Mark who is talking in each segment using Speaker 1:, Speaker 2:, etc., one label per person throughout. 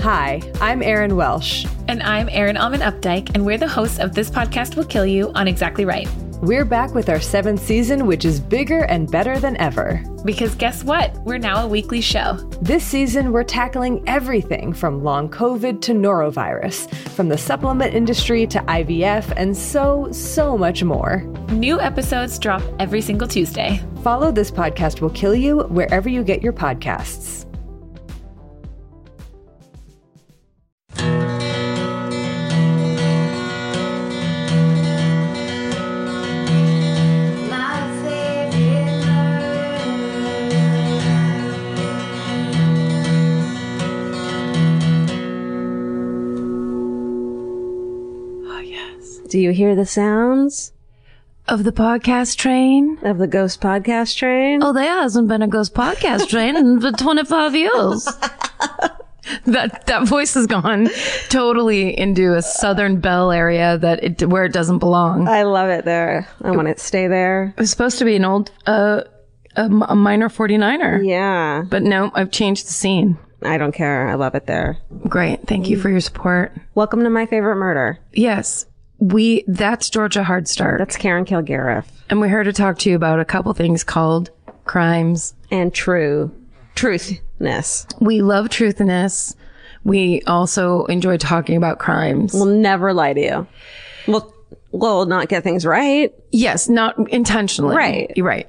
Speaker 1: Hi, I'm Erin Welsh.
Speaker 2: And I'm Erin Alman Updike, and we're the hosts of This Podcast Will Kill You on Exactly Right.
Speaker 1: We're back with our seventh season, which is bigger and better than ever.
Speaker 2: Because guess what? We're now a weekly show.
Speaker 1: This season, we're tackling everything from long COVID to norovirus, from the supplement industry to IVF, and so, so much more.
Speaker 2: New episodes drop every single Tuesday.
Speaker 1: Follow This Podcast Will Kill You wherever you get your podcasts.
Speaker 3: Do you hear the sounds
Speaker 4: Of the podcast train?
Speaker 3: of the ghost podcast train?
Speaker 4: Oh, there hasn't been a ghost podcast train in for 25 years. that that voice has gone totally into a southern belle area that it, where it doesn't belong. It
Speaker 3: I love it there. I want it to stay there.
Speaker 4: was supposed to be an old uh a, m- a minor 49er.
Speaker 3: Yeah.
Speaker 4: But no, I've changed the scene.
Speaker 3: I don't care. I love it there.
Speaker 4: Great. Thank you for your support.
Speaker 3: Welcome to my favorite murder.
Speaker 4: Yes. We that's Georgia Hard Start.
Speaker 3: That's Karen Kilgariff.
Speaker 4: and we're here to talk to you about a couple things called crimes
Speaker 3: And true truthness.
Speaker 4: we love truthness. We also enjoy talking about crimes.
Speaker 3: We'll never lie to you. We'll we'll not get things right,
Speaker 4: yes, not intentionally.
Speaker 3: Right.
Speaker 4: You're right.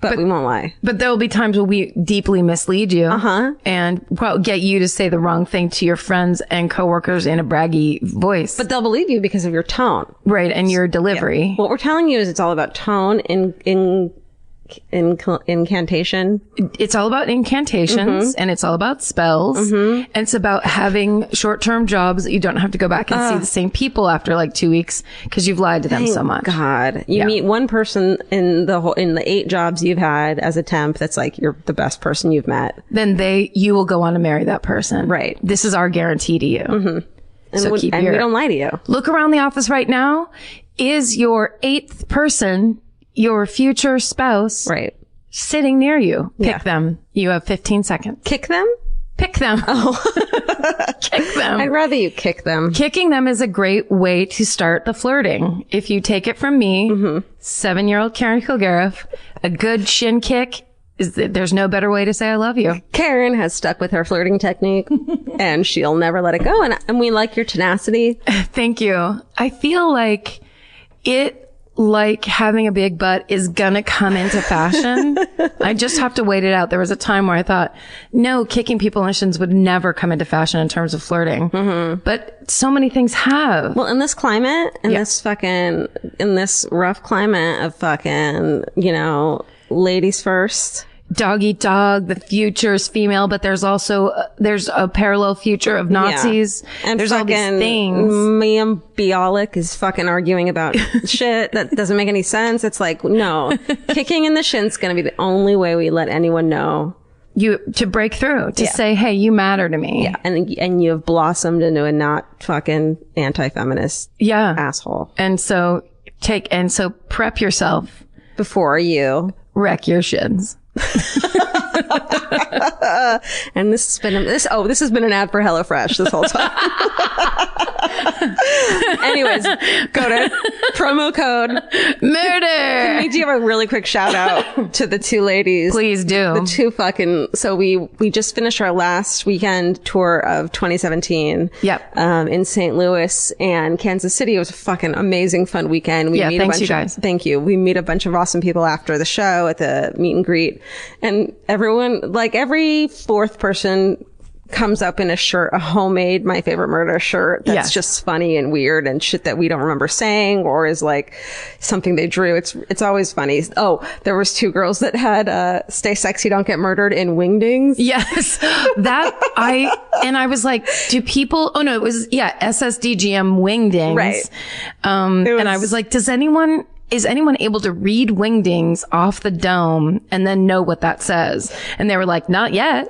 Speaker 3: but, we won't lie.
Speaker 4: But there will be times where we deeply mislead you
Speaker 3: Uh-huh.
Speaker 4: and well, get you to say the wrong thing to your friends and coworkers in a braggy voice.
Speaker 3: But they'll believe you because of your tone.
Speaker 4: right, and your delivery.
Speaker 3: What we're telling you is it's all about tone in in in incantation.
Speaker 4: It's all about incantations
Speaker 3: Mm-hmm.
Speaker 4: and it's all about spells. And it's about having short-term jobs that you don't have to go back and see the same people after like two weeks because you've lied to them so much.
Speaker 3: God, you meet one person in the whole in the eight jobs you've had as a temp that's like you're the best person you've met.
Speaker 4: then they you will go on to marry that person.
Speaker 3: Right. Mm-hmm.
Speaker 4: This is our guarantee to you.
Speaker 3: And,
Speaker 4: So
Speaker 3: we-
Speaker 4: keep
Speaker 3: and
Speaker 4: your
Speaker 3: we don't lie to you.
Speaker 4: look around the office right now. Is your eighth person your future spouse
Speaker 3: Right.
Speaker 4: sitting near you? Pick
Speaker 3: Yeah.
Speaker 4: them. You have 15 seconds.
Speaker 3: Kick them?
Speaker 4: Pick them. Oh. Kick them.
Speaker 3: I'd rather you kick them.
Speaker 4: Kicking them is a great way to start the flirting. If you take it from me,
Speaker 3: Mm-hmm.
Speaker 4: seven year old Karen Kilgariff, a good shin kick is there's no better way to say I love you.
Speaker 3: Karen has stuck with her flirting technique and she'll never let it go. And, and we like your tenacity.
Speaker 4: Thank you. I feel like it, like having a big butt is gonna come into fashion. I just have to wait it out. There was a time where I thought, no, kicking people in the shins would never come into fashion in terms of flirting. But so many things have.
Speaker 3: Mm-hmm. Well, in this climate, in this fucking, in this rough climate of fucking, you know, ladies first.
Speaker 4: dog eat dog. The future is female, but there's also, uh, there's a parallel future of Nazis.
Speaker 3: And
Speaker 4: there's all
Speaker 3: fucking
Speaker 4: these things.
Speaker 3: Ma'am Bialik is fucking arguing about shit that doesn't make any sense. It's like, no, kicking in the shin's going to be the only way we let anyone know.
Speaker 4: You, to break through, to say, hey, you matter to me. Yeah.
Speaker 3: And, and you have blossomed into a not fucking anti-feminist
Speaker 4: Yeah.
Speaker 3: asshole
Speaker 4: And so take, and so prep yourself.
Speaker 3: before you.
Speaker 4: wreck your shins.
Speaker 3: And this has been this. Oh, this has been an ad for HelloFresh this whole time. Anyways, go to promo code.
Speaker 4: Murder!
Speaker 3: I do have a really quick shout out to the two ladies.
Speaker 4: Please do.
Speaker 3: The two fucking. So we we just finished our last weekend tour of 2017.
Speaker 4: Yep.
Speaker 3: Um, in St. Louis and Kansas City, it was a fucking amazing, fun weekend. We
Speaker 4: Yeah,
Speaker 3: meet
Speaker 4: thanks,
Speaker 3: a bunch
Speaker 4: you
Speaker 3: of-
Speaker 4: guys.
Speaker 3: thank you. We meet a bunch of awesome people after the show at the meet and greet, and everyone, like every fourth person. comes up in a shirt, a homemade My Favorite Murder shirt that's
Speaker 4: Yes.
Speaker 3: just funny and weird and shit that we don't remember saying or is like something they drew. It's, it's always funny. Oh, there was two girls that had, uh, Stay Sexy, Don't Get Murdered in Wingdings.
Speaker 4: Yes. That I, and I was like, do people, oh no, it was, yeah, SSDGM wingdings.
Speaker 3: Right.
Speaker 4: Um,
Speaker 3: was-
Speaker 4: and I was like, does anyone, is anyone able to read wingdings off the dome and then know what that says? And they were like, not yet.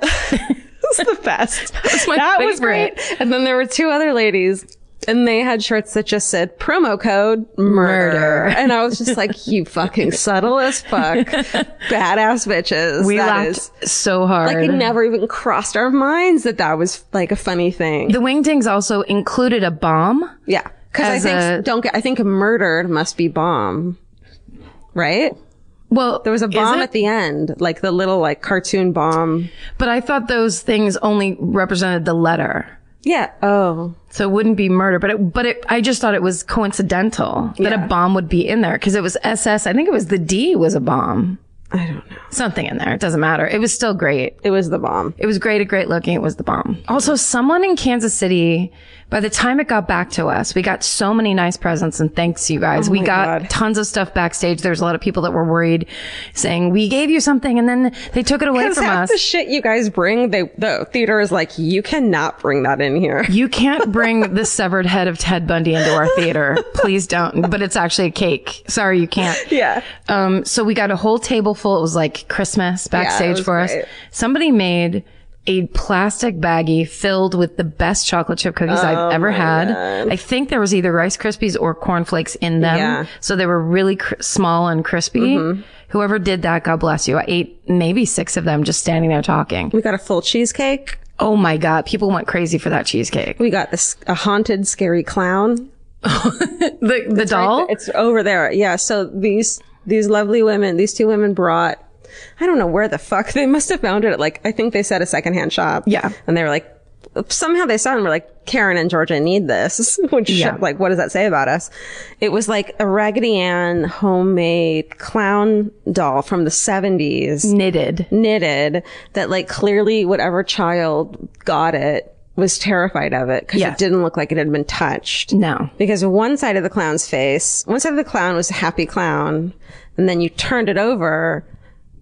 Speaker 3: It's the best.
Speaker 4: my
Speaker 3: that was
Speaker 4: favorite.
Speaker 3: great. And then there were two other ladies. And they had shirts that just said promo code murder.
Speaker 4: Murder.
Speaker 3: And I was just like, you fucking subtle as fuck. Badass bitches.
Speaker 4: We
Speaker 3: That
Speaker 4: laughed
Speaker 3: is-
Speaker 4: so hard.
Speaker 3: like it never even crossed our minds that that was like a funny thing.
Speaker 4: the wingdings also included a bomb.
Speaker 3: yeah. Cause I
Speaker 4: As
Speaker 3: think,
Speaker 4: a-
Speaker 3: don't get, I think murdered must be bomb. Right?
Speaker 4: Well,
Speaker 3: There was a bomb at the end, like the little like cartoon bomb.
Speaker 4: but I thought those things only represented the letter.
Speaker 3: Yeah. Oh.
Speaker 4: So it wouldn't be murder, but it, but it, I just thought it was coincidental that a bomb would be in there because it was SS. I think it was the D was a bomb.
Speaker 3: I don't know.
Speaker 4: Something in there. It doesn't matter. It was still great.
Speaker 3: It was the bomb.
Speaker 4: It was great. A great looking. It was the bomb. Also, someone in Kansas City, by the time it got back to us, we got so many nice presents and thanks you
Speaker 3: Oh
Speaker 4: guys. we got tons of stuff backstage. There was a lot of people that were worried saying, we gave you something and then they took it away
Speaker 3: Because
Speaker 4: from
Speaker 3: half
Speaker 4: us.
Speaker 3: the shit you guys bring, they, the theater is like, you cannot bring that in here.
Speaker 4: You can't bring the severed head of Ted Bundy into our theater. Please don't. But it's actually a cake. Sorry, you can't.
Speaker 3: Yeah.
Speaker 4: Um, so we got a whole table full. It was like Christmas backstage
Speaker 3: was
Speaker 4: for us.
Speaker 3: great.
Speaker 4: Somebody made a plastic baggie filled with the best chocolate chip cookies
Speaker 3: Oh
Speaker 4: I've ever had. I think there was either Rice Krispies or cornflakes in them.
Speaker 3: Yeah. Mm-hmm.
Speaker 4: So they were really cr- small and crispy. Whoever did that, God bless you. I ate maybe six of them just standing there talking.
Speaker 3: We got a full cheesecake.
Speaker 4: Oh my God. People went crazy for that cheesecake.
Speaker 3: We got this, a haunted, scary clown.
Speaker 4: The, the doll?
Speaker 3: It's over there. Yeah. So these, these lovely women, these two women brought, I don't know where the fuck they must have found it. At like, I think they said a secondhand shop.
Speaker 4: Yeah.
Speaker 3: And they were like, somehow they saw it and were like, Karen and Georgia need this, which
Speaker 4: Yeah.
Speaker 3: like, what does that say about us? It was like a Raggedy Ann homemade clown doll from the seventies.
Speaker 4: knitted.
Speaker 3: knitted that like clearly whatever child got it was terrified of it because it
Speaker 4: Yes.
Speaker 3: didn't look like it had been touched.
Speaker 4: No.
Speaker 3: Because one side of the clown's face, one side of the clown was a happy clown, and then you turned it over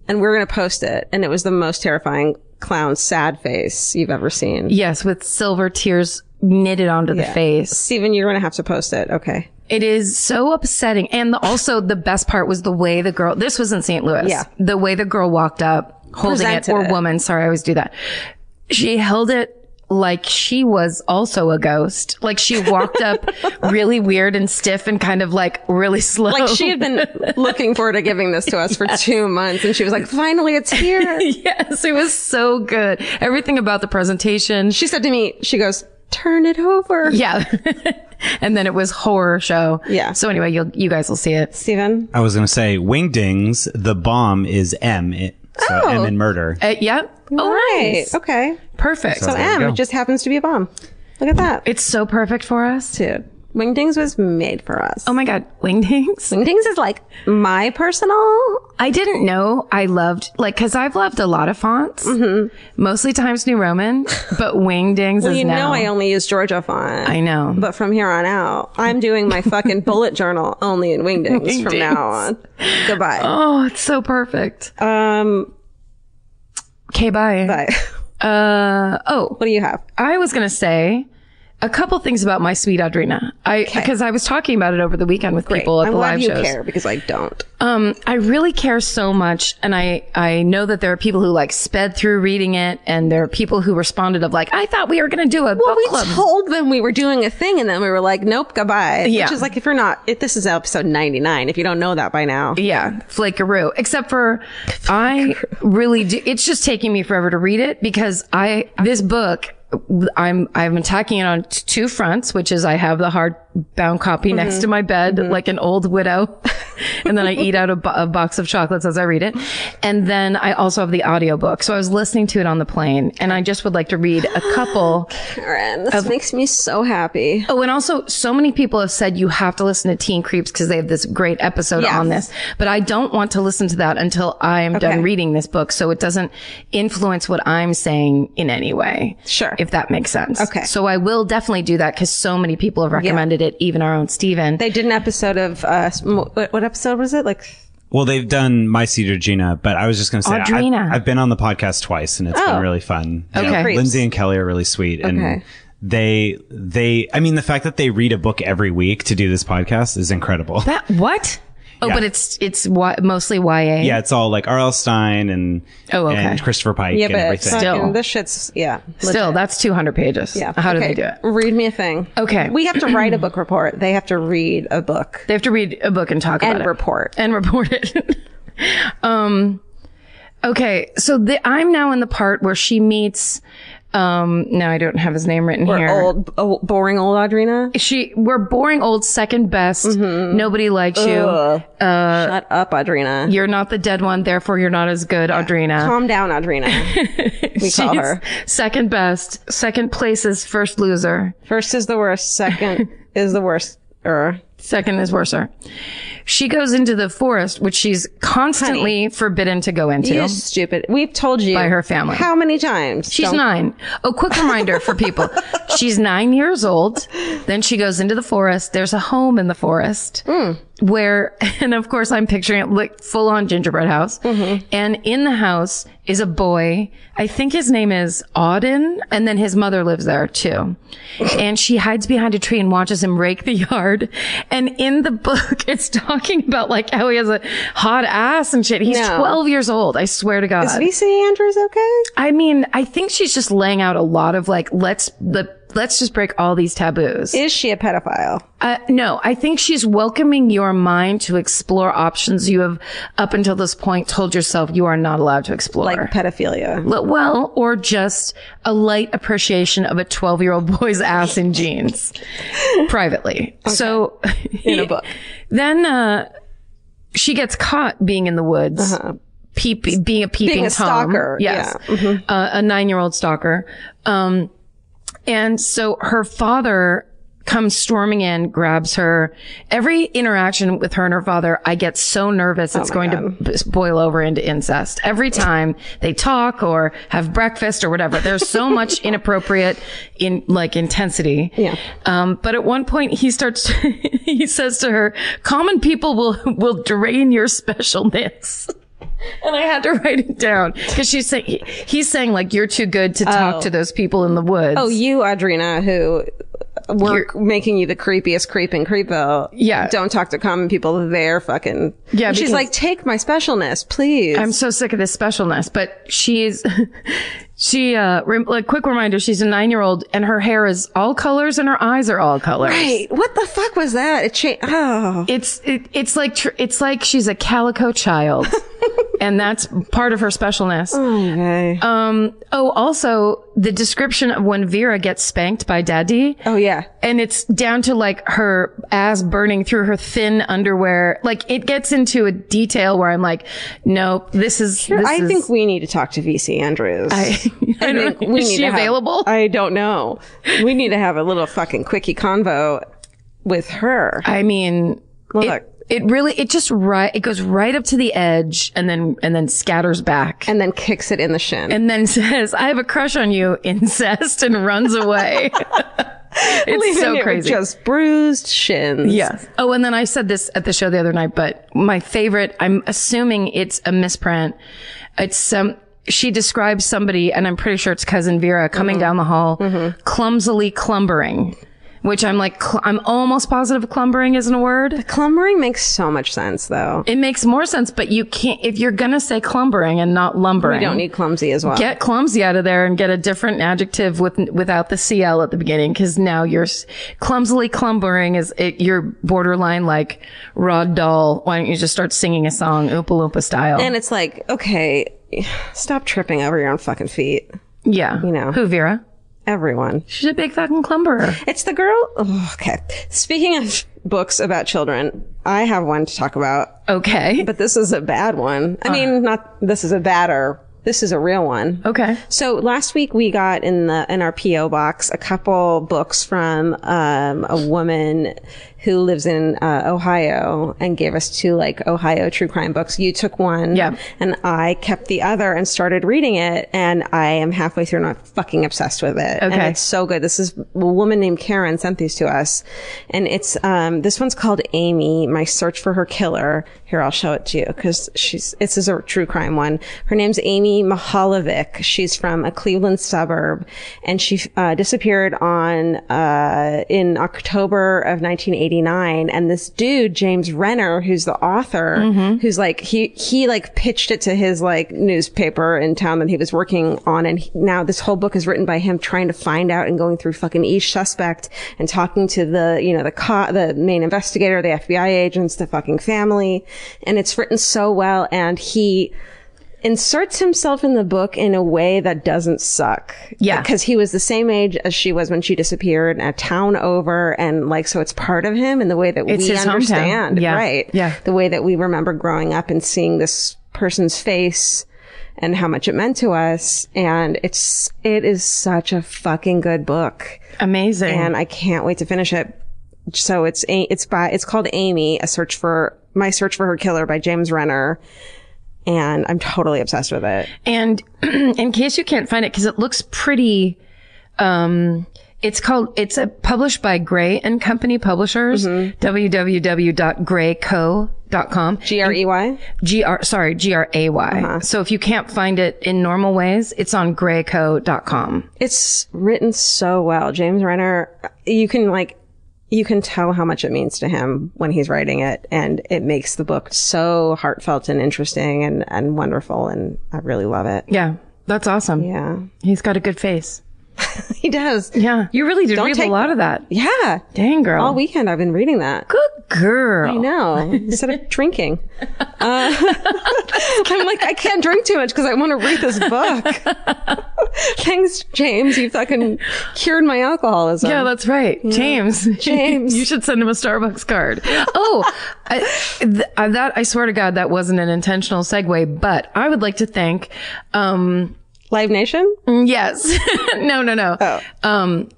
Speaker 3: and we are going to post it. And it was the most terrifying clown sad face you've ever seen.
Speaker 4: Yes, with silver tears knitted onto the face.
Speaker 3: Steven, you're going to have to post it. Okay.
Speaker 4: It is so upsetting. And the, also the best part was the way the girl, this was in St. Louis.
Speaker 3: Yeah.
Speaker 4: The way the girl walked up holding
Speaker 3: Presented
Speaker 4: it or
Speaker 3: it.
Speaker 4: woman. Sorry. I always do that. She held it like she was also a ghost. Like she walked up really weird and stiff and kind of like really slow.
Speaker 3: Like she had been looking forward to giving this to us for two months and she was like, finally it's here.
Speaker 4: yes. It was so good. Everything about the presentation.
Speaker 3: She said to me, she goes, turn it over.
Speaker 4: Yeah. and then it was horror show.
Speaker 3: Yeah.
Speaker 4: So anyway, you'll, you guys will see it.
Speaker 3: Steven,
Speaker 5: I was going to say Wingdings. The bomb is M. It, so M in murder.
Speaker 4: Uh, yeah. Oh,
Speaker 3: Right.
Speaker 4: nice.
Speaker 3: Okay.
Speaker 4: Perfect.
Speaker 3: So M,
Speaker 5: go.
Speaker 3: it just happens to be a bomb. Look at that.
Speaker 4: it's so perfect for us.
Speaker 3: Dude, Wingdings was made for us.
Speaker 4: Oh my God. Wingdings.
Speaker 3: Wingdings is like my personal.
Speaker 4: I didn't know I loved, like, cause I've loved a lot of fonts, mostly Times New Roman, but Wingdings is
Speaker 3: Mm-hmm. You
Speaker 4: now.
Speaker 3: know, I only use Georgia font.
Speaker 4: I know.
Speaker 3: But from here on out, I'm doing my fucking bullet journal only in Wingdings, from now on. Goodbye.
Speaker 4: oh, it's so perfect.
Speaker 3: Um,
Speaker 4: Okay. Bye.
Speaker 3: but
Speaker 4: Uh, oh,
Speaker 3: what do you have?
Speaker 4: I was going to say a couple things about my sweet Audrina. I, cause I was talking about it over the weekend with people at
Speaker 3: I'm
Speaker 4: the
Speaker 3: glad
Speaker 4: live
Speaker 3: you
Speaker 4: shows.
Speaker 3: care because I don't.
Speaker 4: Um, I really care so much, and I I know that there are people who like sped through reading it, and there are people who responded of like, I thought we were going to do a
Speaker 3: Well,
Speaker 4: book
Speaker 3: we
Speaker 4: club.
Speaker 3: told them we were doing a thing, and then we were like, "Nope, goodbye."
Speaker 4: Yeah.
Speaker 3: Which is like, if you're not, if this is episode 99, if you don't know that by now,
Speaker 4: yeah, flakeroo. Except for I really do. It's just taking me forever to read it because I this book. I'm I'm attacking it on t- two fronts, which is I have the hardbound copy next to my bed, like an old widow, and then I eat out a, bo- a box of chocolates as I read it. And then I also have the audiobook. So I was listening to it on the plane and I just would like to read a couple.
Speaker 3: Karen, this makes me so happy.
Speaker 4: Oh, and also so many people have said you have to listen to Teen Creeps because they have this great episode
Speaker 3: Yes.
Speaker 4: on this, but I don't want to listen to that until I am done reading this book. So it doesn't influence what I'm saying in any way.
Speaker 3: Sure.
Speaker 4: If that makes sense.
Speaker 3: Okay.
Speaker 4: So I will definitely do that because so many people have recommended it, even our own Steven.
Speaker 3: They did an episode of uh, sm- what, what episode was it? Like
Speaker 5: Well, they've done My Cedar Gina, but I was just going to say
Speaker 4: Audrina. Oh.
Speaker 5: I've, I've been on the podcast twice and it's been really fun. You know,
Speaker 4: Okay.
Speaker 5: Lindsay and Kelly are really sweet and they they I mean the fact that they read a book every week to do this podcast is incredible.
Speaker 4: that, what? Oh,
Speaker 5: Yeah.
Speaker 4: but it's, it's y- mostly YA.
Speaker 5: yeah, it's all like R.L. Stein and
Speaker 4: Oh, okay.
Speaker 5: and Christopher Pike
Speaker 3: yeah,
Speaker 5: and
Speaker 3: but
Speaker 5: everything.
Speaker 4: Still.
Speaker 3: fucking, this shit's yeah.
Speaker 4: Still, that's 200 pages.
Speaker 3: Yeah.
Speaker 4: How
Speaker 3: Okay,
Speaker 4: do they do it?
Speaker 3: Read me a thing.
Speaker 4: Okay.
Speaker 3: We have to write a book report. They have to read a book
Speaker 4: They have to read a book and talk about
Speaker 3: and
Speaker 4: it.
Speaker 3: report.
Speaker 4: and report it. um, okay, so the, I'm now in the part where she meets. Um, no, I don't have his name written here.
Speaker 3: Old, old, boring old Audrina.
Speaker 4: She, we're boring old, second best.
Speaker 3: Mm-hmm.
Speaker 4: Nobody likes you. Uh,
Speaker 3: Shut up, Audrina.
Speaker 4: You're not the dead one, therefore you're not as good, Audrina.
Speaker 3: Calm down, Audrina. we call
Speaker 4: She's
Speaker 3: her.
Speaker 4: second best, second places, first loser.
Speaker 3: First is the worst. Second is the worst. er, Or
Speaker 4: Second is worser. She goes into the forest, which she's constantly forbidden to go into.
Speaker 3: you stupid. We've told you
Speaker 4: By her family.
Speaker 3: How many times?
Speaker 4: She's
Speaker 3: Don't-
Speaker 4: nine. A quick reminder for people. She's nine years old. Then she goes into the forest. There's a home in the forest
Speaker 3: Hmm.
Speaker 4: where, and of course I'm picturing it like full on gingerbread house.
Speaker 3: Mm-hmm.
Speaker 4: And in the house is a boy. I think his name is Auden. And then his mother lives there too. and she hides behind a tree and watches him rake the yard. And in the book, it's talking about like how he has a hot ass and shit. He's
Speaker 3: No.
Speaker 4: 12 years old. I swear to God.
Speaker 3: Is VC Andrews okay?
Speaker 4: I mean, I think she's just laying out a lot of like, let's the let's just break all these taboos.
Speaker 3: Is she a pedophile?
Speaker 4: Uh, no, I think she's welcoming your mind to explore options you have up until this point told yourself you are not allowed to explore.
Speaker 3: Like pedophilia.
Speaker 4: L- well, or just a light appreciation of a 12 year old boy's ass in jeans privately. So
Speaker 3: In a book.
Speaker 4: then, uh, she gets caught being in the woods, peep, being a
Speaker 3: Uh-huh.
Speaker 4: peeping
Speaker 3: a
Speaker 4: Tom.
Speaker 3: stalker, Mm-hmm.
Speaker 4: Yes. Uh, a nine year old stalker. Um, and so her father comes storming in, grabs her. Every interaction with her and her father, I get so nervous. It's going to b- boil over into incest. Every time they talk or have breakfast or whatever, there's so much inappropriate in like intensity. Yeah. Um, but at one point he starts, he says to her, common people will, will drain your specialness. And I had to write it down because she's saying, he- he's saying like, you're too good to talk to those people in the woods.
Speaker 3: Oh, you, Audrina, who we're making you the creepiest creep in Creepville.
Speaker 4: Yeah.
Speaker 3: Don't talk to common people. They're fucking.
Speaker 4: Yeah,
Speaker 3: And She's
Speaker 4: because-
Speaker 3: like, take my specialness, please.
Speaker 4: I'm so sick of this specialness, but she's, she, uh, rem- like, quick reminder, she's a nine year old and her hair is all colors and her eyes are all colors.
Speaker 3: Wait, what the fuck was that? It changed. Oh.
Speaker 4: It's, it, it's like, tr- it's like she's a calico child. and that's part of her specialness.
Speaker 3: Okay.
Speaker 4: Um, oh, also the description of when Vera gets spanked by daddy.
Speaker 3: oh, yeah.
Speaker 4: And it's down to like her ass burning through her thin underwear. Like it gets into a detail where I'm like, nope, this is, this
Speaker 3: I
Speaker 4: is-
Speaker 3: think we need to talk to VC Andrews.
Speaker 4: I, I don't,
Speaker 3: we
Speaker 4: is
Speaker 3: need
Speaker 4: she
Speaker 3: to have-
Speaker 4: available? I,
Speaker 3: I don't know. We need to have a little fucking quickie convo with her.
Speaker 4: mean,
Speaker 3: Look.
Speaker 4: it, it really, it just right, it goes right up to the edge and then, and then scatters back and,
Speaker 3: and then kicks it in the shin.
Speaker 4: then says, I have a crush on you, incest, and runs away. it's
Speaker 3: Leaving it
Speaker 4: so
Speaker 3: with
Speaker 4: crazy.
Speaker 3: Just bruised shins.
Speaker 4: Yes. Oh, and then I said this at the show the other night, but my favorite, I'm assuming it's a misprint. It's some, she describes somebody, and I'm pretty sure it's cousin Vera
Speaker 3: Mm-hmm.
Speaker 4: coming down the hall, clumsily clumbering, which I'm like, cl- I'm almost positive clumbering isn't a word.
Speaker 3: Clumbering makes so much sense, though.
Speaker 4: It makes more sense, but you can't, if you're going to say clumbering and not lumbering.
Speaker 3: You don't need clumsy as well.
Speaker 4: Get clumsy out of there and get a different adjective with without the cl at the beginning because now you're s- clumsily clumbering is it, you're borderline like Rod Dahl. Why don't you just start singing a song Oompa Loompa style?
Speaker 3: and it's like, okay, stop tripping over your own fucking feet.
Speaker 4: yeah, you
Speaker 3: know.
Speaker 4: who Vera?
Speaker 3: Everyone.
Speaker 4: She's a big fucking clumberer.
Speaker 3: It's the girl. oh, okay. Speaking of books about children, I have one to talk about,
Speaker 4: Okay.
Speaker 3: but this is a bad one. I mean, not this is a badder. This is a real one.
Speaker 4: Uh-huh. okay.
Speaker 3: So last week we got in the in our PO box a couple books from um, a woman who lives in uh, Ohio and gave us two like Ohio true crime books. You took one,
Speaker 4: Yeah.
Speaker 3: and I kept the other and started reading it, and I am halfway through and I'm fucking obsessed with it. And
Speaker 4: Okay.
Speaker 3: it's so good. This is a woman named Karen sent these to us, and it's um, this one's called Amy. My search for her killer. Here, I'll show it to you because she's this is a true crime one. Her name's Amy Mahalovic. She's from a Cleveland suburb, and she uh, disappeared on uh, in October of 1989. And this dude, James Renner, who's the author, who's like he he like pitched it to his like newspaper in town that he was working on, and he, now this whole book is written by him trying to find out and going through fucking each suspect and talking to the you know the co- the main investigator, the FBI agents, the fucking family, and it's written so well, and he inserts himself in the book in a way that doesn't suck.
Speaker 4: Yeah.
Speaker 3: Because he was the same age as she was when she disappeared, a town over, and like, so it's part of him in the way that
Speaker 4: It's
Speaker 3: we
Speaker 4: his hometown.
Speaker 3: understand.
Speaker 4: Yeah.
Speaker 3: Right.
Speaker 4: Yeah.
Speaker 3: The way that we remember growing up and seeing this person's face and how much it meant to us. And it's, it is such a fucking good book
Speaker 4: Amazing.
Speaker 3: and I can't wait to finish it. So it's a- it's by it's called Amy, a search for my search for her killer by James Renner, and I'm totally obsessed with it.
Speaker 4: And in case you can't find it, because it looks pretty, um, it's called, it's a, published by Gray and Company Publishers,
Speaker 3: Mm-hmm.
Speaker 4: www.grayco.com.
Speaker 3: G R E Y.
Speaker 4: G-R, sorry, G-R-A-Y. So if you can't find it in normal ways, it's on grayco.com.
Speaker 3: It's written so well, James Renner. You can like you can tell how much it means to him when he's writing it, and it makes the book so heartfelt and interesting and and wonderful, and I really love it.
Speaker 4: Yeah. That's awesome.
Speaker 3: Yeah,
Speaker 4: He's got a good face.
Speaker 3: he does.
Speaker 4: Yeah. You really did
Speaker 3: Don't
Speaker 4: read
Speaker 3: take-
Speaker 4: a lot of that.
Speaker 3: yeah.
Speaker 4: Dang, girl.
Speaker 3: All weekend I've been reading that.
Speaker 4: Good girl.
Speaker 3: I know. Instead of drinking, uh, I'm like, I can't drink too much because I want to read this book. Thanks, James. You fucking cured my alcoholism.
Speaker 4: Yeah, that's right. James.
Speaker 3: James.
Speaker 4: you should send him a Starbucks card. Oh, I, th- uh, that, I swear to God, that wasn't an intentional segue, but I would like to thank, um,
Speaker 3: Live Nation.
Speaker 4: yes. no, no, no.
Speaker 3: Oh.
Speaker 4: Um,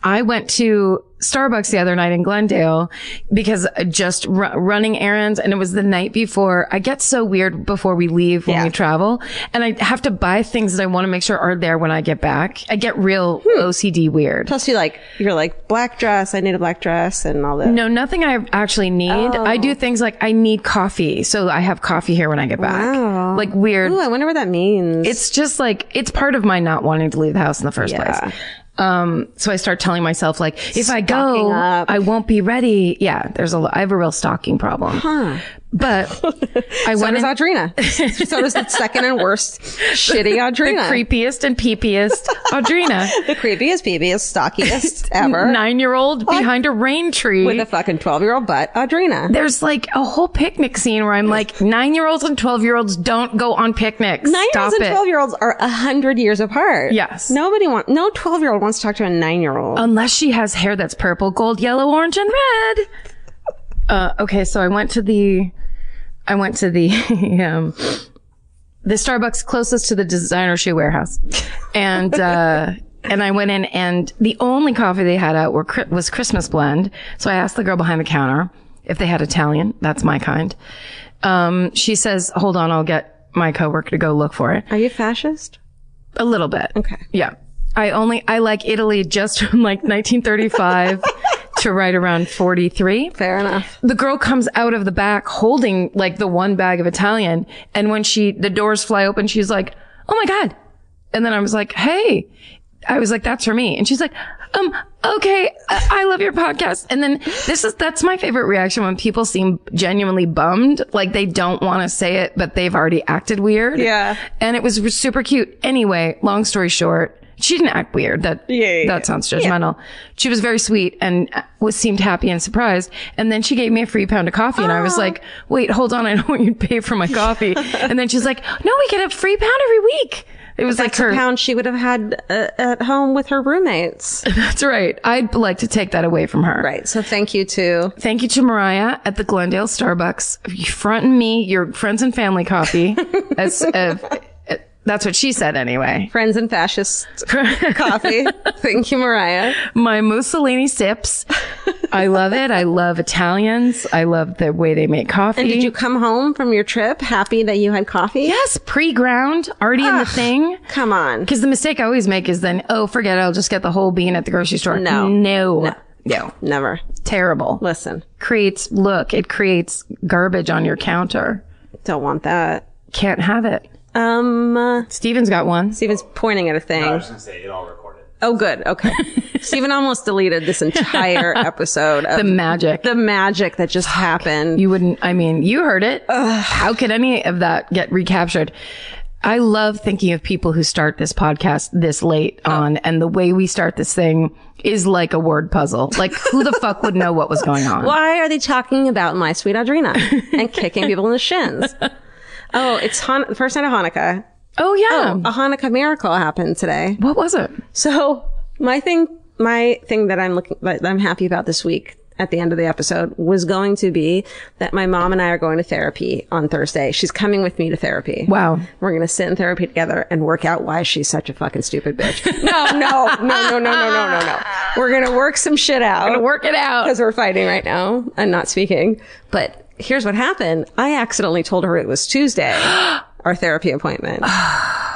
Speaker 4: I went to Starbucks the other night in Glendale because I just ru- running errands and it was the night before. I get so weird before we leave when we travel and I have to buy things that I want to make sure are there when I get back. I get real
Speaker 3: Hmm.
Speaker 4: OCD weird.
Speaker 3: Plus, you like you're like black dress. I need a black dress and all that.
Speaker 4: No, nothing I actually need. I
Speaker 3: Oh.
Speaker 4: do things like I need coffee, so I have coffee here when I get back. Like weird.
Speaker 3: Ooh, I wonder what that means.
Speaker 4: It's just like it's part of my not wanting to leave the house in the first place. Um, so I start telling myself like, if I go,
Speaker 3: Stocking up.
Speaker 4: I won't be ready. Yeah, there's a. lo- I have a real stocking problem. But I
Speaker 3: so
Speaker 4: went
Speaker 3: does
Speaker 4: in-
Speaker 3: Audrina. so does the second and worst shitty
Speaker 4: the
Speaker 3: Audrina.
Speaker 4: creepiest and peepiest Audrina,
Speaker 3: The creepiest, peepiest, stockiest ever.
Speaker 4: nine year old behind a rain tree
Speaker 3: With a fucking twelve year old butt, Audrina.
Speaker 4: there's like a whole picnic scene where I'm like, nine year olds and 12 year olds don't go on picnics.
Speaker 3: Nine year
Speaker 4: Stop
Speaker 3: olds and
Speaker 4: it.
Speaker 3: 12 year olds are 100 years apart.
Speaker 4: Yes. Oh.
Speaker 3: Nobody wants, no 12 year old wants to talk to a nine year old.
Speaker 4: Unless she has hair that's purple, gold, yellow, orange, and red. Uh, okay. So I went to the, I went to the, um, the Starbucks closest to the designer shoe warehouse. And, uh, and I went in and the only coffee they had out were, cri- was Christmas blend. So I asked the girl behind the counter if they had Italian. That's my kind. Um, she says, hold on, I'll get my coworker to go look for it.
Speaker 3: are you fascist?
Speaker 4: A little bit. Okay. Yeah. I only, I like Italy just from like 1935 to right around 43.
Speaker 3: Fair enough.
Speaker 4: The girl comes out of the back holding like the one bag of Italian. And when she, the doors fly open, she's like, Oh my God. And then I was like, Hey, I was like, that's for me. And she's like, um, okay, I I love your podcast. And then this is, that's my favorite reaction when people seem genuinely bummed. Like they don't want to say it, but they've already acted weird.
Speaker 3: Yeah.
Speaker 4: And it was re- super cute. Anyway, long story short, she didn't act weird. That,
Speaker 3: yeah,
Speaker 4: that sounds judgmental. She was very sweet and uh, was seemed happy and surprised. And then she gave me a free pound of coffee and I
Speaker 3: Ah.
Speaker 4: was like, wait, hold on. I don't want you to pay for my coffee. and then she's like, no, we get a free pound every week. It was like
Speaker 3: That's
Speaker 4: her.
Speaker 3: a pound she would have had uh, at home with her roommates.
Speaker 4: That's right. I'd like to take that away from her.
Speaker 3: Right. So thank you to
Speaker 4: Thank you to Mariah at the Glendale Starbucks. You fronting me your friends and family coffee. as, uh, uh, that's what she said anyway.
Speaker 3: friends and fascist coffee. Thank you, Mariah.
Speaker 4: My Mussolini sips. I love it. I love Italians. I love the way they make coffee.
Speaker 3: Did you come home from your trip happy that you had coffee?
Speaker 4: Yes, pre-ground, already
Speaker 3: Ah.
Speaker 4: in the thing.
Speaker 3: Come on.
Speaker 4: Because the mistake I always make is then, oh, forget it. I'll just get the whole bean at the grocery store.
Speaker 3: No.
Speaker 4: No. No.
Speaker 3: Never.
Speaker 4: Terrible.
Speaker 3: Listen.
Speaker 4: Creates, look, it creates garbage on your counter.
Speaker 3: Don't want that.
Speaker 4: Can't have it.
Speaker 3: Um, uh,
Speaker 4: Steven's got one.
Speaker 3: Steven's pointing at a thing.
Speaker 5: was gonna say it all recorded.
Speaker 3: Oh, good. Okay. Steven almost deleted this entire episode of
Speaker 4: The magic.
Speaker 3: the magic that just happened.
Speaker 4: You wouldn't, I mean, you heard it. How could any of that get recaptured? I love thinking of people who start this podcast this late
Speaker 3: Oh.
Speaker 4: on and the way we start this thing is like a word puzzle. Like who the fuck would know what was going on?
Speaker 3: Why are they talking about my sweet Audrina and kicking people in the shins? Oh, it's Han- the first night of Hanukkah.
Speaker 4: Oh yeah.
Speaker 3: A Hanukkah miracle happened today.
Speaker 4: What was it?
Speaker 3: So my thing, my thing that I'm looking, that I'm happy about this week at the end of the episode was going to be that my mom and I are going to therapy on Thursday. She's coming with me to therapy.
Speaker 4: Wow.
Speaker 3: We're going to sit in therapy together and work out why she's such a fucking stupid bitch. No, no, no, no, no, no, no, no, no. We're going to work some shit out.
Speaker 4: Work it out.
Speaker 3: because we're fighting right now and not speaking. But here's what happened. I accidentally told her it was Tuesday, our therapy appointment.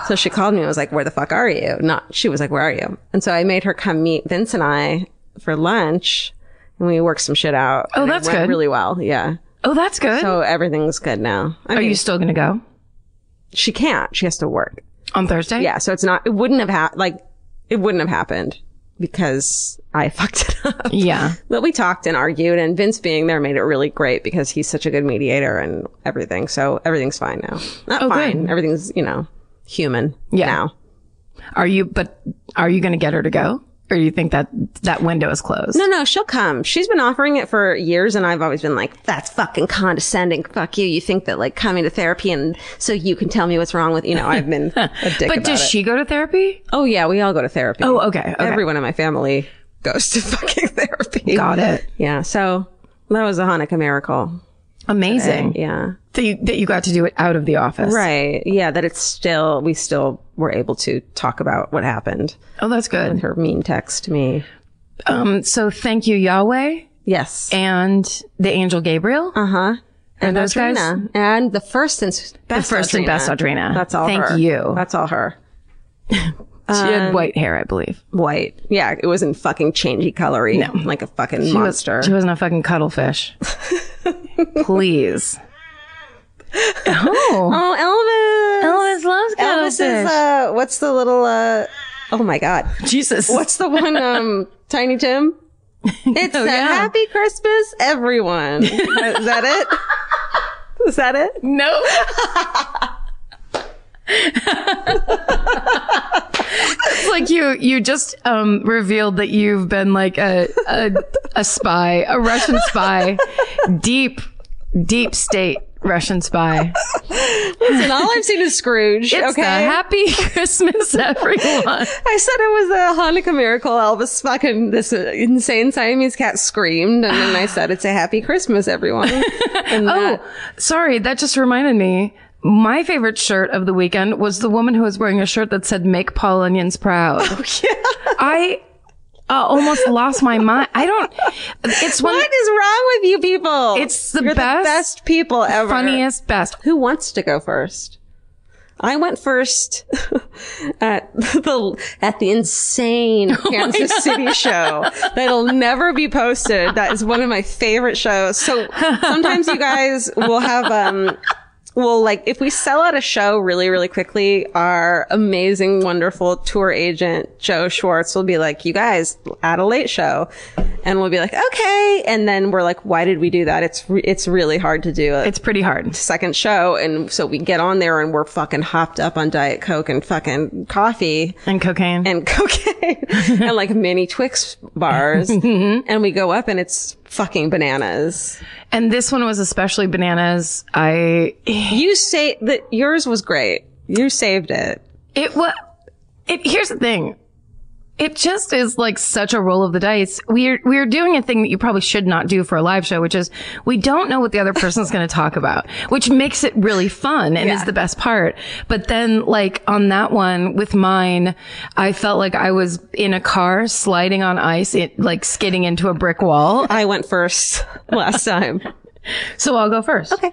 Speaker 3: so she called me and was like, where the fuck are you? Not, she was like, where are you? And so I made her come meet Vince and I for lunch and we worked some shit out. Oh,
Speaker 4: that's
Speaker 3: went
Speaker 4: good.
Speaker 3: Really well. Yeah.
Speaker 4: Oh, that's good.
Speaker 3: So everything's good now. I
Speaker 4: Are
Speaker 3: mean,
Speaker 4: you still going to go
Speaker 3: she can't. She has to work.
Speaker 4: on Thursday?
Speaker 3: Yeah. So it's not, it wouldn't have happened. Like it wouldn't have happened because I fucked it up.
Speaker 4: Yeah.
Speaker 3: But we talked and argued, and Vince being there made it really great because he's such a good mediator and everything. So everything's fine now. Not
Speaker 4: Oh, good.
Speaker 3: fine. Everything's, you know, human
Speaker 4: Yeah.
Speaker 3: now.
Speaker 4: Are you, but are you going to get her to go? Or do you think that that window is closed?
Speaker 3: No, no, she'll come. She's been offering it for years, and I've always been like, that's fucking condescending. Fuck you. You think that, like, coming to therapy and so you can tell me what's wrong with, you know, I've been a dick.
Speaker 4: But
Speaker 3: about
Speaker 4: does
Speaker 3: it.
Speaker 4: she go to therapy?
Speaker 3: Oh, yeah, we all go to therapy.
Speaker 4: Oh, okay, okay.
Speaker 3: Everyone in my family goes to fucking therapy.
Speaker 4: Got it.
Speaker 3: Yeah, so that was a Hanukkah miracle.
Speaker 4: Amazing.
Speaker 3: Yeah.
Speaker 4: That, you, that you got to do it out of the office.
Speaker 3: Right. Yeah, that it's still we still were able to talk about what happened.
Speaker 4: Oh, that's good.
Speaker 3: Her mean text to me.
Speaker 4: Um, so thank you, Yahweh
Speaker 3: Yes.
Speaker 4: and the angel Gabriel.
Speaker 3: Uh-huh.
Speaker 4: Uh huh. And those guys,
Speaker 3: Audrina. And the first and s-
Speaker 4: the
Speaker 3: best
Speaker 4: first and
Speaker 3: Audrina.
Speaker 4: best Audrina.
Speaker 3: That's all
Speaker 4: Thank
Speaker 3: her.
Speaker 4: you.
Speaker 3: That's um, all her.
Speaker 4: she had white hair, I believe.
Speaker 3: White. Yeah, it wasn't fucking changey colory. No. Like a fucking monster.
Speaker 4: She wasn't a fucking cuttlefish. Please. Oh.
Speaker 3: oh,
Speaker 4: Elvis loves
Speaker 3: Elvis. Elvis is uh what's the little uh Oh my god.
Speaker 4: Jesus.
Speaker 3: What's the one um Tiny Tim? It's a
Speaker 4: Oh, yeah.
Speaker 3: happy Christmas, everyone. is that it? Is that it?
Speaker 4: No. it's like you you just um, revealed that you've been like a, a a spy, a Russian spy, deep deep state Russian spy.
Speaker 3: And all I've seen is Scrooge.
Speaker 4: It's
Speaker 3: okay.
Speaker 4: the happy Christmas, everyone.
Speaker 3: I said it was a Hanukkah miracle. Elvis fucking this uh, insane Siamese cat screamed, and then I said, "It's a happy Christmas, everyone." And
Speaker 4: Oh,
Speaker 3: that-
Speaker 4: Sorry, that just reminded me. My favorite shirt of the weekend was the woman who was wearing a shirt that said "Make Paul Onions proud." I uh, almost lost my mind. I don't. It's one
Speaker 3: what is wrong with you people?
Speaker 4: It's the
Speaker 3: You're
Speaker 4: best,
Speaker 3: the best people ever.
Speaker 4: funniest, best.
Speaker 3: Who wants to go first? I went first at the at the insane
Speaker 4: Oh
Speaker 3: Kansas City show that'll never be posted. That is one of my favorite shows. So sometimes you guys will have um will like if we sell out a show really really quickly, our amazing wonderful tour agent Joe Schwartz will be like, "You guys at a late show," and we'll be like, "Okay," and then we're like, "Why did we do that? It's re- it's really hard to do it."
Speaker 4: It's pretty hard.
Speaker 3: second show and so we get on there and we're fucking hopped up on diet coke and fucking coffee
Speaker 4: And cocaine.
Speaker 3: and cocaine and like mini twix bars and we go up and it's fucking bananas
Speaker 4: And this one was especially bananas. I
Speaker 3: you say that yours was great you saved it
Speaker 4: It was. It here's the thing. It just is like such a roll of the dice. We're we're doing a thing that you probably should not do for a live show, which is we don't know what the other person's going to talk about, which makes it really fun and is the best part. But then, like on that one with mine, I felt like I was in a car sliding on ice, it, like skidding into a brick wall.
Speaker 6: I went first last time.
Speaker 4: So I'll go first. Okay.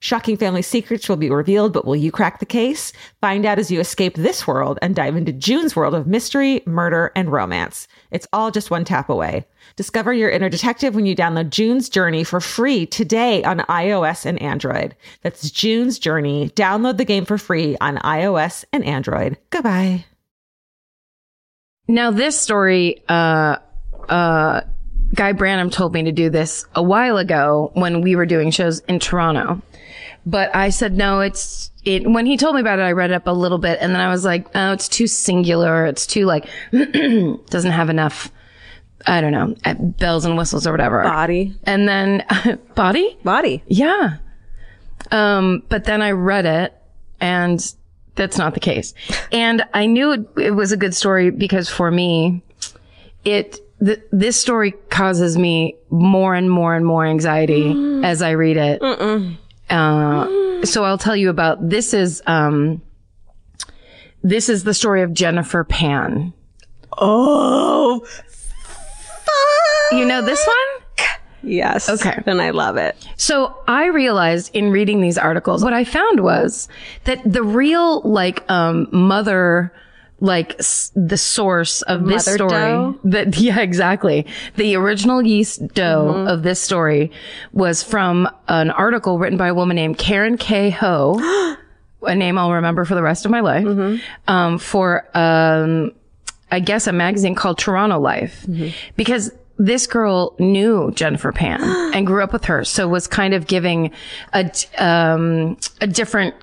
Speaker 3: Shocking family secrets will be revealed, but will you crack the case? Find out as you escape this world and dive into June's world of mystery, murder, and romance. It's all just one tap away. Discover your inner detective when you download June's Journey for free today on iOS and Android. That's June's Journey. Download the game for free on iOS and Android. Goodbye.
Speaker 4: Now this story, uh, uh, Guy Branham told me to do this a while ago when we were doing shows in Toronto. But I said, no, it's, it, when he told me about it, I read it up a little bit and then I was like, oh, it's too singular. It's too like, doesn't have enough, I don't know, bells and whistles or whatever.
Speaker 6: Body.
Speaker 4: And then, body?
Speaker 6: Body.
Speaker 4: Yeah. Um, but then I read it and that's not the case. and I knew it, it was a good story because for me, it, Th- this story causes me more and more and more anxiety mm. as I read it. Uh, mm. so I'll tell you about this is um, this is the story of Jennifer Pan.
Speaker 6: Oh,
Speaker 4: you know this one?
Speaker 6: Yes.
Speaker 4: Okay.
Speaker 6: Then I love it.
Speaker 4: So I realized in reading these articles, what I found was that the real like um, mother like s- the source of this
Speaker 6: Mother
Speaker 4: story.
Speaker 6: dough?
Speaker 4: That yeah, exactly. The original yeast dough
Speaker 6: Mm-hmm.
Speaker 4: of this story was from an article written by a woman named Karen K. Ho, a name I'll remember for the rest of my life.
Speaker 6: Mm-hmm.
Speaker 4: Um, for um, I guess a magazine called Toronto Life,
Speaker 6: Mm-hmm.
Speaker 4: because. This girl knew Jennifer Pan and grew up with her, so was kind of giving a d- um, a different,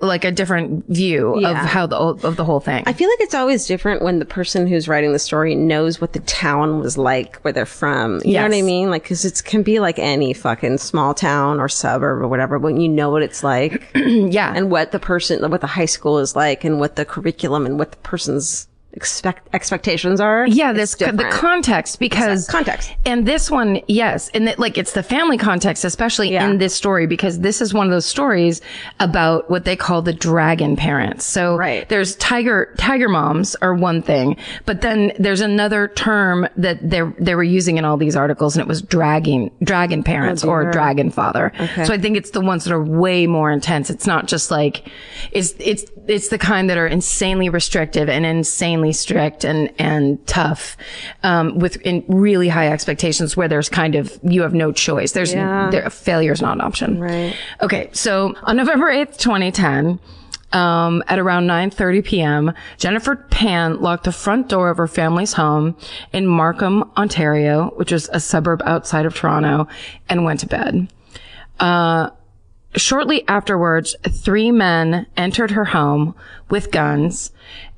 Speaker 4: like a different view of how the of the whole thing.
Speaker 6: I feel like it's always different when the person who's writing the story knows what the town was like where they're from. You know what I
Speaker 4: Yes.
Speaker 6: mean? Like, cause it can be like any fucking small town or suburb or whatever, but when you know what it's like
Speaker 4: yeah,
Speaker 6: and what the person, what the high school is like and what the curriculum and what the person's
Speaker 3: expect expectations are.
Speaker 4: Yeah,
Speaker 3: it's
Speaker 4: this the
Speaker 3: different.
Speaker 4: context because
Speaker 3: Context.
Speaker 4: and this one, yes, and it, like it's the family context, especially in this story because this is one of those stories about what they call the dragon parents. So
Speaker 3: Right.
Speaker 4: there's tiger tiger moms are one thing, but then there's another term that they they were using in all these articles, and it was dragging dragon parents or dragon father. So I think it's the ones that are way more intense. It's not just like it's it's it's the kind that are insanely restrictive and insanely strict and and tough, um, with in really high expectations where there's kind of you have no choice. There's there, failure's not an option. Right. Okay. So on November eighth, twenty ten um, at around 9.30 p.m., Jennifer Pan locked the front door of her family's home in Markham, Ontario, which is a suburb outside of Toronto, and went to bed. Uh, shortly afterwards, three men entered her home with guns.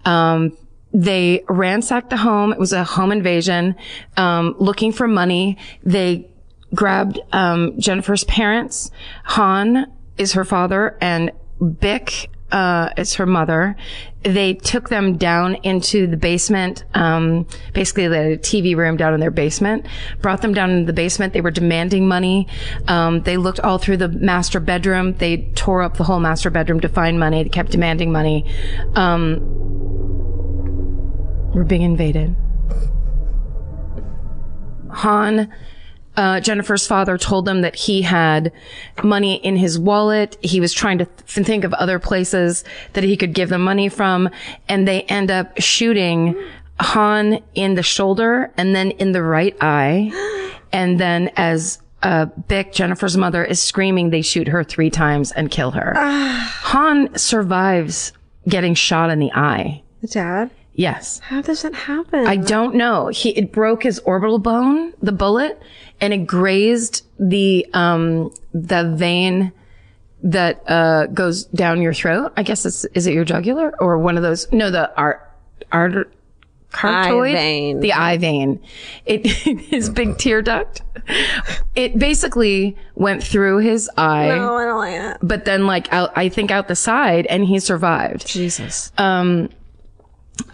Speaker 4: Um, they ransacked the home. It was a home invasion, um, looking for money. They grabbed um, Jennifer's parents. Han is her father, and Bick uh, is her mother. They took them down into the basement. Um, basically, they had a TV room down in their basement. Brought them down into the basement. They were demanding money. Um, they looked all through the master bedroom. They tore up the whole master bedroom to find money. They kept demanding money. Um, we're being invaded. Han uh, Jennifer's father told them that he had money in his wallet. He was trying to th- think of other places that he could give them money from, and they end up shooting Han in the shoulder and then in the right eye. And then as uh, Bick, Jennifer's mother, is screaming, they shoot her three times and kill her. Han survives getting shot in the eye.
Speaker 3: Dad,
Speaker 4: Yes.
Speaker 3: how does that happen?
Speaker 4: I don't know. He it broke his orbital bone, the bullet, and it grazed the um the vein that uh goes down your throat. I guess it's is it your jugular or one of those? No, the art art. Cartoid,
Speaker 3: vein.
Speaker 4: the eye vein, it his big tear duct. It basically went through his eye,
Speaker 3: Oh, I don't like that.
Speaker 4: but then like out, I think out the side, and he survived.
Speaker 3: Jesus.
Speaker 6: Uh,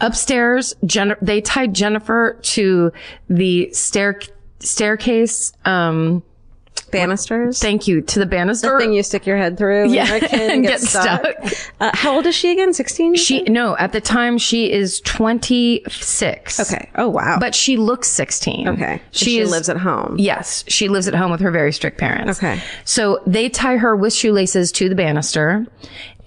Speaker 4: upstairs Jen- they tied jennifer to the stair staircase um
Speaker 3: Banisters.
Speaker 4: thank you to the banister
Speaker 3: thing you stick your head through. when
Speaker 4: Yeah,
Speaker 3: you're a kid
Speaker 4: and get
Speaker 3: Uh, how old is she again? Sixteen.
Speaker 4: she no at the time she is 26
Speaker 3: Okay. Oh wow.
Speaker 4: but she looks 16
Speaker 3: okay. She,
Speaker 4: is-
Speaker 3: lives at home.
Speaker 4: Yes, she lives at home with her very strict parents.
Speaker 3: Okay.
Speaker 4: So they tie her with shoelaces to the banister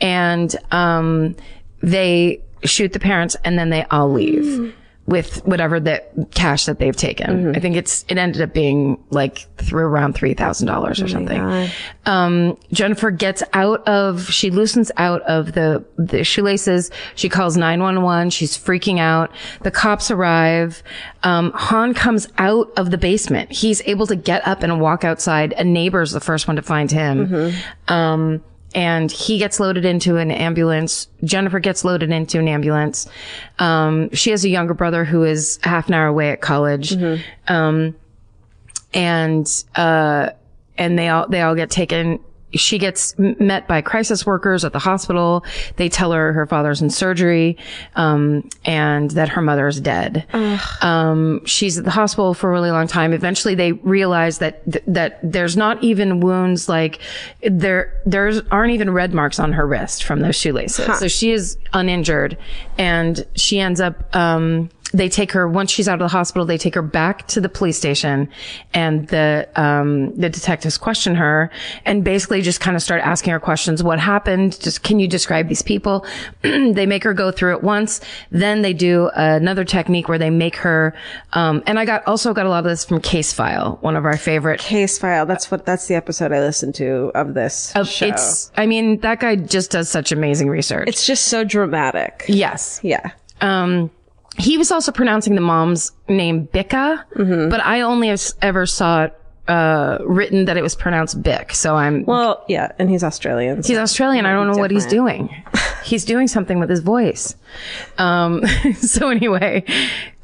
Speaker 4: and um, they shoot the parents and then they all leave with whatever the cash that they've taken.
Speaker 3: Mm-hmm.
Speaker 4: I think it's it ended up being like through around $3,000 or
Speaker 3: Oh
Speaker 4: something. Um, Jennifer gets out of she loosens out of the the shoelaces. She calls 911. She's freaking out. The cops arrive. Um, Han comes out of the basement. He's able to get up and walk outside. A neighbor's the first one to find him. Um, and he gets loaded into an ambulance. Jennifer gets loaded into an ambulance. Um, she has a younger brother who is half an hour away at college. Um, and, uh, and they all, they all get taken. She gets m- met by crisis workers at the hospital. They tell her her father's in surgery, um, and that her mother is dead. Um, she's at the hospital for a really long time. Eventually, they realize that th- that there's not even wounds like there there's aren't even red marks on her wrist from those shoelaces. So she is uninjured, and she ends up. Um, they take her once she's out of the hospital. They take her back to the police station, and the um, the detectives question her and basically just kind of start asking her questions. What happened? Just can you describe these people? they make her go through it once. Then they do another technique where they make her. Um, and I got also got a lot of this from Case File, one of our favorite
Speaker 3: Case file. That's what. That's the episode I listened to of this show.
Speaker 4: It's, I mean, that guy just does such amazing research.
Speaker 3: It's just so dramatic.
Speaker 4: yes.
Speaker 3: Yeah.
Speaker 4: Um, he was also pronouncing the mom's name Bicca,
Speaker 3: Mm-hmm.
Speaker 4: but I only as- ever saw it, uh, written that it was pronounced Bick. So I'm,
Speaker 3: Well, yeah, and he's Australian. so-
Speaker 4: he's Australian. I don't know what he's doing. He's doing something with his voice. Um, so anyway,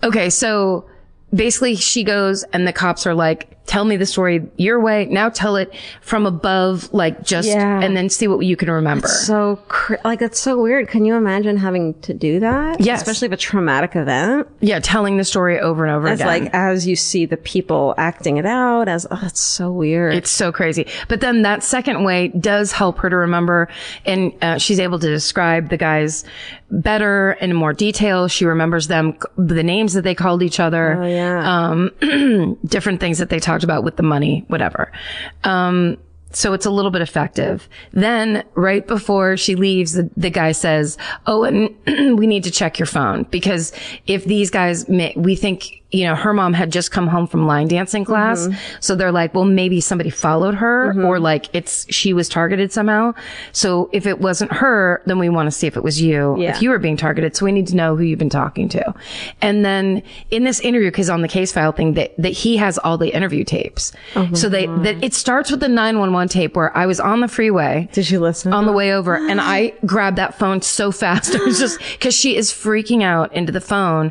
Speaker 4: okay. So basically she goes and the cops are like, tell me the story your way. Now tell it from above, like just,
Speaker 3: Yeah.
Speaker 4: and then see what you can remember.
Speaker 3: So, cr- like, that's so weird. Can you imagine having to do that?
Speaker 4: Yes.
Speaker 3: Especially if a traumatic event.
Speaker 4: yeah, telling the story over and over
Speaker 3: It's
Speaker 4: again.
Speaker 3: like as you see the people acting it out, as, oh, it's so weird.
Speaker 4: It's so crazy. But then that second way does help her to remember, and uh, she's able to describe the guys better and in more detail. She remembers them, the names that they called each other, oh, yeah. um, different things that they talked about with the money, whatever. Um, so it's a little bit effective. Then right before she leaves, the, the guy says, Oh, and we need to check your phone because if these guys, may, we think, you know, her mom had just come home from line dancing class. So they're like, well, maybe somebody followed her or like it's, she was targeted somehow. So if it wasn't her, then we want to see if it was you, if you were being targeted. So we need to know who you've been talking to. And then in this interview, cause on the case file thing that, that he has all the interview tapes. so they, that it starts with the 911 tape where I was on the freeway.
Speaker 3: Did you listen?
Speaker 4: On the way over, and I grabbed that phone so fast. I was just because she is freaking out into the phone,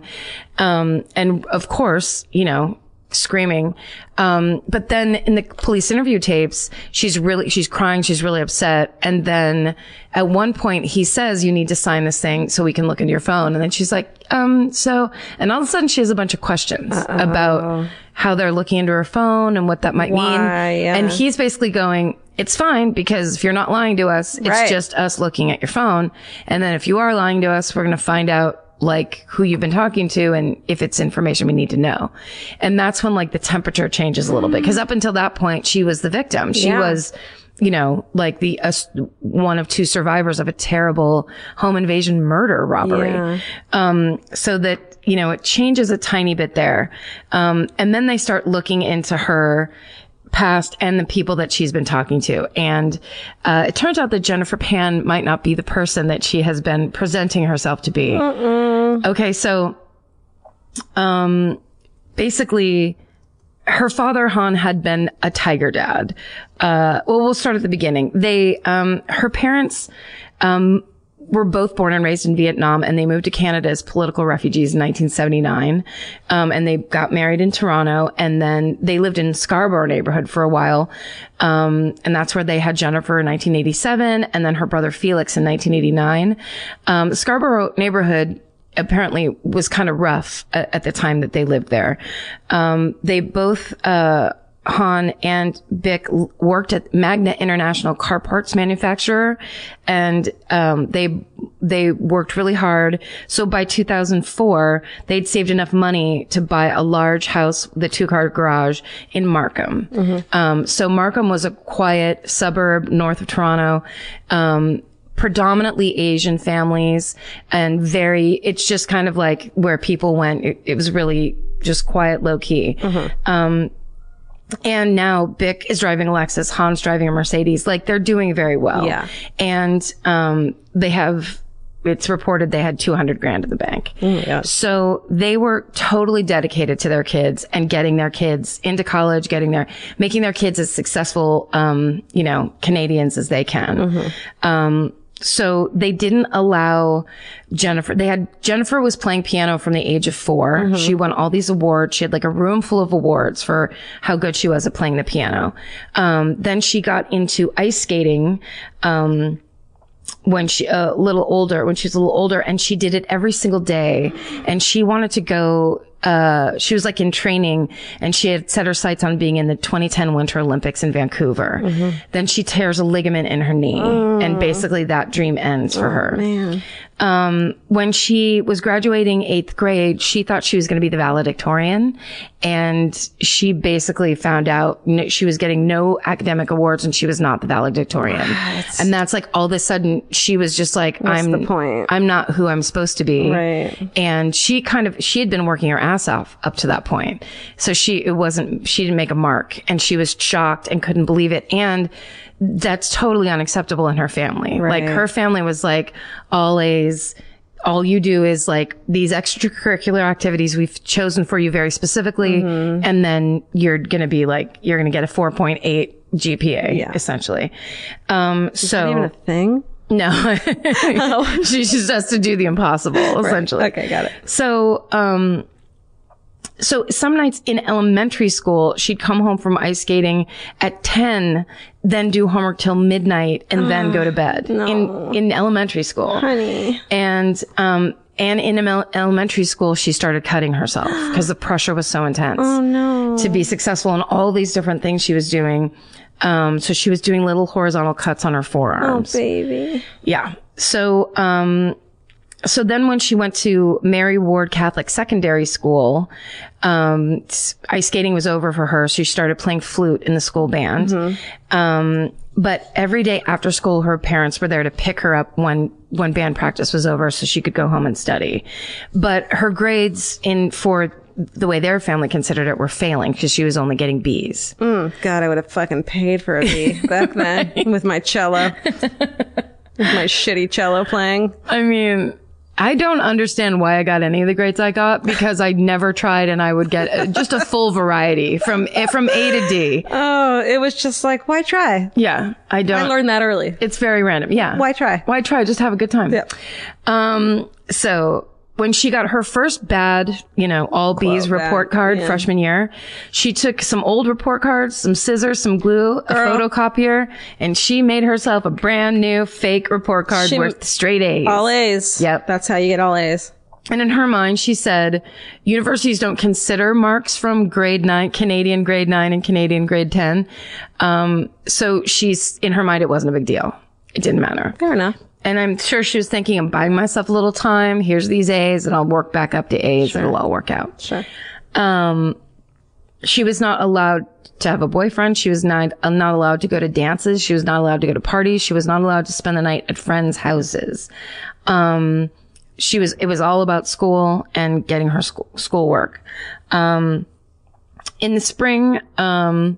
Speaker 4: um, and of course, you know, screaming. Um, but then in the police interview tapes, she's really she's crying, she's really upset, and then at one point he says, "You need to sign this thing so we can look into your phone," and then she's like, "Um, so," and all of a sudden she has a bunch of questions about how they're looking into her phone and what that might mean. And he's basically going, it's fine because if you're not lying to us, it's just us looking at your phone. And then if you are lying to us, we're going to find out like who you've been talking to and if it's information we need to know. And that's when like the temperature changes a little bit. Cause up until that point, she was the victim. She was, you know, like the uh, one of two survivors of a terrible home invasion murder robbery. Um, so that, you know, it changes a tiny bit there. Um, and then they start looking into her past and the people that she's been talking to. And uh, it turns out that Jennifer Pan might not be the person that she has been presenting herself to be. Okay, so um, basically, her father Han had been a tiger dad. Uh, well, we'll start at the beginning. They, um, her parents, um, were both born and raised in Vietnam, and they moved to Canada as political refugees in 1979. Um, and they got married in Toronto, and then they lived in Scarborough neighborhood for a while. Um, and that's where they had Jennifer in 1987, and then her brother Felix in 1989. Um, Scarborough neighborhood apparently was kind of rough at, at the time that they lived there. Um, they both, uh, Han and Bick l- worked at Magna International car parts manufacturer and, um, they, they worked really hard. So by 2004, they'd saved enough money to buy a large house, the two car garage in Markham. Um, so Markham was a quiet suburb north of Toronto. Um, predominantly Asian families and very, it's just kind of like where people went. It, it was really just quiet, low key. Um, and now Bick is driving a Lexus, Han's driving a Mercedes. Like they're doing very well.
Speaker 3: Yeah.
Speaker 4: And, um, they have, it's reported they had 200 grand in the bank. So they were totally dedicated to their kids and getting their kids into college, getting their, making their kids as successful, um, you know, Canadians as they can. Um, so they didn't allow Jennifer. They had Jennifer was playing piano from the age of 4 She won all these awards. She had like a room full of awards for how good she was at playing the piano. Um, then she got into ice skating. Um, when she a little older when she was a little older and she did it every single day and she wanted to go uh, she was like in training and she had set her sights on being in the 2010 Winter Olympics in Vancouver. Then she tears a ligament in her knee and basically that dream ends for her. Um, when she was graduating eighth grade, she thought she was going to be the valedictorian and she basically found out n- she was getting no academic awards and she was not the valedictorian. And that's like all of a sudden she was just like, I'm
Speaker 3: the point?
Speaker 4: I'm not who I'm supposed to be.
Speaker 3: Right.
Speaker 4: And she kind of, she had been working her ass off up to that point. So she, it wasn't, she didn't make a mark and she was shocked and couldn't believe it. And that's totally unacceptable in her family. Like her family was like, all A's, all you do is like these extracurricular activities we've chosen for you very specifically.
Speaker 3: Mm-hmm.
Speaker 4: And then you're going to be like, you're going to get a 4.8 GPA essentially. Um, so
Speaker 3: Even a thing?
Speaker 4: no, she just has to do the impossible, essentially.
Speaker 3: Okay, got it.
Speaker 4: So, um, so some nights in elementary school, she'd come home from ice skating at 10, then do homework till midnight and then go to bed in, in elementary school.
Speaker 3: Honey.
Speaker 4: And, um, and in emel- elementary school, she started cutting herself because the pressure was so intense. Oh no. To be successful in all these different things she was doing. Um, so she was doing little horizontal cuts on her forearms.
Speaker 3: baby.
Speaker 4: Yeah. So, um, so then when she went to Mary Ward Catholic Secondary School, um, s- ice skating was over for her. So she started playing flute in the school band. Um, but every day after school, her parents were there to pick her up when, when band practice was over so she could go home and study. But her grades in for the way their family considered it were failing because she was only getting B's.
Speaker 3: Oh, God, I would have fucking paid for a B back then with my cello. with my shitty cello playing.
Speaker 4: I mean, I don't understand why I got any of the grades I got because I never tried and I would get uh, just a full variety from A- from A to D.
Speaker 3: Oh, it was just like, why try?
Speaker 4: Yeah, I don't.
Speaker 3: I learned that early.
Speaker 4: It's very random. Yeah.
Speaker 3: Why try?
Speaker 4: Why try? Just have a good time. Yeah. Um, so when she got her first bad, you know, all B's report card freshman year, she took some old report cards, some scissors, some glue, a photocopier, and she made herself a brand new fake report card
Speaker 3: She-
Speaker 4: worth straight A's.
Speaker 3: All A's.
Speaker 4: Yep.
Speaker 3: That's how you get all A's.
Speaker 4: And in her mind, she said, universities don't consider marks from grade nine, Canadian grade nine and Canadian grade 10. Um, so she's, in her mind, it wasn't a big deal. It didn't matter.
Speaker 3: Fair enough.
Speaker 4: And I'm sure she was thinking, I'm buying myself a little time. Here's these A's and I'll work back up to A's. It'll all work out. Sure. Um, she was not allowed to have a boyfriend. She was not, uh, not allowed to go to dances. She was not allowed to go to parties. She was not allowed to spend the night at friends' houses. Um, she was, it was all about school and getting her school, schoolwork. Um, in the spring, um,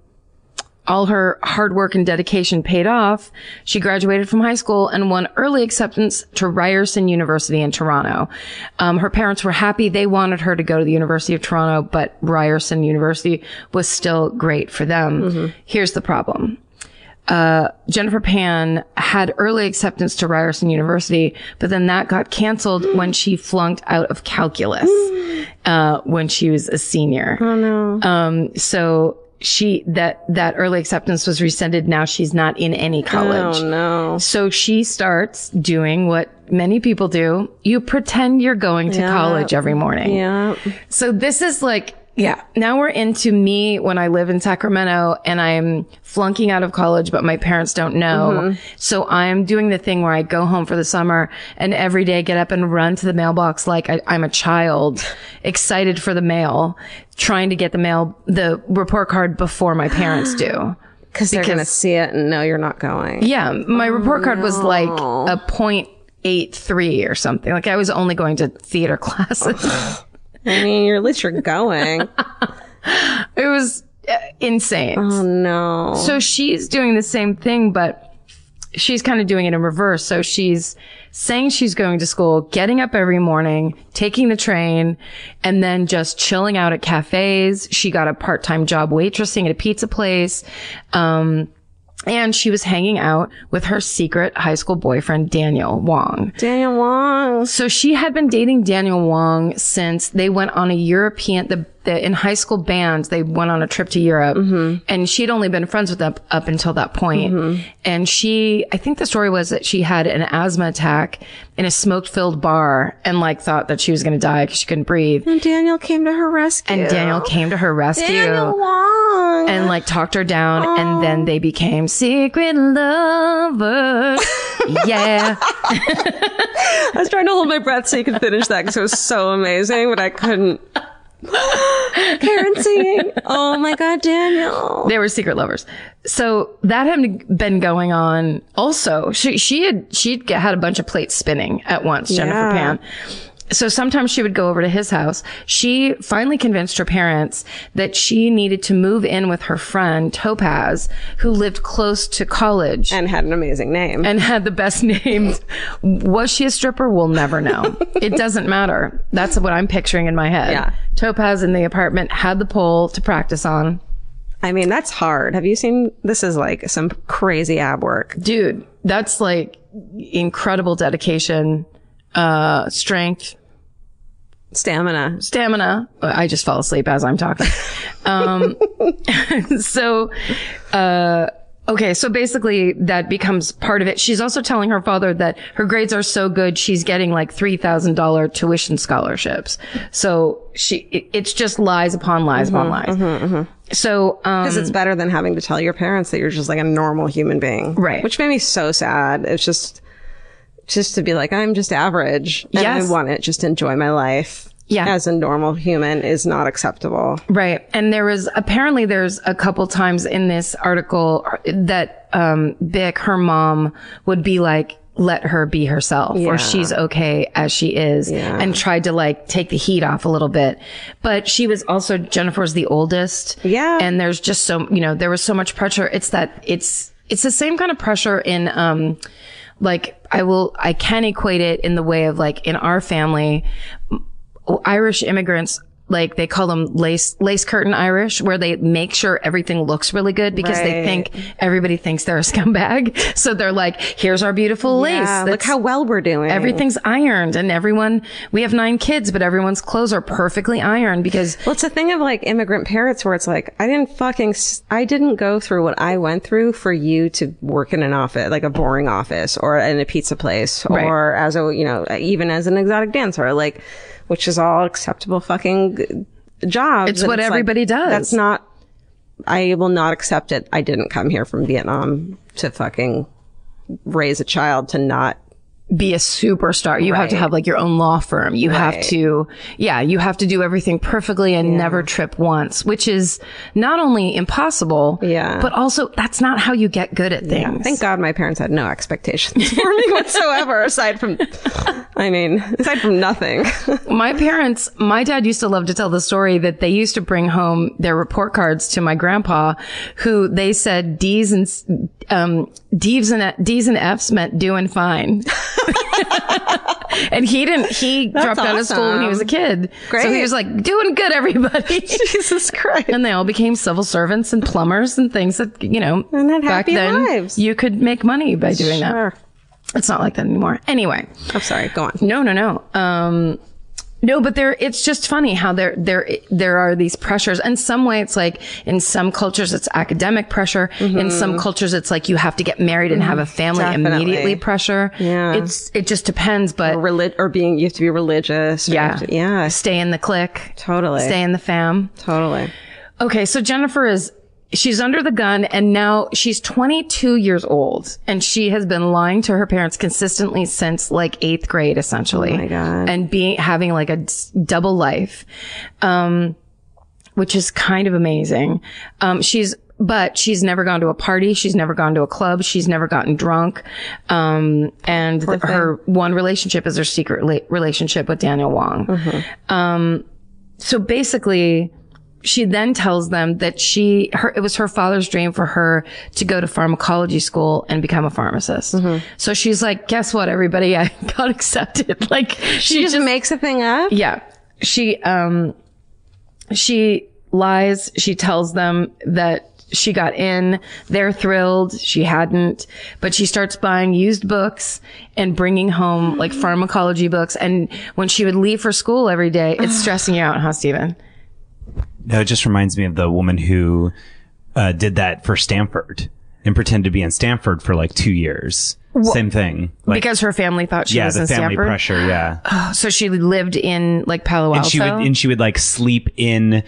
Speaker 4: all her hard work and dedication paid off. She graduated from high school and won early acceptance to Ryerson University in Toronto. Um, her parents were happy. They wanted her to go to the University of Toronto, but Ryerson University was still great for them. Here's the problem. Uh, Jennifer Pan had early acceptance to Ryerson University, but then that got canceled when she flunked out of calculus, uh, when she was a senior. Um, so she that that early acceptance was rescinded. Now she's not in any college. Oh no! So she starts doing what many people do: you pretend you're going to college every morning.
Speaker 3: Yeah.
Speaker 4: So this is like. Yeah. Now we're into me when I live in Sacramento and I'm flunking out of college, but my parents don't know. So I'm doing the thing where I go home for the summer and every day get up and run to the mailbox like I, I'm a child, excited for the mail, trying to get the mail, the report card before my parents do.
Speaker 3: Because they're going to see it and no, you're not going.
Speaker 4: Yeah, my report card was like a point eight three or something. Like I was only going to theater classes.
Speaker 3: I mean, you're, at least you're going.
Speaker 4: it was uh, insane.
Speaker 3: oh, no.
Speaker 4: So she's doing the same thing, but she's kind of doing it in reverse. So she's saying she's going to school, getting up every morning, taking the train, and then just chilling out at cafes. She got a part-time job waitressing at a pizza place. Um, and she was hanging out with her secret high school boyfriend, Daniel Wong.
Speaker 3: Daniel Wong.
Speaker 4: So she had been dating Daniel Wong since they went on a European, the, the in high school band, they went on a trip to Europe and she'd only been friends with them up until that point. And she, I think the story was that she had an asthma attack in a smoke filled bar and like thought that she was going to die because she couldn't breathe.
Speaker 3: And Daniel came to her rescue.
Speaker 4: And Daniel came to her rescue
Speaker 3: Daniel Wong.
Speaker 4: and like talked her down and then they became secret lovers. yeah.
Speaker 3: I was trying to hold my breath so you could finish that because it was so amazing, but I couldn't. Karen singing. Oh my God, Daniel.
Speaker 4: They were secret lovers. So that had been going on also. She, she had, she'd had a bunch of plates spinning at once, Jennifer
Speaker 3: Yeah.
Speaker 4: Pan. So sometimes she would go over to his house. She finally convinced her parents that she needed to move in with her friend Topaz, who lived close to college
Speaker 3: And had an amazing name.
Speaker 4: and had the best names. Was she a stripper? We'll never know. it doesn't matter. That's what I'm picturing in my head.
Speaker 3: Yeah.
Speaker 4: Topaz in the apartment had the pole to practice on.
Speaker 3: I mean, that's hard. Have you seen? This is like some crazy ab work.
Speaker 4: dude that's like incredible dedication uh strength
Speaker 3: Stamina.
Speaker 4: stamina. I just fall asleep as I'm talking. Um, so, uh, okay. So basically that becomes part of it. She's also telling her father that her grades are so good. She's getting like $3,000 tuition scholarships. So she, it- it's just lies upon lies upon lies. So, um,
Speaker 3: Because it's better than having to tell your parents that you're just like a normal human being.
Speaker 4: Right.
Speaker 3: Which made me so sad. It's just, just to be like, I'm just average. And
Speaker 4: Yes.
Speaker 3: I want to just enjoy my life.
Speaker 4: Yeah.
Speaker 3: As a normal human is not acceptable.
Speaker 4: Right. And there was apparently there's a couple times in this article that um Bick, her mom, would be like, let her be herself or she's okay as she is and tried to like take the heat off a little bit. But she was also Jennifer's the oldest.
Speaker 3: Yeah.
Speaker 4: And there's just so you know, there was so much pressure. It's that it's it's the same kind of pressure in um like I will I can equate it in the way of like in our family Irish immigrants, like they call them lace lace curtain Irish, where they make sure everything looks really good because they think everybody thinks they're a scumbag. So they're like, "Here's our beautiful
Speaker 3: Yeah,
Speaker 4: lace.
Speaker 3: look how well we're doing.
Speaker 4: everything's ironed, and everyone. We have nine kids, but everyone's clothes are perfectly ironed because
Speaker 3: Well, it's a thing of like immigrant parents where it's like, I didn't fucking, s- I didn't go through what I went through for you to work in an office, like a boring office or in a pizza place
Speaker 4: Right.
Speaker 3: or as a, you know, even as an exotic dancer, like, which is all acceptable fucking jobs.
Speaker 4: It's
Speaker 3: And
Speaker 4: what
Speaker 3: like,
Speaker 4: everybody does.
Speaker 3: That's not, I will not accept it. I didn't come here from Vietnam to fucking raise a child to not
Speaker 4: be a superstar. You have to have like your own law firm. You have to, yeah, you have to do everything perfectly and never trip once, which is not only impossible,
Speaker 3: Yeah.
Speaker 4: but also that's not how you get good at things.
Speaker 3: Thank God my parents had no expectations for me whatsoever, aside from, I mean, aside from nothing.
Speaker 4: My parents, my dad used to love to tell the story that they used to bring home their report cards to my grandpa, who they said D's and s- um, D's and D's and F's meant doing fine. and he didn't. He dropped out of school when he was a kid, so he
Speaker 3: Great.
Speaker 4: was like doing good, everybody.
Speaker 3: Jesus Christ.
Speaker 4: And they all became civil servants and plumbers and things that you know.
Speaker 3: And had
Speaker 4: back
Speaker 3: happy
Speaker 4: then,
Speaker 3: lives.
Speaker 4: you could make money by doing
Speaker 3: Sure.
Speaker 4: that. It's not like that anymore. Anyway,
Speaker 3: I'm sorry, go on.
Speaker 4: no, no, no. Um, no, but there, it's just funny how there, there, there are these pressures. And some way it's like, in some cultures, it's academic pressure. In some cultures, it's like you have to get married and have a family
Speaker 3: Mm-hmm. Definitely.
Speaker 4: immediately pressure.
Speaker 3: Yeah.
Speaker 4: It's, it just depends, but
Speaker 3: Reli- or being, you have to be religious. or you
Speaker 4: yeah.
Speaker 3: have to- yeah,
Speaker 4: Stay in the clique.
Speaker 3: Totally.
Speaker 4: Stay in the fam.
Speaker 3: totally.
Speaker 4: Okay, so Jennifer is she's under the gun and now she's 22 years old and she has been lying to her parents consistently since like 8th grade essentially. Oh my god. And being having like a s- double life. Um which is kind of amazing. Um she's but she's never gone to a party. She's never gone to a club. She's never gotten drunk. Um, and th- her one relationship is her secret la- relationship with Daniel Wong. Um, so basically, she then tells them that she her it was her father's dream for her to go to pharmacology school and become a pharmacist. So she's like, guess what, everybody, I got accepted. Like she,
Speaker 3: She
Speaker 4: just
Speaker 3: just makes a thing up.
Speaker 4: yeah. She um she lies, she tells them that she got in. They're thrilled. She hadn't, but she starts buying used books and bringing home like pharmacology books. And when she would leave for school every day, it's stressing you out, huh, Steven?
Speaker 5: No, it just reminds me of the woman who uh, did that for Stanford and pretended to be in Stanford for like two years. Same thing. Like,
Speaker 4: because her family thought she
Speaker 5: yeah,
Speaker 4: was
Speaker 5: the
Speaker 4: in
Speaker 5: family
Speaker 4: Stanford.
Speaker 5: pressure. Yeah.
Speaker 4: So she lived in like Palo Alto.
Speaker 5: and she would and she would like sleep in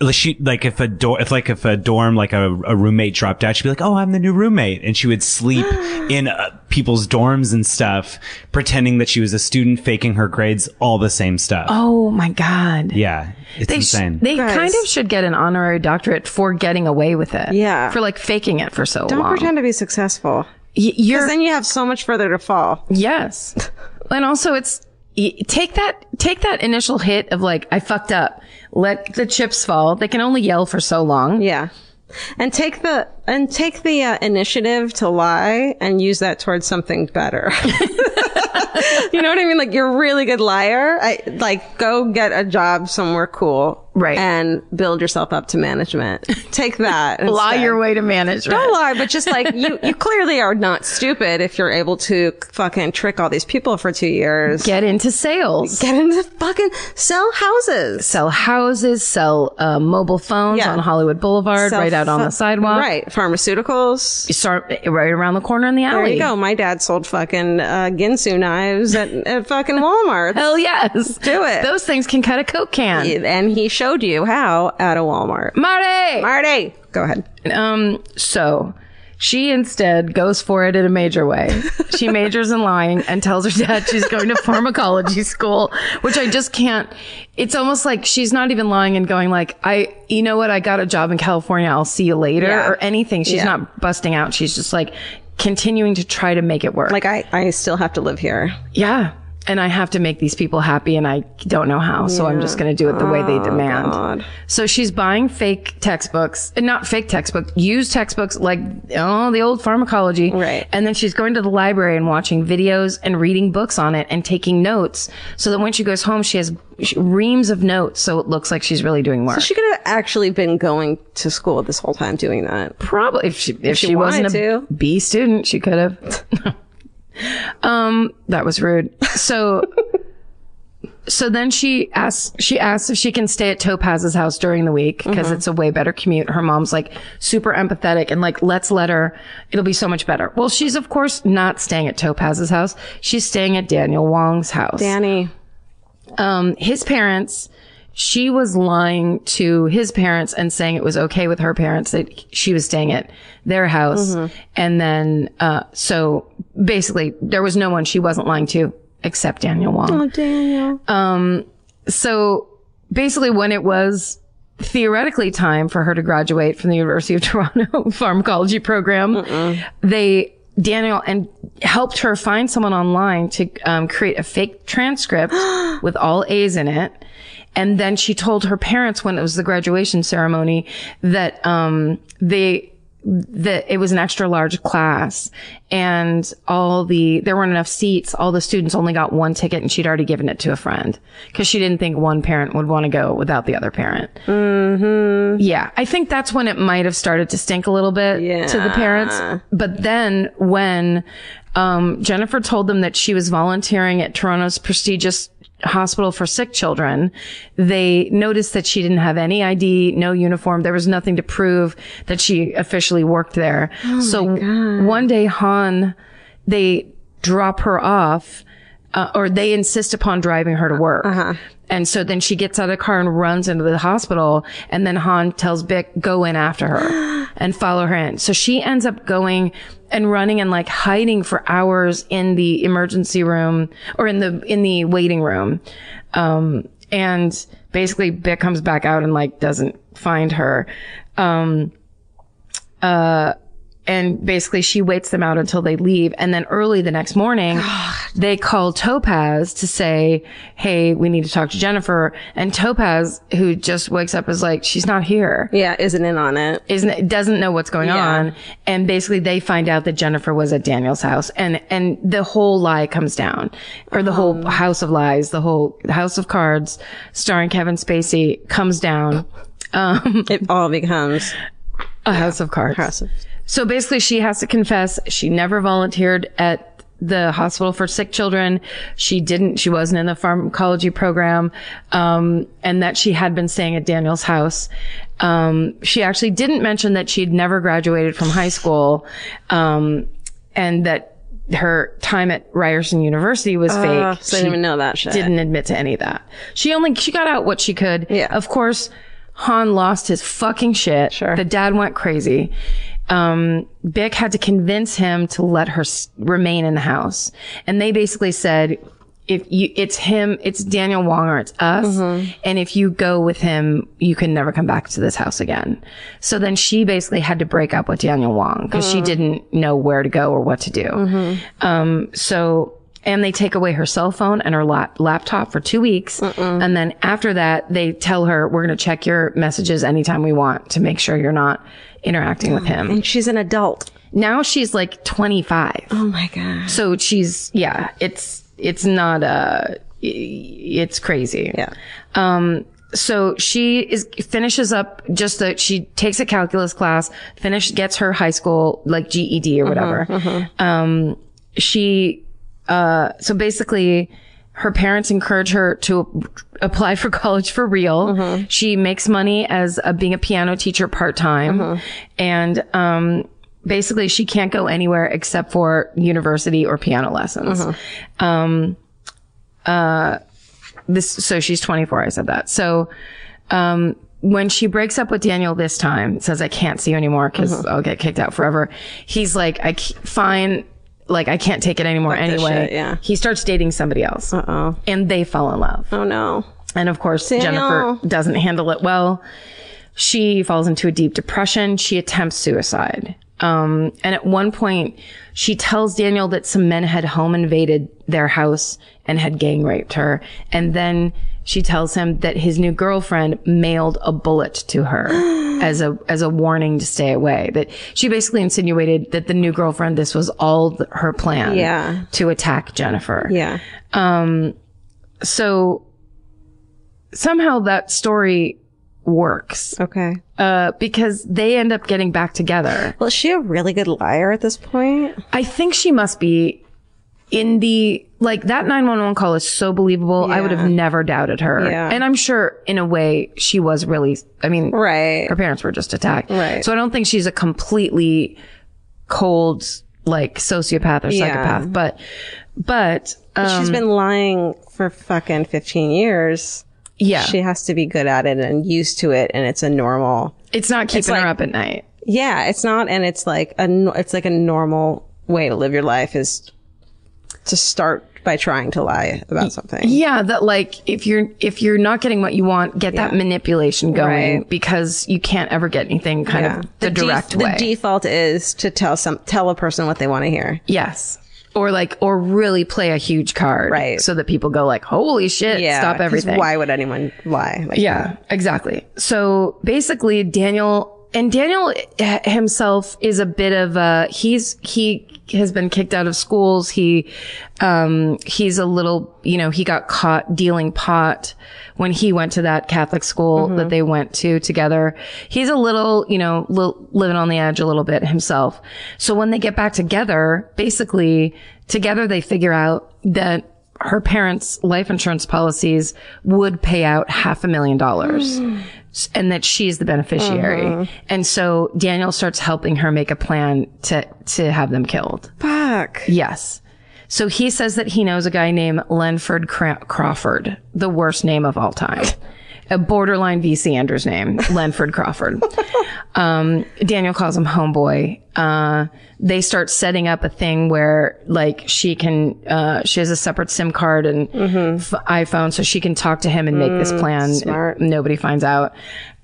Speaker 5: like, she like if a door if like if a dorm like a, a roommate dropped out she'd be like oh i'm the new roommate and she would sleep in uh, people's dorms and stuff pretending that she was a student faking her grades all the same stuff
Speaker 4: oh my god.
Speaker 5: yeah it's
Speaker 4: They, sh-
Speaker 5: insane
Speaker 4: they kind of should get an honorary doctorate for getting away with it.
Speaker 3: Yeah.
Speaker 4: For like faking it for so
Speaker 3: Don't
Speaker 4: long.
Speaker 3: pretend to be successful.
Speaker 4: Y- you're
Speaker 3: Because then you have so much further to fall.
Speaker 4: yes. and also it's y- take that take that initial hit of like I fucked up. Let the chips fall. They can only yell for so long.
Speaker 3: Yeah. And take the and take the uh, initiative to lie and use that towards something better. you know what I mean? Like you're a really good liar. I, like go get a job somewhere cool
Speaker 4: Right.
Speaker 3: and build yourself up to management. Take that.
Speaker 4: Law
Speaker 3: instead.
Speaker 4: your way to manage.
Speaker 3: Don't
Speaker 4: Right?
Speaker 3: lie, but just like you, you clearly are not stupid if you're able to fucking trick all these people for two years.
Speaker 4: Get into sales.
Speaker 3: Get into fucking sell houses.
Speaker 4: sell houses, sell uh, mobile phones
Speaker 3: Yeah.
Speaker 4: on Hollywood Boulevard,
Speaker 3: Sell
Speaker 4: right out on
Speaker 3: fu-
Speaker 4: the sidewalk.
Speaker 3: Right. Pharmaceuticals.
Speaker 4: You start eh, right around the corner in the
Speaker 3: There
Speaker 4: alley.
Speaker 3: you go. My dad sold fucking uh, Ginsu knives at, at fucking Walmart.
Speaker 4: Hell yes.
Speaker 3: Do it.
Speaker 4: Those things can cut a Coke can.
Speaker 3: and he showed you how at a Walmart.
Speaker 4: Marty!
Speaker 3: Marty, go ahead.
Speaker 4: Um, so she instead goes for it in a major way. She majors in lying and tells her dad she's going to pharmacology school, which I just can't. It's almost like she's not even lying and going like, I, you know what? I got a job in California. I'll see you later
Speaker 3: Yeah.
Speaker 4: or anything. She's not busting out. She's just like continuing to try to make it work.
Speaker 3: Like I, I still have to live here.
Speaker 4: yeah. And I have to make these people happy and I don't know how. So I'm just going to do it the way they demand. So she's buying fake textbooks, and not fake textbooks, used textbooks like oh the old pharmacology,
Speaker 3: Right.
Speaker 4: And then she's going to the library and watching videos and reading books on it and taking notes, so that when she goes home, she has reams of notes, so it looks like she's really doing work.
Speaker 3: She could have actually been going to school this whole time doing that.
Speaker 4: probably if she if, she,
Speaker 3: she
Speaker 4: wasn't a
Speaker 3: wanted to.
Speaker 4: B student, she could have. um, that was rude. So, so then she asks she asks if she can stay at Topaz's house during the week because it's a way better commute. Her mom's like super empathetic and like let's let her. It'll be so much better. Well, she's of course not staying at Topaz's house. She's staying at Daniel Wong's house
Speaker 3: Danny.
Speaker 4: um, his parents, she was lying to his parents and saying it was okay with her parents that she was staying at their house. And then, uh, so basically there was no one she wasn't lying to except Daniel Wong. Oh, Daniel. Um, so basically when it was theoretically time for her to graduate from the University of Toronto pharmacology program, they, Daniel and helped her find someone online to um, create a fake transcript with all A's in it. And then she told her parents when it was the graduation ceremony that, um, they, that it was an extra large class and all the, there weren't enough seats. All the students only got one ticket and she'd already given it to a friend because she didn't think one parent would want to go without the other parent. Yeah, I think that's when it might have started to stink a little bit to the parents. But then when um, Jennifer told them that she was volunteering at Toronto's prestigious hospital for sick children, they noticed that she didn't have any ID, no uniform. There was nothing to prove that she officially worked there. so one day, Han, they drop her off uh, or they insist upon driving her to work. And so then she gets out of the car and runs into the hospital. And then Han tells Bick, go in after her and follow her in. So she ends up going and running and like hiding for hours in the emergency room or in the, in the waiting room. Um, and basically Bick comes back out and like doesn't find her. Um, Uh, and basically she waits them out until they leave. And then early the next morning, they call Topaz to say, Hey, we need to talk to Jennifer. And Topaz, who just wakes up, is like, she's not here.
Speaker 3: Yeah, isn't in on it.
Speaker 4: Isn't, doesn't know what's going on. And basically they find out that Jennifer was at Daniel's house and, and the whole lie comes down or the whole house of lies, the whole house of cards starring Kevin Spacey comes down. Um,
Speaker 3: It all becomes
Speaker 4: a house of cards. So basically, she has to confess she never volunteered at the hospital for sick children. She didn't, she wasn't in the pharmacology program, um, and that she had been staying at Daniel's house. Um, she actually didn't mention that she'd never graduated from high school, um, and that her time at Ryerson University was fake.
Speaker 3: so I didn't even know that shit.
Speaker 4: Didn't admit to any of that. She only she got out what she could.
Speaker 3: Yeah.
Speaker 4: Of course, Han lost his fucking shit. Sure. The dad went crazy. Um, Bick had to convince him to let her s- remain in the house, and they basically said, "If you, it's him, it's Daniel Wong or it's us, and if you go with him, you can never come back to this house again." So then she basically had to break up with Daniel Wong because she didn't know where to go or what to do. Um, so and they take away her cell phone and her lap- laptop for two weeks. And then after that, they tell her, we're going to check your messages anytime we want to make sure you're not interacting with him.
Speaker 3: And she's an adult.
Speaker 4: Now she's like 25.
Speaker 3: Oh my god.
Speaker 4: So she's, yeah, it's, it's not, uh, i- it's crazy.
Speaker 3: Yeah.
Speaker 4: Um, so she is finishes up just that she takes a calculus class, finish gets her high school like GED or whatever. Um, she uh, so basically her parents encourage her to apply for college for real. She makes money as a, being a piano teacher part time, and um, basically she can't go anywhere except for university or piano lessons. Um, this so she's 24 i said that so um when she breaks up with daniel this time says i can't see you anymore because
Speaker 3: Mm-hmm.
Speaker 4: i'll get kicked out forever he's like i c- fine like i can't take it anymore anyway
Speaker 3: shit, yeah.
Speaker 4: he starts dating somebody else uh-oh and they fall in love
Speaker 3: Oh no.
Speaker 4: and of course jennifer doesn't handle it well she falls into a deep depression she attempts suicide um, and at one point she tells daniel that some men had home invaded their house and had gang raped her and then she tells him that his new girlfriend mailed a bullet to her as a as a warning to stay away that she basically insinuated that the new girlfriend this was all th- her plan
Speaker 3: Yeah.
Speaker 4: to attack jennifer
Speaker 3: Yeah.
Speaker 4: so somehow that story works
Speaker 3: Okay.
Speaker 4: uh, because they end up getting back together.
Speaker 3: Well, is she a really good liar at this point?
Speaker 4: I think she must be in the like that 911 call is so believable. I would have never doubted her.
Speaker 3: Yeah.
Speaker 4: And I'm sure in a way she was really I mean
Speaker 3: Right.
Speaker 4: her parents were just attacked.
Speaker 3: Right.
Speaker 4: So I don't think she's a completely cold like sociopath or psychopath, but but uh,
Speaker 3: She's been lying for fucking 15 years.
Speaker 4: yeah,
Speaker 3: She has to be good at it and used to it and it's a normal.
Speaker 4: it's not keeping her up at night.
Speaker 3: Yeah, it's not and it's like a no- it's like a normal way to live your life is to start by trying to lie about something.
Speaker 4: Yeah, that like if you're if you're not getting what you want, get that manipulation going
Speaker 3: Right.
Speaker 4: because you can't ever get anything kind of the,
Speaker 3: def-
Speaker 4: direct way.
Speaker 3: The default is to tell some tell a person what they want to hear.
Speaker 4: yes. Or like or really play a huge card.
Speaker 3: Right.
Speaker 4: So that people go like, Holy shit, stop
Speaker 3: 'cause
Speaker 4: everything.
Speaker 3: Why would anyone lie? Like,
Speaker 4: Yeah, exactly. So basically, Daniel and Daniel h- himself is a bit of a he's he has been kicked out of schools. He um he's a little you know he got caught dealing pot when he went to that Catholic school that they went to together. He's a little you know li- living on the edge a little bit himself. So when they get back together, basically together they figure out that her parents' life insurance policies would pay out half a million dollars s- and that she's the beneficiary. And so Daniel starts helping her make a plan to, to have them killed.
Speaker 3: fuck.
Speaker 4: Yes. So he says that he knows a guy named Lenford Cra- Crawford, the worst name of all time. A borderline VC Anders name, Lenford Crawford. Um, Daniel calls him homeboy. Uh, they start setting up a thing where like she can, uh, she has a separate SIM card and f- iPhone so she can talk to him and make this plan. Smart. Nobody finds out.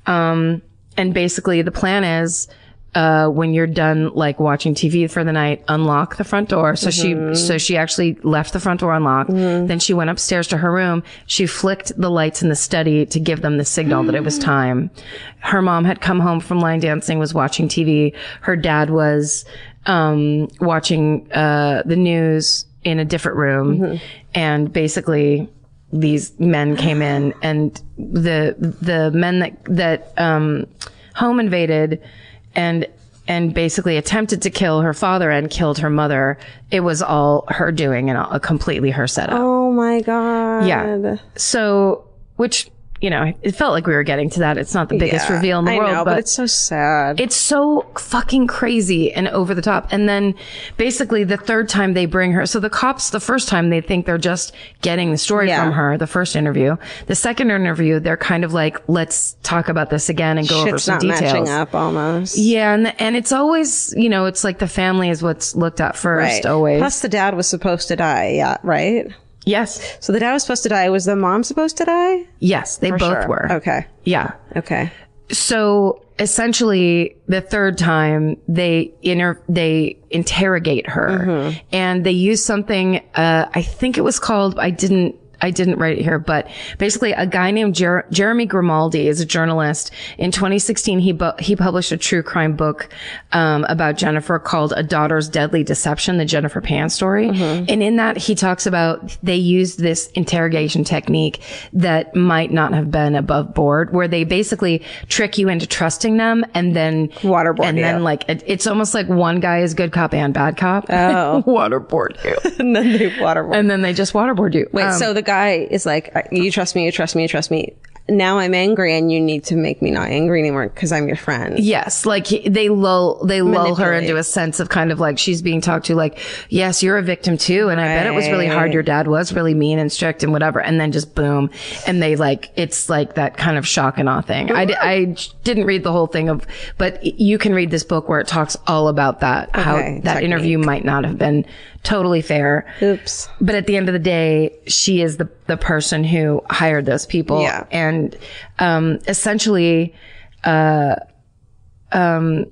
Speaker 4: Um, and basically the plan is, uh, when you're done like watching TV for the night, unlock the front door. So she, so she actually left the front door unlocked. Then she went upstairs to her room. She flicked the lights in the study to give them the signal that it was time. Her mom had come home from line dancing, was watching TV. Her dad was, um, watching, uh, the news in a different room. And basically, these men came in and the the men that that um home invaded and and basically attempted to kill her father and killed her mother it was all her doing and all, completely her setup
Speaker 3: Oh my god.
Speaker 4: yeah so which you know it felt like we were getting to that it's not the biggest
Speaker 3: Yeah.
Speaker 4: reveal in the
Speaker 3: I
Speaker 4: world
Speaker 3: know, Oh, but, it's so sad.
Speaker 4: it's so fucking crazy and over the top. And then basically the third time they bring her. So the cops, the first time they think they're just getting the story
Speaker 3: Yeah.
Speaker 4: from her, the first interview. The second interview, they're kind of like, let's talk about this again and go over
Speaker 3: Shit's
Speaker 4: some
Speaker 3: not matching
Speaker 4: details.
Speaker 3: up almost.
Speaker 4: Yeah. And, and it's always, you know, it's like the family is what's looked at first
Speaker 3: Right.
Speaker 4: always.
Speaker 3: Plus, the dad was supposed to die. Yeah, right.
Speaker 4: yes.
Speaker 3: So the dad was supposed to die. Was the mom supposed to die?
Speaker 4: Yes. They both
Speaker 3: Sure.
Speaker 4: were.
Speaker 3: Okay.
Speaker 4: Yeah.
Speaker 3: Okay.
Speaker 4: so essentially the third time they inter they interrogate her and they use something uh I think it was called I didn't I didn't write it here, but basically a guy named Jer- Jeremy Grimaldi is a journalist. In 2016, he, bu- Uh, he published a true crime book, um, about Jennifer called A Daughter's Deadly Deception, the Jennifer Pan story.
Speaker 3: Mm-hmm.
Speaker 4: And in that, he talks about they used this interrogation technique that might not have been above board, where they basically trick you into trusting them and then
Speaker 3: Waterboard
Speaker 4: and then
Speaker 3: you.
Speaker 4: like it- it's almost like one guy is good cop and bad cop. Oh, waterboard you,
Speaker 3: and then they waterboard.
Speaker 4: and then um, they just waterboard you.
Speaker 3: Wait, so the guy is like, "I- you trust me, you trust me, you trust me. Now I'm angry, and you need to make me not angry anymore because I'm your friend.
Speaker 4: Yes, like he- they lull they lull her
Speaker 3: Manipulate.
Speaker 4: into a sense of kind of like she's being talked to like, yes, you're a victim too, and I bet it was really hard. Your dad was really mean and strict and whatever, and then just boom, and they like it's like that kind of shock and awe thing. I, di- I j- didn't read the whole thing of, but y- you can read this book where it talks all about that how
Speaker 3: Okay,
Speaker 4: that
Speaker 3: technique.
Speaker 4: interview might not have been totally fair.
Speaker 3: Oops.
Speaker 4: But at the end of the day, she is the, the person who hired those people.
Speaker 3: Yeah.
Speaker 4: And, um, essentially, uh, um,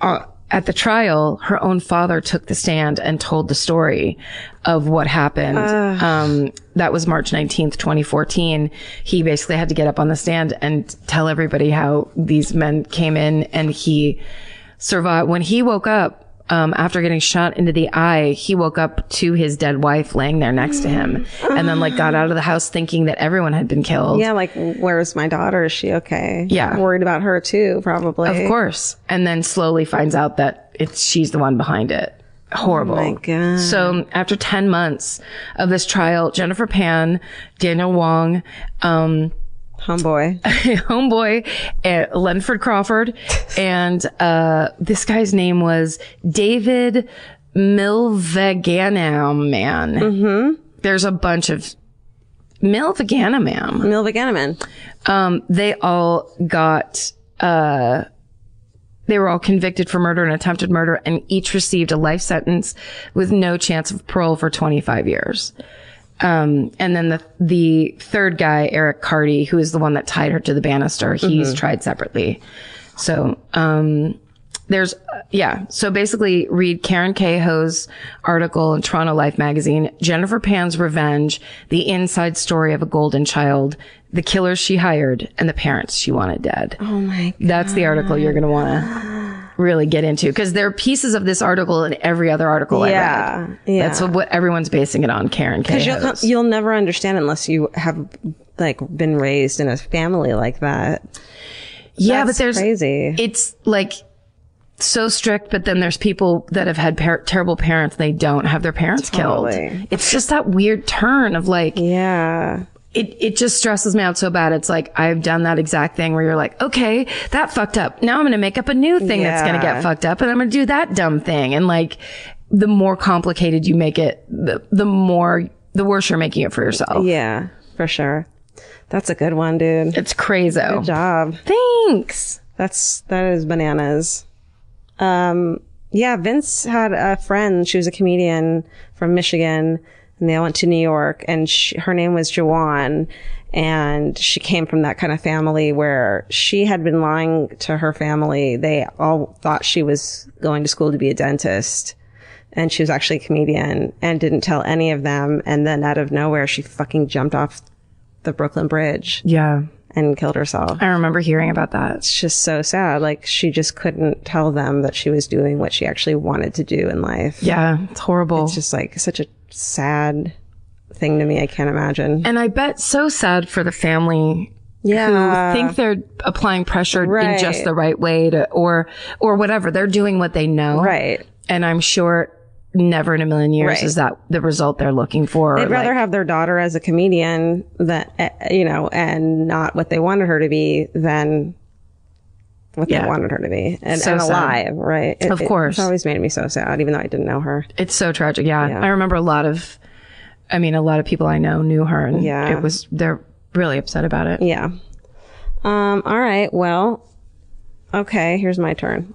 Speaker 4: uh, at the trial, her own father took the stand and told the story of what happened. Um, that was March 19th, 2014. He basically had to get up on the stand and tell everybody how these men came in and he survived. When he woke up, um, after getting shot into the eye, he woke up to his dead wife laying there next to him, and then like got out of the house thinking that everyone had been killed.
Speaker 3: Yeah, like, where's my daughter? Is she okay?
Speaker 4: Yeah.
Speaker 3: worried about her too, probably.
Speaker 4: of course. And then slowly finds out that it's she's the one behind it. Horrible.
Speaker 3: Oh my God.
Speaker 4: So um, after ten months of this trial, Jennifer Pan, Daniel Wong, um,
Speaker 3: Homeboy.
Speaker 4: homeboy, uh, Lenford Crawford, and uh, this guy's name was David Milveganam man. Mm-hmm. There's a bunch of Milveganam.
Speaker 3: Milva Ganneman.
Speaker 4: Um, they all got uh, they were all convicted for murder and attempted murder, and each received a life sentence with no chance of parole for 25 years. Um, and then the the third guy, Eric Carty, who is the one that tied her to the banister,
Speaker 3: Mm-hmm.
Speaker 4: he's tried separately. So um, there's yeah. So basically, read Karen Cahoe's article in Toronto Life magazine, Jennifer Pan's Revenge: The Inside Story of a Golden Child, the killers she hired, and the parents she wanted dead. Oh my! That's the article you're gonna want to really get into because there are pieces of this article in every other article I
Speaker 3: Yeah,
Speaker 4: read.
Speaker 3: yeah.
Speaker 4: That's what everyone's basing it on. Karen Cahoe's.
Speaker 3: Because you'll, come- you'll never understand unless you have like been raised in a family like that.
Speaker 4: Yeah,
Speaker 3: That's
Speaker 4: but there's
Speaker 3: crazy.
Speaker 4: It's like so strict, but then there's people that have had par- terrible parents. They don't have their parents
Speaker 3: Totally.
Speaker 4: killed. It's just that weird turn of like
Speaker 3: Yeah.
Speaker 4: it. It just stresses me out so bad. It's like I've done that exact thing where you're like, okay, that fucked up. Now I'm going to make up a new thing that's going to
Speaker 3: Yeah.
Speaker 4: get fucked up, and I'm going to do that dumb thing. And like, the more complicated you make it, the the more the worse you're making it for yourself.
Speaker 3: Yeah, for sure. That's a good one, dude. Good
Speaker 4: It's crazy.
Speaker 3: job.
Speaker 4: Thanks.
Speaker 3: That's that is bananas. Um, yeah, Vince had a friend. She was a comedian from Michigan, and they all went to New York. And she, her name was Jawan, and she came from that kind of family where she had been lying to her family. They all thought she was going to school to be a dentist. And she was actually a comedian and didn't tell any of them. And then out of nowhere, she fucking jumped off the Brooklyn Bridge
Speaker 4: Yeah,
Speaker 3: and killed herself
Speaker 4: I remember hearing about that.
Speaker 3: it's just so sad. Like she just couldn't tell them that she was doing what she actually wanted to do in life.
Speaker 4: Yeah, it's horrible.
Speaker 3: It's just like such a sad thing to me. I can't imagine.
Speaker 4: and I bet so sad for the family
Speaker 3: Yeah.
Speaker 4: who think they're applying pressure in
Speaker 3: Right.
Speaker 4: just the right way to, or, or whatever. They're doing what they know.
Speaker 3: right.
Speaker 4: And I'm sure never in a million years
Speaker 3: Right.
Speaker 4: is that the result they're looking for.
Speaker 3: They'd rather have their daughter as a comedian that, eh, you know, and not what they wanted her to be than what
Speaker 4: Yeah.
Speaker 3: they wanted her to be and,
Speaker 4: So
Speaker 3: and
Speaker 4: sad.
Speaker 3: alive. Right. It-
Speaker 4: Of
Speaker 3: it-
Speaker 4: course.
Speaker 3: It's always made me so sad, even though I didn't know her.
Speaker 4: it's so tragic. Yeah. I remember a lot of, I mean, a lot of people I know knew her and
Speaker 3: Yeah.
Speaker 4: it was, they're really upset about it.
Speaker 3: Yeah. Um, all right. Well, okay. Here's my turn.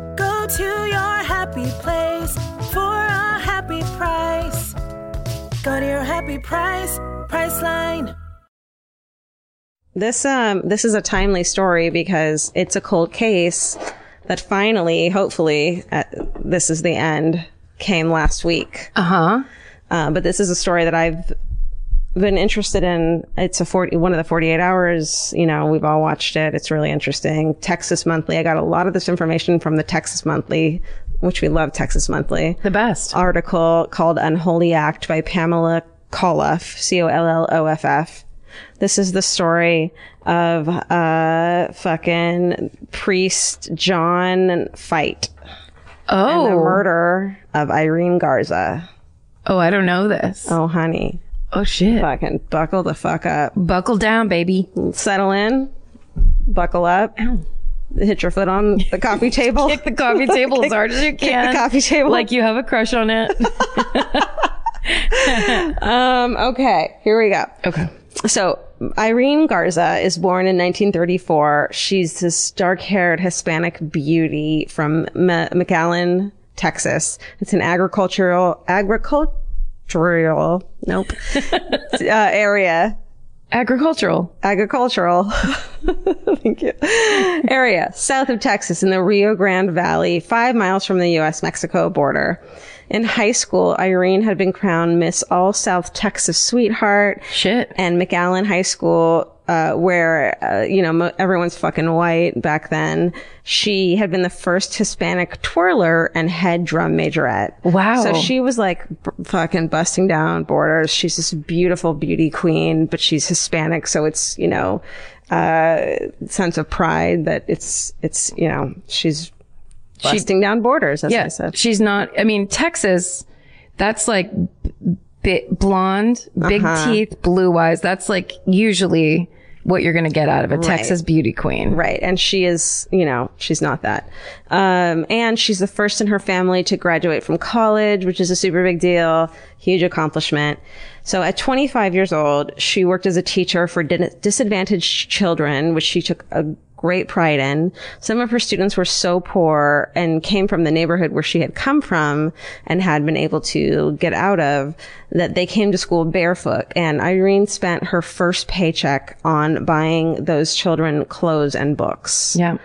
Speaker 7: Go to your happy place for a happy price. Go to your happy price, Priceline.
Speaker 3: This um this is a timely story because it's a cold case that finally, hopefully, uh, this is the end came last week.
Speaker 4: Uh huh.
Speaker 3: Uh, but this is a story that I've been interested in. It's a 40, one of the 48 hours. You know, we've all watched it. It's really interesting. Texas Monthly. I got a lot of this information from the Texas Monthly, which we love Texas Monthly.
Speaker 4: The best.
Speaker 3: Article called Unholy Act by Pamela Colloff, C-O-L-L-O-F-F. This is the story of uh fucking priest John Fight and the
Speaker 4: Oh.
Speaker 3: murder of Irene Garza.
Speaker 4: Oh, I don't know this. Oh,
Speaker 3: Oh honey,
Speaker 4: shit.
Speaker 3: fucking buckle the fuck up.
Speaker 4: Buckle down, baby.
Speaker 3: Settle in. Buckle up. Hit your foot on the coffee table.
Speaker 4: Kick the coffee table as hard as you
Speaker 3: the
Speaker 4: can.
Speaker 3: coffee table.
Speaker 4: Like you have a crush on it.
Speaker 3: Um, okay, here we go.
Speaker 4: okay.
Speaker 3: So Irene Garza is born in 1934. She's this dark-haired Hispanic beauty from Ma- McAllen, Texas. It's an agricultural agricultural nope uh, area
Speaker 4: Agricultural.
Speaker 3: agricultural thank you area south of texas in the rio grande valley five miles from the u.s mexico border in high school irene had been crowned miss all south texas sweetheart
Speaker 4: Shit.
Speaker 3: and McAllen High School, uh, where, uh, you know, mo- everyone's fucking white back then. She had been the first Hispanic twirler and head drum majorette.
Speaker 4: Wow.
Speaker 3: So she was like b- fucking busting down borders. She's this beautiful beauty queen, but she's Hispanic. So it's, you know, uh, sense of pride that it's, it's, you know, she's busting down borders, as I
Speaker 4: Yeah.
Speaker 3: said.
Speaker 4: She's not, I mean, Texas, that's like bi- blonde, big teeth, blue eyes. That's like usually what you're going to get out of a Texas beauty queen.
Speaker 3: Right. And she is, you know, she's not that. Um, and she's the first in her family to graduate from college, which is a super big deal, huge accomplishment. So at 25 years old, she worked as a teacher for din- disadvantaged children, which she took a great pride in. Some of her students were so poor and came from the neighborhood where she had come from and had been able to get out of that they came to school barefoot. And Irene spent her first paycheck on buying those children clothes and books.
Speaker 4: Yeah.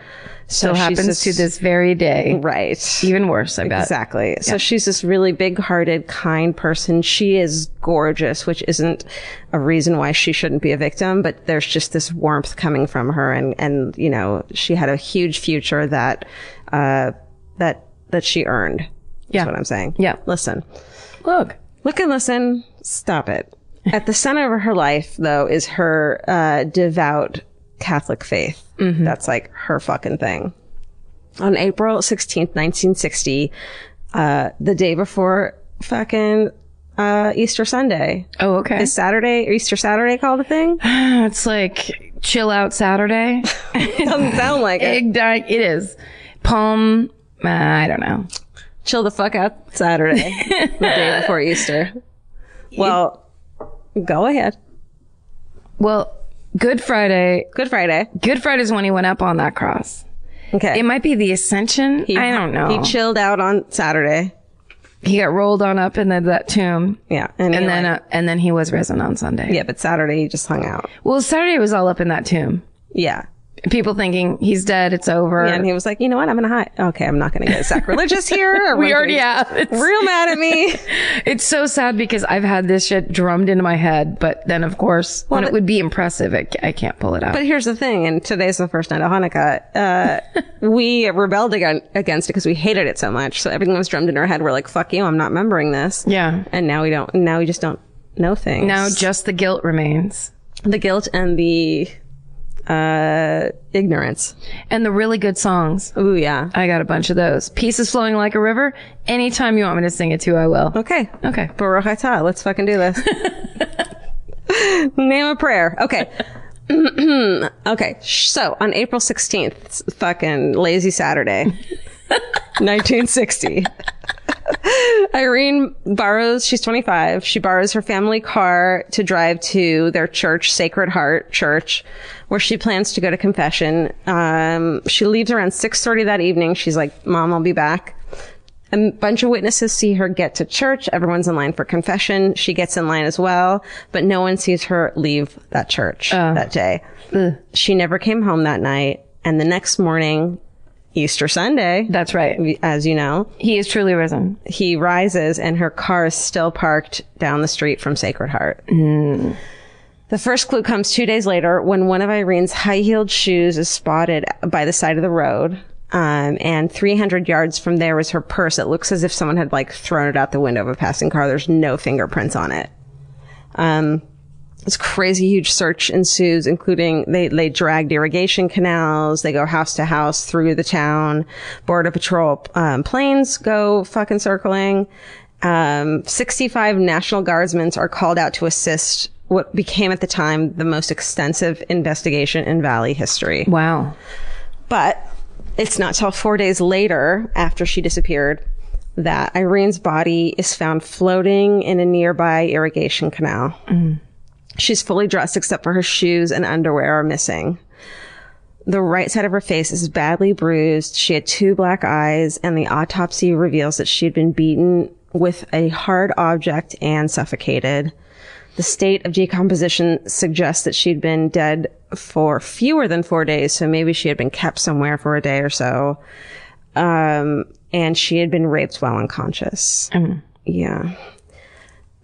Speaker 3: so
Speaker 4: Still
Speaker 3: she's
Speaker 4: happens
Speaker 3: this-
Speaker 4: to this very day.
Speaker 3: Right.
Speaker 4: Even worse, I bet.
Speaker 3: Exactly. So she's this really big hearted, kind person. She is gorgeous, which isn't a reason why she shouldn't be a victim, but there's just this warmth coming from her. And, and, you know, she had a huge future that, uh, that, that she earned.
Speaker 4: Yeah.
Speaker 3: That's what I'm saying.
Speaker 4: Yeah.
Speaker 3: Listen,
Speaker 4: Look.
Speaker 3: look and listen. Stop it. At the center of her life, though, is her, uh, devout Catholic faith. That's like her fucking thing on April 16th, 1960, uh, the day before fucking uh, Easter Sunday.
Speaker 4: Oh, okay.
Speaker 3: Is Saturday, Easter Saturday called a thing?
Speaker 4: It's like chill out Saturday.
Speaker 3: Doesn't sound like it.
Speaker 4: it is. Palm, uh, I don't know.
Speaker 3: Chill the fuck out Saturday, the day before Easter. Well, go ahead.
Speaker 4: Well, Good Friday.
Speaker 3: Good Friday.
Speaker 4: Good Friday's when he went up on that cross.
Speaker 3: Okay.
Speaker 4: It might be the Ascension. I don't know.
Speaker 3: He chilled out on Saturday.
Speaker 4: He got rolled on up in the, that tomb.
Speaker 3: Yeah,
Speaker 4: And,
Speaker 3: he,
Speaker 4: then,
Speaker 3: like-
Speaker 4: uh, and then he was risen on Sunday.
Speaker 3: yeah, but Saturday he just hung out.
Speaker 4: Well, Saturday was all up in that tomb.
Speaker 3: Yeah.
Speaker 4: People thinking he's dead. It's over.
Speaker 3: Yeah, and he was like, you know what? I'm gonna hide. Okay, I'm not gonna get sacrilegious here. Everyone's
Speaker 4: we already
Speaker 3: gonna get
Speaker 4: have.
Speaker 3: Real mad at me.
Speaker 4: It's so sad because I've had this shit drummed into my head, but then of course, when it would be impressive, it, I can't pull it out.
Speaker 3: But here's the thing, and today's the first night of Hanukkah. Uh, we rebelled again, against it because we hated it so much. So everything was drummed in our head. We're like, fuck you, I'm not remembering this.
Speaker 4: Yeah.
Speaker 3: And now we don't, now we just don't know things.
Speaker 4: now just the guilt remains.
Speaker 3: the guilt and the, uh, ignorance.
Speaker 4: And the really good songs.
Speaker 3: Ooh, yeah.
Speaker 4: I got a bunch of those. Pieces flowing like a river. Anytime you want me to sing it to, you, I will.
Speaker 3: Okay.
Speaker 4: Okay.
Speaker 3: Baruch atah. Let's fucking do this. Name a prayer. Okay. okay. So on April 16th, fucking lazy Saturday, 1960. Irene borrows, she's 25. She borrows her family car to drive to their church, Sacred Heart Church, where she plans to go to confession. Um, she leaves around 6.30 that evening. She's like, mom, I'll be back. A bunch of witnesses see her get to church. Everyone's in line for confession. She gets in line as well, but no one sees her leave that church that day. She never came home that night. And the next morning, Easter Sunday,
Speaker 4: That's right.
Speaker 3: as you know,
Speaker 4: He is truly risen.
Speaker 3: he rises and her car is still parked down the street from Sacred Heart. Mm. The first clue comes two days later when one of Irene's high heeled shoes is spotted by the side of the road. Um, and 300 yards from there is her purse. It looks as if someone had like thrown it out the window of a passing car. There's no fingerprints on it. Um, this crazy huge search ensues, including they, they dragged irrigation canals. They go house to house through the town. Border patrol, um, planes go fucking circling. Um, 65 National Guardsmen are called out to assist what became at the time the most extensive investigation in Valley history.
Speaker 4: Wow.
Speaker 3: But it's not till four days later, after she disappeared, that Irene's body is found floating in a nearby irrigation canal. She's fully dressed except for her shoes and underwear are missing. The right side of her face is badly bruised. She had two black eyes, and the autopsy reveals that she had been beaten with a hard object and suffocated. The state of decomposition suggests that she'd been dead for fewer than four days, so maybe she had been kept somewhere for a day or so. Um, and she had been raped while unconscious. Yeah.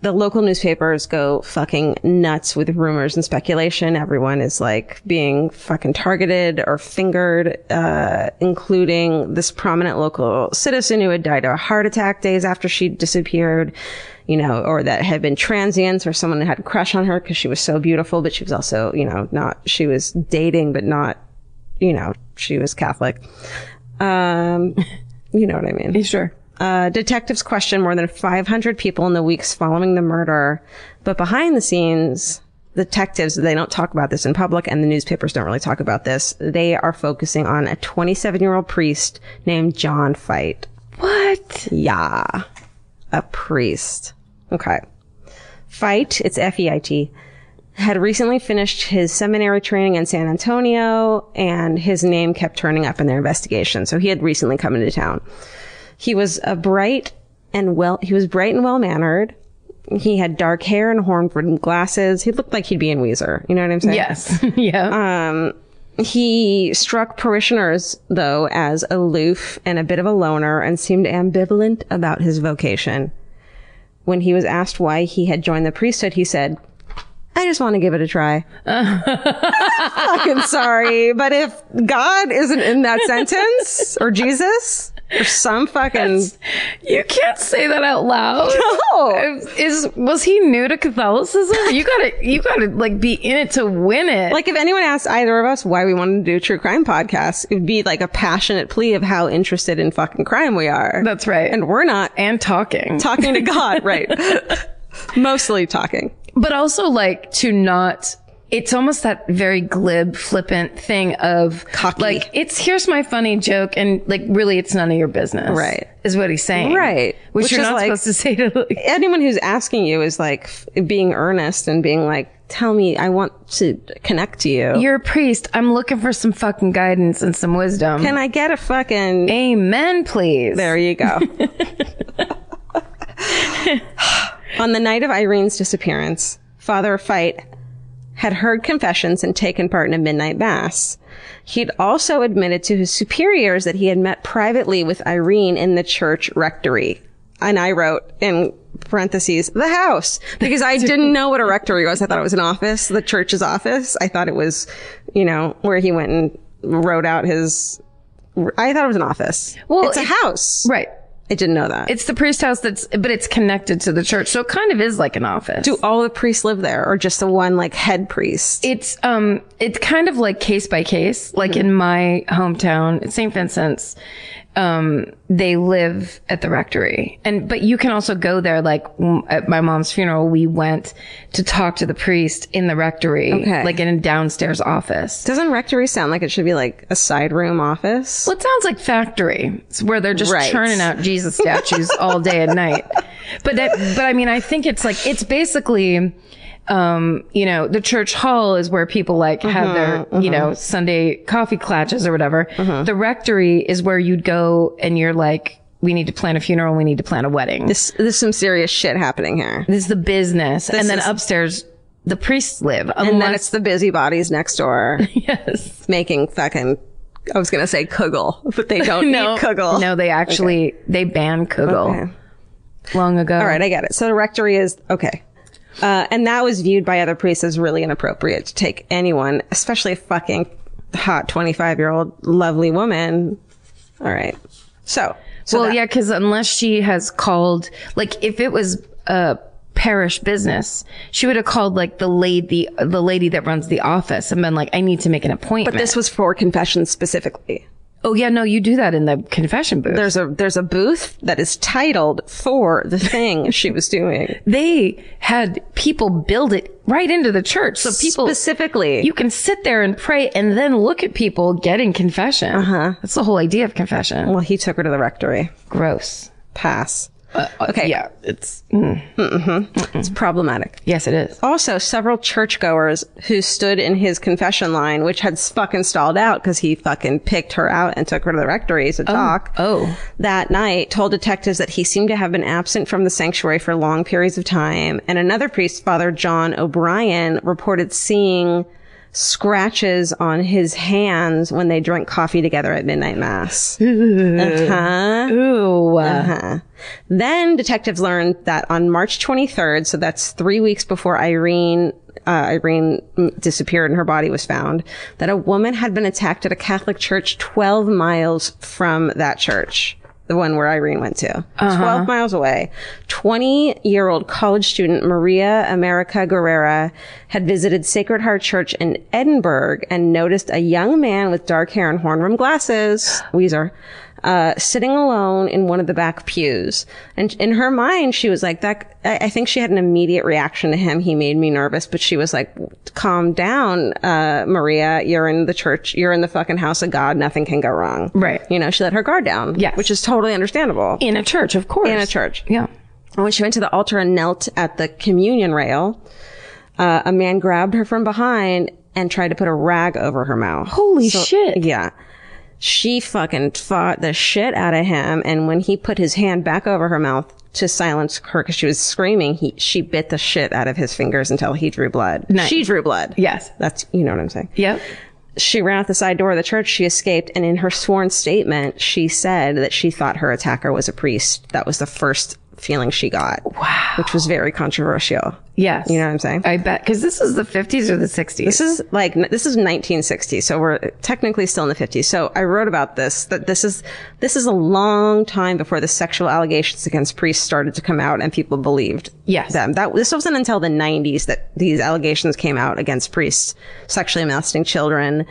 Speaker 3: The local newspapers go fucking nuts with rumors and speculation. Everyone is like being fucking targeted or fingered, uh, including this prominent local citizen who had died of a heart attack days after she disappeared, you know, or that had been transients or someone had a crush on her because she was so beautiful, but she was also, you know, not, she was dating, but not, you know, she was Catholic. Um, you know what I mean?
Speaker 4: Sure.
Speaker 3: Uh, detectives questioned more than 500 people in the weeks following the murder, but behind the scenes, detectives, they don't talk about this in public and the newspapers don't really talk about this. They are focusing on a 27 year old priest named John Fight.
Speaker 4: What?
Speaker 3: Yeah. A priest. Okay. Fight, it's F E I T, had recently finished his seminary training in San Antonio and his name kept turning up in their investigation. So he had recently come into town. He was a bright and well, he was bright and well mannered. He had dark hair and horn rimmed glasses. He looked like he'd be in Weezer. You know what I'm saying?
Speaker 4: Yes.
Speaker 3: Uh.
Speaker 4: yeah.
Speaker 3: He struck parishioners, though, as aloof and a bit of a loner and seemed ambivalent about his vocation. When he was asked why he had joined the priesthood, he said, I just want to give it a try. Fucking sorry, but if God isn't in that sentence, or Jesus, or some fucking.
Speaker 4: you can't say that out loud.
Speaker 3: No!
Speaker 4: Is, is- was he new to Catholicism? You gotta you gotta like be in it to win it.
Speaker 3: Like if anyone asked either of us why we wanted to do a true crime podcast, it would be like a passionate plea of how interested in fucking crime we are.
Speaker 4: that's right.
Speaker 3: and we're not
Speaker 4: and talking.
Speaker 3: talking to God, right? Mostly talking.
Speaker 4: but also like to not it's almost that very glib, flippant thing of Cocky. like, it's here's my funny joke, and like, really, it's none of your business.
Speaker 3: Right.
Speaker 4: Is what he's saying.
Speaker 3: Right.
Speaker 4: Which, you're not supposed to say to
Speaker 3: anyone who's asking you is like f- being earnest and being like, tell me, I want to connect to you.
Speaker 4: You're a priest. I'm looking for some fucking guidance and some wisdom.
Speaker 3: Can I get a fucking
Speaker 4: amen, please?
Speaker 3: There you go. On the night of Irene's disappearance, Father Fight had heard confessions and taken part in a midnight mass. He'd also admitted to his superiors that he had met privately with Irene in the church rectory. And I wrote in parentheses, the house, because I didn't know what a rectory was. I thought it was an office, the church's office. I thought it was, you know, where he went and wrote out his, I thought it was an office. Well, it's a house.
Speaker 4: Right.
Speaker 3: I didn't know that.
Speaker 4: It's the priest house that's, but it's connected to the church. So it kind of is like an office.
Speaker 3: Do all the priests live there or just the one like head priest?
Speaker 4: It's, um, it's kind of like case by case. Like in my hometown, St. Vincent's, um, they live at the rectory. And, but you can also go there. Like m- at my mom's funeral, we went to talk to the priest in the rectory,
Speaker 3: Okay.
Speaker 4: like in a downstairs office.
Speaker 3: Doesn't rectory sound like it should be like a side room office?
Speaker 4: Well, it sounds like factory. It's where they're just
Speaker 3: Right.
Speaker 4: churning out Jesus statues all day and night. But that, but I mean, I think it's like it's basically, um, you know, the church hall is where people like have their,
Speaker 3: Mm-hmm,
Speaker 4: you know, Sunday coffee clatches or whatever. The rectory is where you'd go and you're like, we need to plan a funeral, we need to plan a wedding.
Speaker 3: This, there's some serious shit happening here.
Speaker 4: This is the business,
Speaker 3: This
Speaker 4: and then
Speaker 3: is-
Speaker 4: upstairs the priests live.
Speaker 3: and then
Speaker 4: unless-
Speaker 3: it's the busybodies next door
Speaker 4: yes.
Speaker 3: making fucking, I was going to say kugel, but they don't
Speaker 4: No,
Speaker 3: eat kugel.
Speaker 4: no, they actually they banned Kugel
Speaker 3: Okay.
Speaker 4: long ago.
Speaker 3: All right, I get it. So the rectory is okay. Uh, and that was viewed by other priests as really inappropriate to take anyone, especially a fucking hot 25 year old lovely woman. All right. So, so
Speaker 4: well,
Speaker 3: that-
Speaker 4: yeah, because unless she has called, like, if it was a parish business, she would have called like the lady, the lady that runs the office, and been like, "I need to make an appointment."
Speaker 3: but this was for confessions specifically.
Speaker 4: oh yeah, no, you do that in the confession booth.
Speaker 3: There's a there's a booth that is titled for the thing she was doing.
Speaker 4: they had people build it right into the church, so people
Speaker 3: specifically
Speaker 4: you can sit there and pray, and then look at people getting confession. Uh huh. That's the whole idea of confession.
Speaker 3: Uh-huh. Well, he took her to the rectory.
Speaker 4: Gross.
Speaker 3: Pass.
Speaker 4: Okay. Yeah, it's mm.
Speaker 3: It's problematic.
Speaker 4: yes, it is.
Speaker 3: Also, several churchgoers who stood in his confession line, which had fucking stalled out because he fucking picked her out and took her to the rectory to talk.
Speaker 4: oh.
Speaker 3: That night, told detectives that he seemed to have been absent from the sanctuary for long periods of time. And another priest, Father John O'Brien, reported seeing scratches on his hands when they drank coffee together at midnight mass. Uh-huh.
Speaker 4: Ooh.
Speaker 3: Uh-huh. Then detectives learned that on March 23rd, so that's three weeks before Irene, uh, Irene mm, disappeared and her body was found, that a woman had been attacked at a Catholic church 12 miles from that church. The one where Irene went to.
Speaker 4: Uh-huh.
Speaker 3: 12 miles away. 20 year old college student Maria America Guerrera had visited Sacred Heart Church in Edinburgh and noticed a young man with dark hair and horn rimmed glasses, Weezer, uh, sitting alone in one of the back pews. And in her mind, she was like, that, I, I think she had an immediate reaction to him. He made me nervous, but she was like, calm down, uh, Maria. You're in the church. You're in the fucking house of God. Nothing can go wrong.
Speaker 4: Right.
Speaker 3: You know, she let her guard down.
Speaker 4: Yes.
Speaker 3: Which is totally understandable.
Speaker 4: In a church, of course.
Speaker 3: In a church.
Speaker 4: Yeah.
Speaker 3: And When she went to the altar and knelt at the communion rail, uh, a man grabbed her from behind and tried to put a rag over her mouth.
Speaker 4: Holy shit.
Speaker 3: Yeah. She fucking fought the shit out of him. And when he put his hand back over her mouth to silence her because she was screaming, he, she bit the shit out of his fingers until he drew blood.
Speaker 4: Nice.
Speaker 3: She drew blood.
Speaker 4: Yes.
Speaker 3: That's, you know what I'm saying.
Speaker 4: Yep.
Speaker 3: She ran out the side door of the church. She escaped. And in her sworn statement, she said that she thought her attacker was a priest. That was the first feeling she got. Wow. Which was very controversial.
Speaker 4: Yes.
Speaker 3: You know what I'm saying?
Speaker 4: I bet because this is the 50s or the 60s.
Speaker 3: This is like this is 1960, so we're technically still in the 50s. So I wrote about this that this is this is a long time before the sexual allegations against priests started to come out and people believed
Speaker 4: Yes.
Speaker 3: them. That this wasn't until the 90s that these allegations came out against priests sexually molesting children,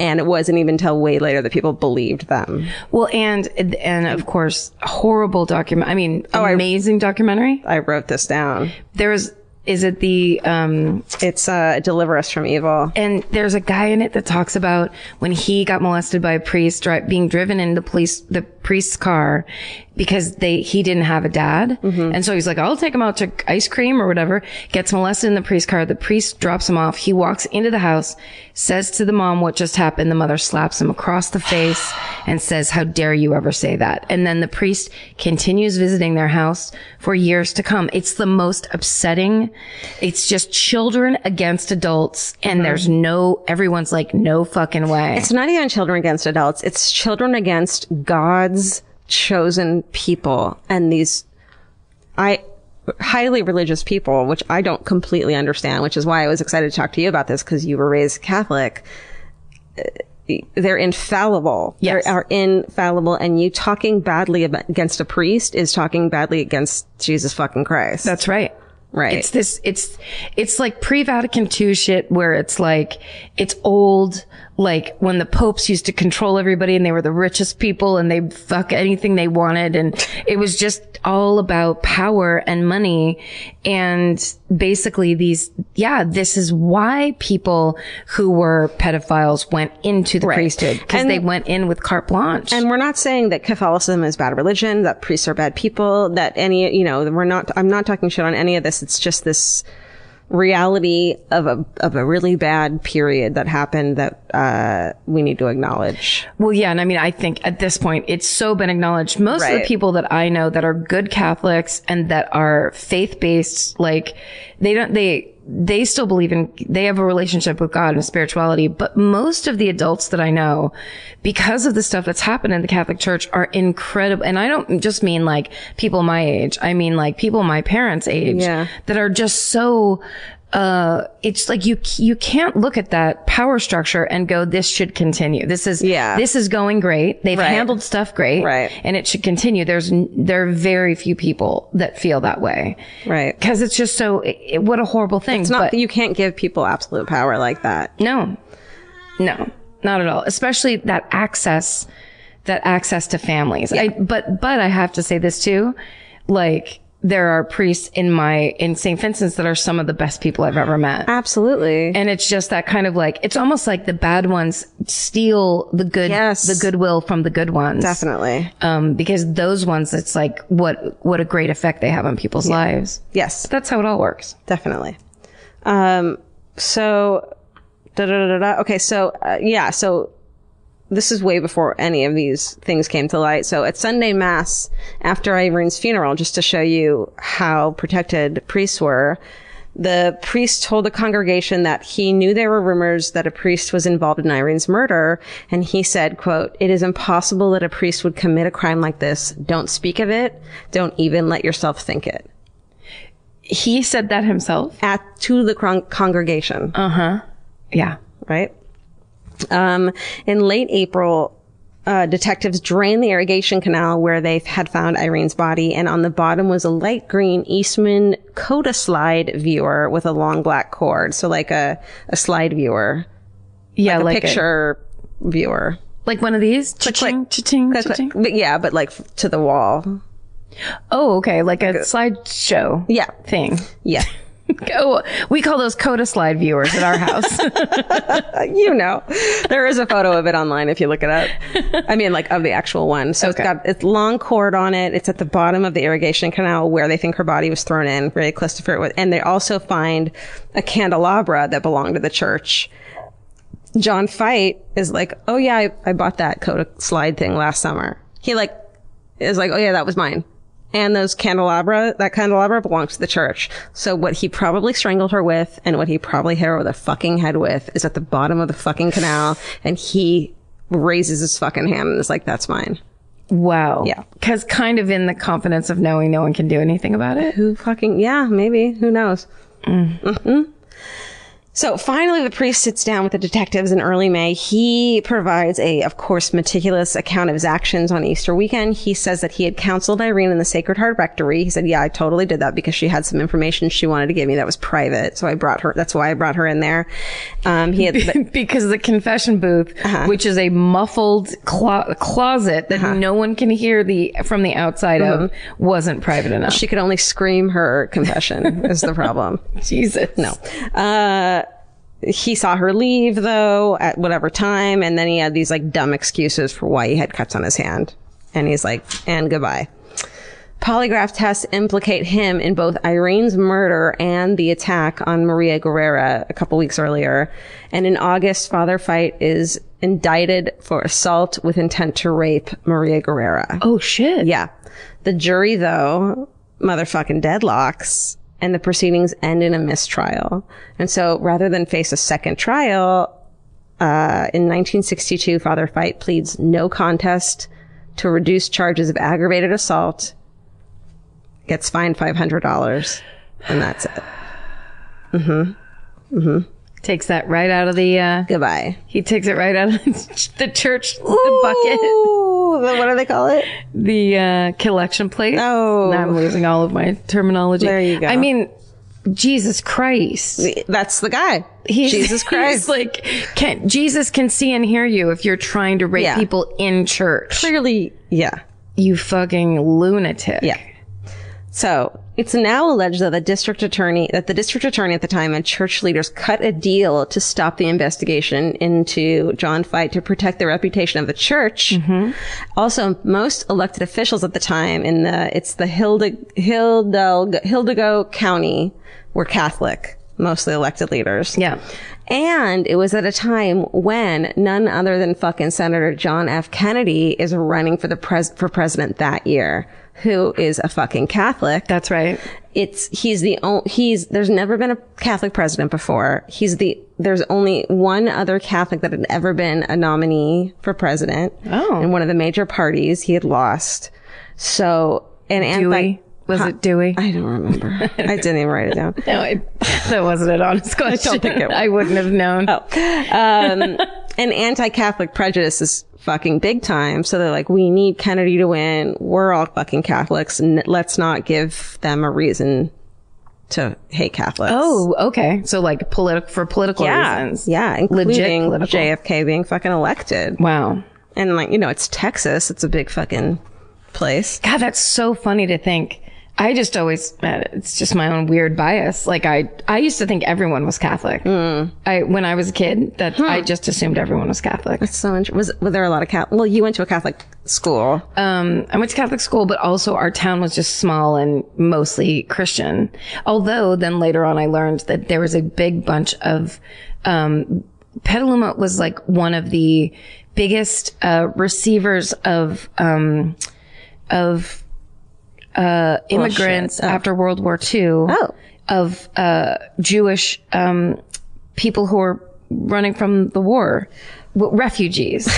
Speaker 3: and it wasn't even until way later that people believed them.
Speaker 4: well, and and of
Speaker 3: Oh,
Speaker 4: course, horrible document. I mean, amazing documentary.
Speaker 3: I wrote this down.
Speaker 4: There was Is it the um
Speaker 3: It's uh Deliver Us from Evil.
Speaker 4: and there's a guy in it that talks about when he got molested by a priest dri- being driven in the police the priest's car because they he didn't have a dad
Speaker 3: Mm-hmm.
Speaker 4: and so he's like I'll take him out to ice cream or whatever gets molested in the priest's car the priest drops him off he walks into the house says to the mom what just happened the mother slaps him across the face and says how dare you ever say that and then the priest continues visiting their house for years to come it's the most upsetting it's just children against adults and there's no everyone's like no fucking way
Speaker 3: It's not even children against adults. It's children against God's chosen people and these I highly religious people, which I don't completely understand, which is why I was excited to talk to you about this because you were raised Catholic. Uh, They're infallible.
Speaker 4: Yes.
Speaker 3: They are infallible. And you talking badly ab- against a priest is talking badly against Jesus fucking Christ.
Speaker 4: That's right.
Speaker 3: Right.
Speaker 4: It's this, it's, it's like pre-Vatican II shit where it's like, it's old, like when the popes used to control everybody and they were the richest people and they fuck anything they wanted. And it was just all about power and money. And basically these, yeah, this is why people who were pedophiles went into the priesthood because
Speaker 3: And-
Speaker 4: they went in with carte blanche.
Speaker 3: And we're not saying that Catholicism is bad religion, that priests are bad people, that any, you know, we're not, I'm not talking shit on any of this. It's just this reality of a, of a really bad period that happened that, uh, we need to acknowledge.
Speaker 4: Well, yeah. And I mean, I think at this point, it's so been acknowledged. Most of
Speaker 3: Right.
Speaker 4: the people that I know that are good Catholics and that are faith based, like they don't, they, they still believe in, they have a relationship with God and spirituality. But most of the adults that I know, because of the stuff that's happened in the Catholic Church are incredible. And I don't just mean like people my age. I mean like people my parents' age
Speaker 3: Yeah.
Speaker 4: that are just so uh it's like you you can't look at that power structure and go this should continue this is
Speaker 3: Yeah.
Speaker 4: this is going great they've handled stuff great
Speaker 3: Right.
Speaker 4: and it should continue there's n- there are very few people that feel that way
Speaker 3: Right.
Speaker 4: because it's just so it, it- what a horrible thing
Speaker 3: It's not
Speaker 4: but
Speaker 3: that you can't give people absolute power like that.
Speaker 4: no no not at all especially that access that access to families I, but but i have to say this too like there are priests in my in st vincent's that are some of the best people i've ever met
Speaker 3: Absolutely.
Speaker 4: and it's just that kind of like it's almost like the bad ones steal the good
Speaker 3: Yes.
Speaker 4: the goodwill from the good ones
Speaker 3: Definitely.
Speaker 4: um because those ones it's like what what a great effect they have on people's lives
Speaker 3: Yes.
Speaker 4: that's how it all works
Speaker 3: definitely. Um, so, da da da da. da. Okay, so uh, yeah, so this is way before any of these things came to light. So at Sunday Mass after Irene's funeral, just to show you how protected priests were. The priest told the congregation that he knew there were rumors that a priest was involved in Irene's murder, and he said, quote, It is impossible that a priest would commit a crime like this. Don't speak of it. Don't even let yourself think it
Speaker 4: he said that himself
Speaker 3: at to the con- congregation,
Speaker 4: yeah
Speaker 3: right? Um, in late April, uh, detectives drained the irrigation canal where they had found Irene's body, and on the bottom was a light green Eastman Coda slide viewer with a long black cord, so like a, a slide viewer,
Speaker 4: yeah
Speaker 3: a
Speaker 4: like, a-
Speaker 3: picture viewer.
Speaker 4: like one of these cha-ching, cha-ching,
Speaker 3: Click, click.
Speaker 4: cha-ching.
Speaker 3: But yeah, but like f- to the wall.
Speaker 4: oh okay like a slideshow
Speaker 3: Yeah,
Speaker 4: thing
Speaker 3: yeah.
Speaker 4: oh we call those coda slide viewers at our house
Speaker 3: you know, there is a photo of it online if you look it up. I mean, like of the actual one. So it's got it's long cord on it. It's at the bottom of the irrigation canal where they think her body was thrown in, very close to where it was. And they also find a candelabra that belonged to the church. John Fight is like, oh yeah, I, I bought that Coda slide thing last summer. He like is like, oh yeah, that was mine. And those candelabra, that candelabra belongs to the church. So what he probably strangled her with and what he probably hit her with a fucking head with is at the bottom of the fucking canal. And he raises his fucking hand and is like, that's mine.
Speaker 4: wow
Speaker 3: Yeah.
Speaker 4: because kind of in the confidence of knowing no one can do anything about it
Speaker 3: Who fucking, yeah, maybe. Who knows? Mm. hmm Mm-hmm. So finally, the priest sits down with the detectives in early May. He provides a, of course, meticulous account of his actions on Easter weekend. He says that he had counseled Irene in the Sacred Heart Rectory. He said, yeah, I totally did that because she had some information she wanted to give me that was private. So I brought her, that's why I brought her in there. Um, he had,
Speaker 4: because the confession booth,
Speaker 3: Uh-huh.
Speaker 4: which is a muffled clo- closet that no one can hear the from the outside of, wasn't private enough.
Speaker 3: Mm-hmm. She could only scream her confession is the problem.
Speaker 4: Jesus.
Speaker 3: No. Uh, he saw her leave though at whatever time. And then he had these like dumb excuses for why he had cuts on his hand. And he's like, and goodbye. Polygraph tests implicate him in both Irene's murder and the attack on Maria Guerrera a couple weeks earlier. And in August, Father Fight is indicted for assault with intent to rape Maria Guerrera.
Speaker 4: Oh shit.
Speaker 3: Yeah. The jury though, motherfucking deadlocks and the proceedings end in a mistrial. And so rather than face a second trial, uh, in 1962, Father Fight pleads no contest to reduce charges of aggravated assault gets fined five hundred dollars, and that's it. Mm-hmm. Mm-hmm.
Speaker 4: Takes that right out of the uh,
Speaker 3: goodbye.
Speaker 4: He takes it right out of the church the bucket.
Speaker 3: what do they call it?
Speaker 4: The uh, collection plate. Oh, now I'm losing all of my terminology.
Speaker 3: There you go.
Speaker 4: I mean, Jesus Christ.
Speaker 3: That's the guy.
Speaker 4: He's,
Speaker 3: Jesus Christ.
Speaker 4: he's like can, Jesus can see and hear you if you're trying to rape
Speaker 3: Yeah.
Speaker 4: people in church.
Speaker 3: Clearly, yeah.
Speaker 4: You fucking lunatic.
Speaker 3: Yeah. So it's now alleged that the district attorney, that the district attorney at the time and church leaders cut a deal to stop the investigation into John Fight to protect the reputation of the church. Also, most elected officials at the time in the, it's the Hilde, Hildel, Hildego County were Catholic, mostly elected leaders.
Speaker 4: Yeah.
Speaker 3: And it was at a time when none other than fucking Senator John F. Kennedy is running for the pres, for president that year, who is a fucking Catholic.
Speaker 4: That's right.
Speaker 3: It's, he's the only, he's, there's never been a Catholic president before. He's the, there's only one other Catholic that had ever been a nominee for president.
Speaker 4: Oh.
Speaker 3: In one of the major parties he had lost. So, and
Speaker 4: Dewey? Was it Dewey?
Speaker 3: I don't remember. I didn't even write it down.
Speaker 4: No, I, that wasn't an honest question. I,
Speaker 3: think it was.
Speaker 4: wouldn't have known.
Speaker 3: Oh, um, and anti-Catholic prejudice is fucking big time. So they're like, we need Kennedy to win. We're all fucking Catholics. N- let's not give them a reason to hate Catholics.
Speaker 4: Oh, okay. So like political for political
Speaker 3: yeah,
Speaker 4: reasons.
Speaker 3: yeah,
Speaker 4: legit
Speaker 3: including
Speaker 4: political.
Speaker 3: JFK being fucking elected.
Speaker 4: Wow.
Speaker 3: And like, you know, it's Texas. It's a big fucking place.
Speaker 4: God, that's so funny to think. I just always, uh, it's just my own weird bias. Like I, I used to think everyone was Catholic. I, when I was a kid, that I just assumed everyone was Catholic.
Speaker 3: That's so interesting. Was, were there a lot of Catholic? Well, you went to a Catholic school.
Speaker 4: Um, I went to Catholic school, but also our town was just small and mostly Christian. Although then later on I learned that there was a big bunch of, um, Petaluma was like one of the biggest, uh, receivers of, um, of, uh, immigrants after World War II.
Speaker 3: Oh.
Speaker 4: Of, uh, Jewish, um, people who were running from the war. W- Refugees.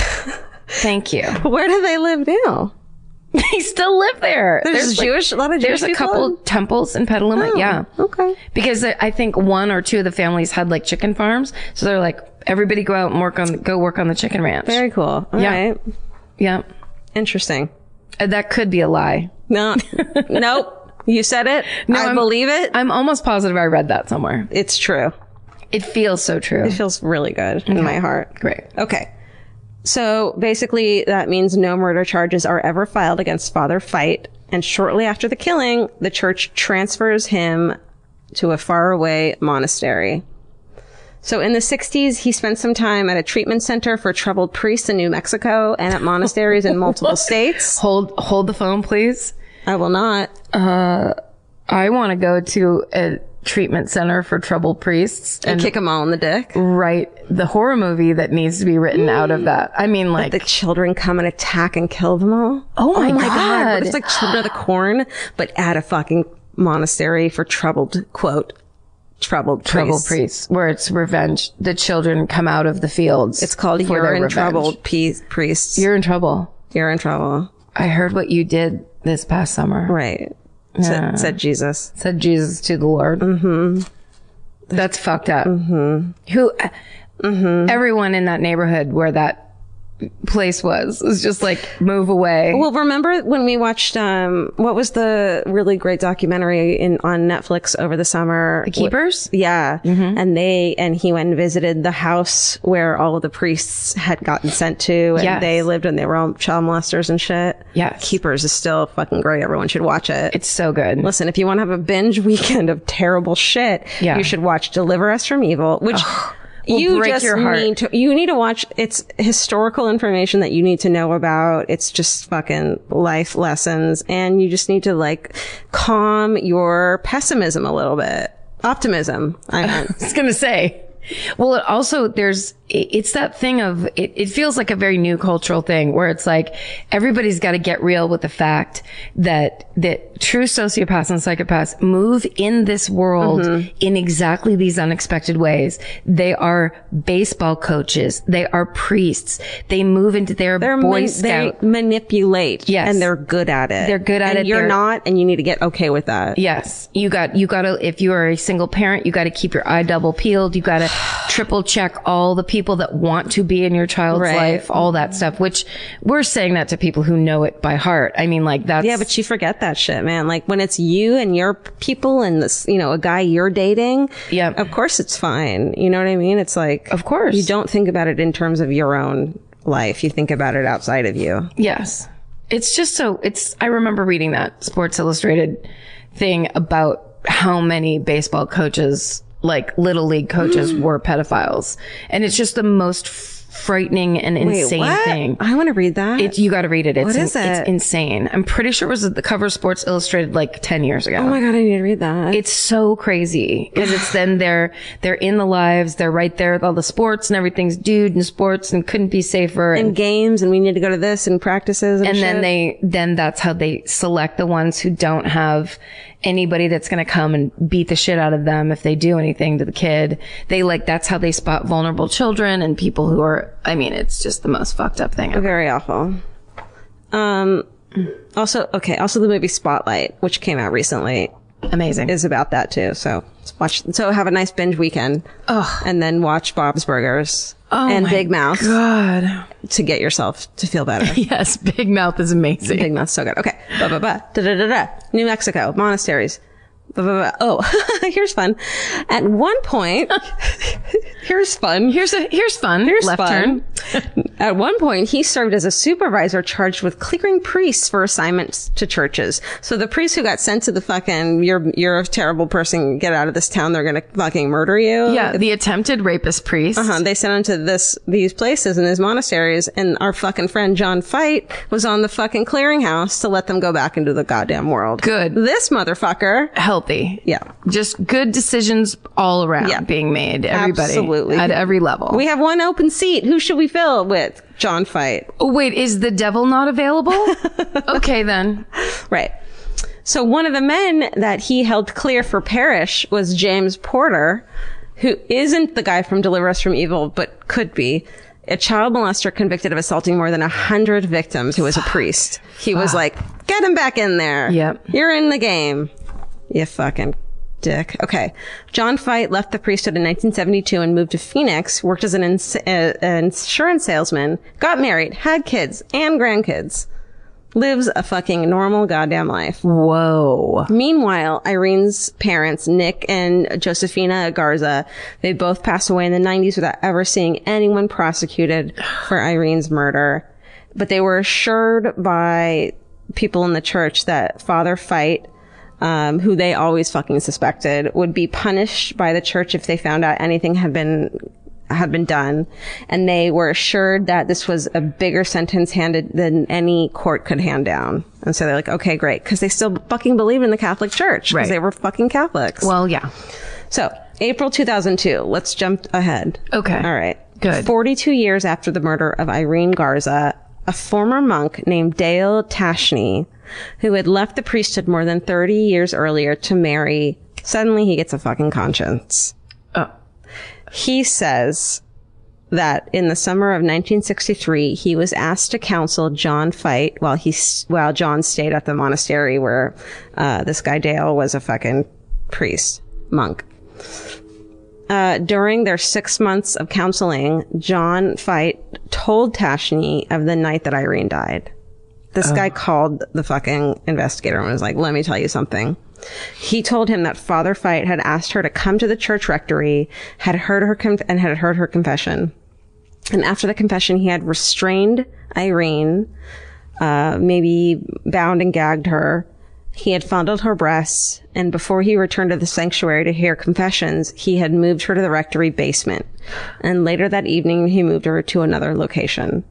Speaker 4: Thank you
Speaker 3: Where do they live now?
Speaker 4: they still live there.
Speaker 3: There's Jewish- a lot of Jewish
Speaker 4: There's a
Speaker 3: people Oh.
Speaker 4: couple
Speaker 3: in-
Speaker 4: temples in Petaluma. yeah,
Speaker 3: Okay.
Speaker 4: because I I think one or two of the families had like chicken farms, so they're like everybody go out and work on go work on the chicken ranch.
Speaker 3: Very cool. All right.
Speaker 4: Yeah. yeah,
Speaker 3: Interesting.
Speaker 4: Uh, that could be a lie.
Speaker 3: No, nope. You said it. I
Speaker 4: I'm-
Speaker 3: believe it.
Speaker 4: I'm almost positive I read that somewhere.
Speaker 3: it's true.
Speaker 4: It feels so true.
Speaker 3: It feels really good in my heart.
Speaker 4: Great.
Speaker 3: Okay. So basically, that means no murder charges are ever filed against Father Fight. And shortly after the killing, the church transfers him to a faraway monastery. So in the 60s, he spent some time at a treatment center for troubled priests in New Mexico and at monasteries in multiple states.
Speaker 4: Hold hold the phone, please.
Speaker 3: I will not.
Speaker 4: I want to go to a treatment center for troubled priests
Speaker 3: And
Speaker 4: and
Speaker 3: kick him all in the dick.
Speaker 4: write the horror movie that needs to be written out
Speaker 3: Mm.
Speaker 4: of that. I mean, like
Speaker 3: the children come and attack and kill them all.
Speaker 4: Oh my God.
Speaker 3: It's like Children of the Corn, but at a fucking monastery for troubled quote troubled
Speaker 4: trouble
Speaker 3: priests.
Speaker 4: priests, where it's revenge. The children come out of the fields.
Speaker 3: It's called
Speaker 4: for
Speaker 3: You're
Speaker 4: their
Speaker 3: in
Speaker 4: revenge.
Speaker 3: Trouble Pe- Priests. You're,
Speaker 4: You're in trouble.
Speaker 3: in trouble.
Speaker 4: I heard what you did this past summer.
Speaker 3: Right. Said, said Jesus.
Speaker 4: Said Jesus to the Lord. Mm-hmm. That's fucked up. Mm-hmm. Who? Everyone in that neighborhood where that place was was just like move away.
Speaker 3: Well, remember when we watched um what was the really great documentary in on Netflix over the summer? The
Speaker 4: Keepers?
Speaker 3: yeah.
Speaker 4: Mm-hmm.
Speaker 3: And they and he went and visited the house where all of the priests had gotten sent to and
Speaker 4: Yes.
Speaker 3: they lived and they were all child molesters and shit.
Speaker 4: Yes.
Speaker 3: Keepers is still fucking great. Everyone should watch it.
Speaker 4: It's so good.
Speaker 3: Listen, if you want to have a binge weekend of terrible shit,
Speaker 4: Yeah.
Speaker 3: you should watch Deliver Us from Evil, which
Speaker 4: will
Speaker 3: you
Speaker 4: break
Speaker 3: just
Speaker 4: your heart.
Speaker 3: need to you need to watch it's historical information that you need to know about it's just fucking life lessons and you just need to like calm your pessimism a little bit optimism i meant.
Speaker 4: was gonna say. Well, it also there's it- it's that thing of it, it feels like a very new cultural thing where it's like everybody's got to get real with the fact that that true sociopaths and psychopaths move in this world
Speaker 3: Mm-hmm.
Speaker 4: in exactly these unexpected ways. They are baseball coaches. They are priests. They move into their
Speaker 3: they're
Speaker 4: boy
Speaker 3: man- they
Speaker 4: scout.
Speaker 3: manipulate
Speaker 4: Yes.
Speaker 3: and they're good at it
Speaker 4: They're good at
Speaker 3: And
Speaker 4: it.
Speaker 3: you're
Speaker 4: They're-
Speaker 3: not and you need to get okay with that
Speaker 4: Yes. You got, you gotta, if you are a single parent, you gotta keep your eye double peeled. You gotta triple check all the people that want to be in your child's
Speaker 3: Right.
Speaker 4: life, all that stuff, which we're saying that to people who know it by heart. I mean, like that's,
Speaker 3: Yeah, but you forget that shit, man. Like when it's you and your people and this, you know, a guy you're dating. Yeah. Of course it's fine. You know what I mean? It's like,
Speaker 4: of course.
Speaker 3: You don't think about it in terms of your own life. You think about it outside of you.
Speaker 4: Yes. It's just so it's I remember reading that Sports Illustrated thing about how many baseball coaches, like little league coaches were pedophiles. And it's just the most f- frightening and
Speaker 3: Wait,
Speaker 4: insane
Speaker 3: what?
Speaker 4: thing.
Speaker 3: I want to read that.
Speaker 4: It, you got to read it. It's
Speaker 3: What is
Speaker 4: in-
Speaker 3: it?
Speaker 4: It's insane. I'm pretty sure it was at the cover of Sports Illustrated like 10 years ago.
Speaker 3: oh my God, I need to read that.
Speaker 4: It's so crazy because it's then they're they're in the lives, they're right there with all the sports and everything's dude and sports and couldn't be safer
Speaker 3: in games and we need to go to this and practices and,
Speaker 4: and then
Speaker 3: shit.
Speaker 4: they then that's how they select the ones who don't have anybody that's going to come and beat the shit out of them if they do anything to the kid they like that's how they spot vulnerable children and people who are i mean it's just the most fucked up thing ever.
Speaker 3: Very awful. Um, also, okay. Also, the movie Spotlight, which came out recently,
Speaker 4: amazing,
Speaker 3: is about that too. So let's watch. So have a nice binge weekend, and then watch Bob's Burgers
Speaker 4: Oh
Speaker 3: and
Speaker 4: my
Speaker 3: Big Mouth
Speaker 4: god
Speaker 3: to get yourself to feel better.
Speaker 4: yes big mouth is amazing
Speaker 3: Big Mouth's so good. Okay, ba ba ba da da da da. New Mexico monasteries. Ba, ba, ba. Oh, here's fun. At one point, here's fun.
Speaker 4: here's a here's fun
Speaker 3: Here's
Speaker 4: left
Speaker 3: fun.
Speaker 4: turn
Speaker 3: At one point, he served as a supervisor charged with clearing priests for assignments to churches. So the priests who got sent to the fucking, you're, you're a terrible person, get out of this town, they're gonna fucking murder you.
Speaker 4: yeah the attempted rapist priest
Speaker 3: Oh, Uh-huh. They sent him to this, these places and these monasteries, and our fucking friend John Fight was on the fucking clearinghouse to let them go back into the goddamn world.
Speaker 4: Good.
Speaker 3: This motherfucker.
Speaker 4: healthy
Speaker 3: Yeah.
Speaker 4: just good decisions all around
Speaker 3: Yeah.
Speaker 4: being made everybody
Speaker 3: Absolutely.
Speaker 4: at every level
Speaker 3: We have one open seat. Who should we fill with? John Fight.
Speaker 4: oh wait is the devil not available okay then
Speaker 3: Right. So one of the men that he held clear for parish was James Porter, who isn't the guy from Deliver Us from Evil, but could be. A child molester convicted of assaulting more than a hundred victims who was a priest. He was like, get him back in there.
Speaker 4: Yep.
Speaker 3: You're in the game. You fucking dick. Okay. John Fight left the priesthood in 1972 and moved to Phoenix, worked as an, ins- uh, an insurance salesman, got married, had kids and grandkids lives a fucking normal goddamn life.
Speaker 4: Whoa.
Speaker 3: Meanwhile, Irene's parents, Nick and Josefina Garza, they both passed away in the 90s without ever seeing anyone prosecuted for Irene's murder. But they were assured by people in the church that Father Fight, um, who they always fucking suspected, would be punished by the church if they found out anything had been had been done, and they were assured that this was a bigger sentence handed than any court could hand down. And so they're like, okay, great, because they still fucking believed in the Catholic Church because
Speaker 4: Right.
Speaker 3: they were fucking Catholics.
Speaker 4: Well, yeah.
Speaker 3: so April 2002. Let's jump ahead.
Speaker 4: Okay.
Speaker 3: All right.
Speaker 4: Good.
Speaker 3: 42 years after the murder of Irene Garza, a former monk named Dale Tashney, who had left the priesthood more than 30 years earlier to marry, suddenly he gets a fucking conscience.
Speaker 4: Oh.
Speaker 3: He says that in the summer of 1963, he was asked to counsel John Fight while he s- while John stayed at the monastery where uh, this guy Dale was a fucking priest monk. uh, during their six months of counseling, John Fight told Tashni of the night that Irene died. This
Speaker 8: Oh.
Speaker 3: guy called the fucking investigator and was like, let me tell you something. He told him that Father Fight had asked her to come to the church rectory, had heard her, conf- and had heard her confession. And after the confession, he had restrained Irene, uh, maybe bound and gagged her. He had fondled her breasts, and before he returned to the sanctuary to hear confessions, he had moved her to the rectory basement. And later that evening, he moved her to another location.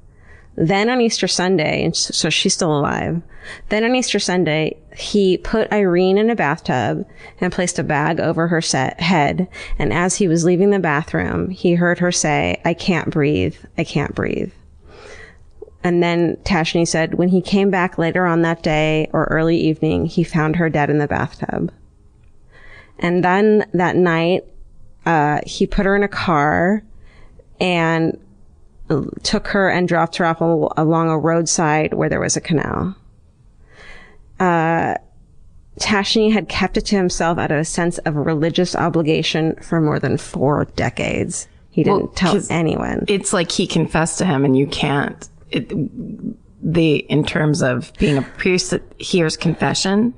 Speaker 3: Then on Easter Sunday, and s- so she's still alive. Then on Easter Sunday, he put Irene in a bathtub and placed a bag over her set head. And as he was leaving the bathroom, he heard her say, I can't breathe. I can't breathe. And then Tashni said, when he came back later on that day or early evening, he found her dead in the bathtub. And then that night, uh, he put her in a car and took her and dropped her off al- along a roadside where there was a canal. Uh, Tashni had kept it to himself out of a sense of religious obligation for more than four decades. He didn't
Speaker 4: Well,
Speaker 3: tell
Speaker 4: 'cause
Speaker 3: anyone.
Speaker 4: It's like he confessed to him and you can't. It, the in terms of being a priest that hears confession,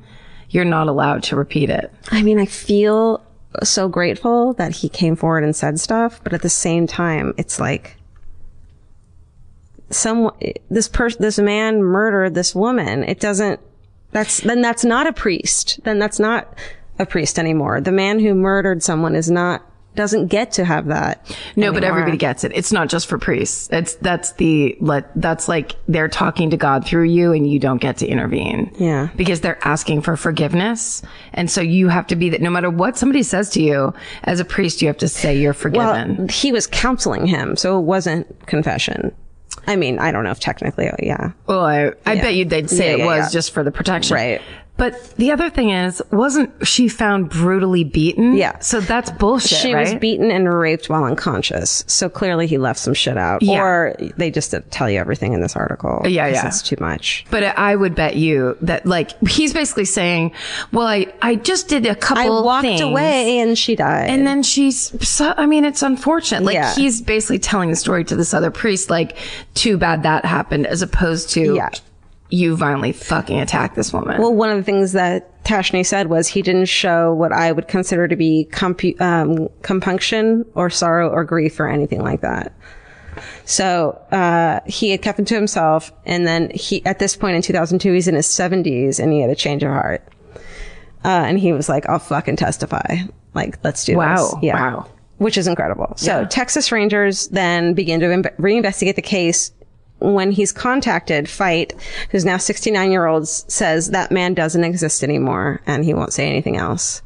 Speaker 4: you're not allowed to repeat it.
Speaker 3: I mean, I feel so grateful that he came forward and said stuff, but at the same time, it's like some this person, this man murdered this woman. It doesn't. That's then that's not a priest. Then that's not a priest anymore. The man who murdered someone is not doesn't get to have that.
Speaker 4: No, but
Speaker 3: anymore.
Speaker 4: everybody gets it. It's not just for priests. It's that's the let that's like they're talking to God through you and you don't get to intervene.
Speaker 3: Yeah.
Speaker 4: Because they're asking for forgiveness. And so you have to be that no matter what somebody says to you as a priest, you have to say you're forgiven.
Speaker 3: Well, he was counseling him, so it wasn't confession. I mean, I don't know if technically, yeah.
Speaker 4: Well, I, I
Speaker 3: Yeah.
Speaker 4: bet you they'd say
Speaker 3: Yeah,
Speaker 4: it
Speaker 3: yeah,
Speaker 4: was
Speaker 3: yeah.
Speaker 4: just for the protection.
Speaker 3: Right.
Speaker 4: But the other thing is, wasn't she found brutally beaten? Yeah. So that's bullshit,
Speaker 3: she
Speaker 4: right?
Speaker 3: was beaten and raped while unconscious. So clearly he left some shit out.
Speaker 4: Yeah.
Speaker 3: Or they just didn't tell you everything in this article.
Speaker 4: Yeah,
Speaker 3: 'cause
Speaker 4: yeah.
Speaker 3: It's too much.
Speaker 4: But I would bet you that, like, he's basically saying, "Well, I, I just did a couple.
Speaker 3: I walked
Speaker 4: things,
Speaker 3: away and she died.
Speaker 4: and then she's. So, I mean, it's unfortunate. Like,
Speaker 3: Yeah.
Speaker 4: he's basically telling the story to this other priest. Like, too bad that happened, as opposed to you violently fucking attack this woman.
Speaker 3: Well, one of the things that Tashni said was he didn't show what I would consider to be compu- um, compunction or sorrow or grief or anything like that. So uh, he had kept it to himself, and then he, at this point in 2002, he's in his 70s, and he had a change of heart. Uh, and he was like, "I'll fucking testify. Like, let's do this."
Speaker 4: Wow.
Speaker 3: Yeah.
Speaker 4: Wow.
Speaker 3: Which is incredible. So
Speaker 4: Yeah.
Speaker 3: Texas Rangers then begin to inve- reinvestigate the case. When he's contacted, Fight, who's now 69 year old, says that man doesn't exist anymore and he won't say anything else.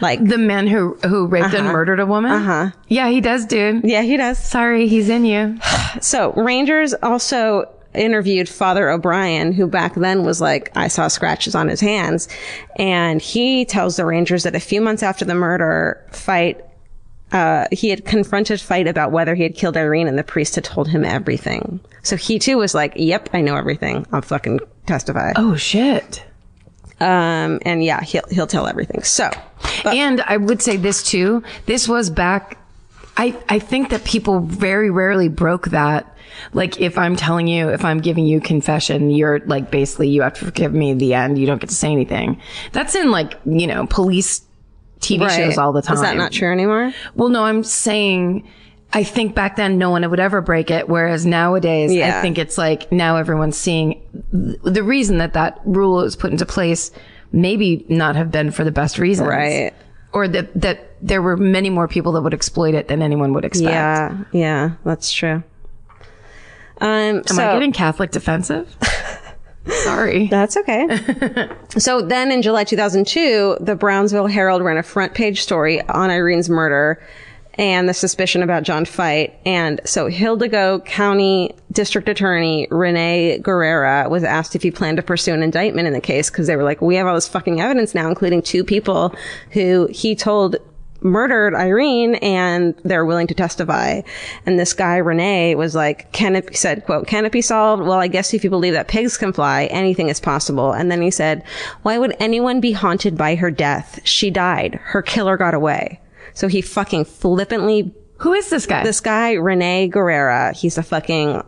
Speaker 3: Like
Speaker 4: the man who who raped and murdered a woman. Uh huh. Yeah, he does, dude.
Speaker 3: Yeah, he does.
Speaker 4: Sorry, he's in you.
Speaker 3: So Rangers also interviewed Father O'Brien, who back then was like, I saw scratches on his hands. And he tells the Rangers that a few months after the murder, Fight, uh, he had confronted Fight about whether he had killed Irene and the priest had told him everything. So he too was like, yep, I know everything. I'll fucking testify.
Speaker 4: Oh shit.
Speaker 3: Um, and yeah, he'll, he'll tell everything. So.
Speaker 4: and I would say this too. This was back. I, I think that people very rarely broke that. Like, if I'm telling you, if I'm giving you confession, you're like, basically, you have to forgive me at the end. You don't get to say anything. That's in like, you know, police TV
Speaker 3: Right.
Speaker 4: shows all the time.
Speaker 3: Is that not true anymore?
Speaker 4: Well, no, I'm saying, I think back then no one would ever break it. Whereas nowadays,
Speaker 3: Yeah.
Speaker 4: I think it's like now everyone's seeing th- the reason that that rule was put into place maybe not have been for the best reasons.
Speaker 3: Right.
Speaker 4: Or that, that there were many more people that would exploit it than anyone would expect.
Speaker 3: Yeah. Yeah. That's true. Um,
Speaker 4: Am I getting Catholic defensive? Sorry.
Speaker 3: That's okay. so then in July 2002, the Brownsville Herald ran a front page story on Irene's murder and the suspicion about John Fight. And so Hildego County District Attorney Renee Guerrera was asked if he planned to pursue an indictment in the case because they were like, we have all this fucking evidence now, including two people who he told murdered Irene and they're willing to testify. And this guy, Renee, was like, can it, said, quote, can it be solved? Well, I guess if you believe that pigs can fly, anything is possible. And then he said, why would anyone be haunted by her death? She died. Her killer got away. So he fucking flippantly.
Speaker 4: Who is this guy?
Speaker 3: This guy, Rene Guerrera. He's a fucking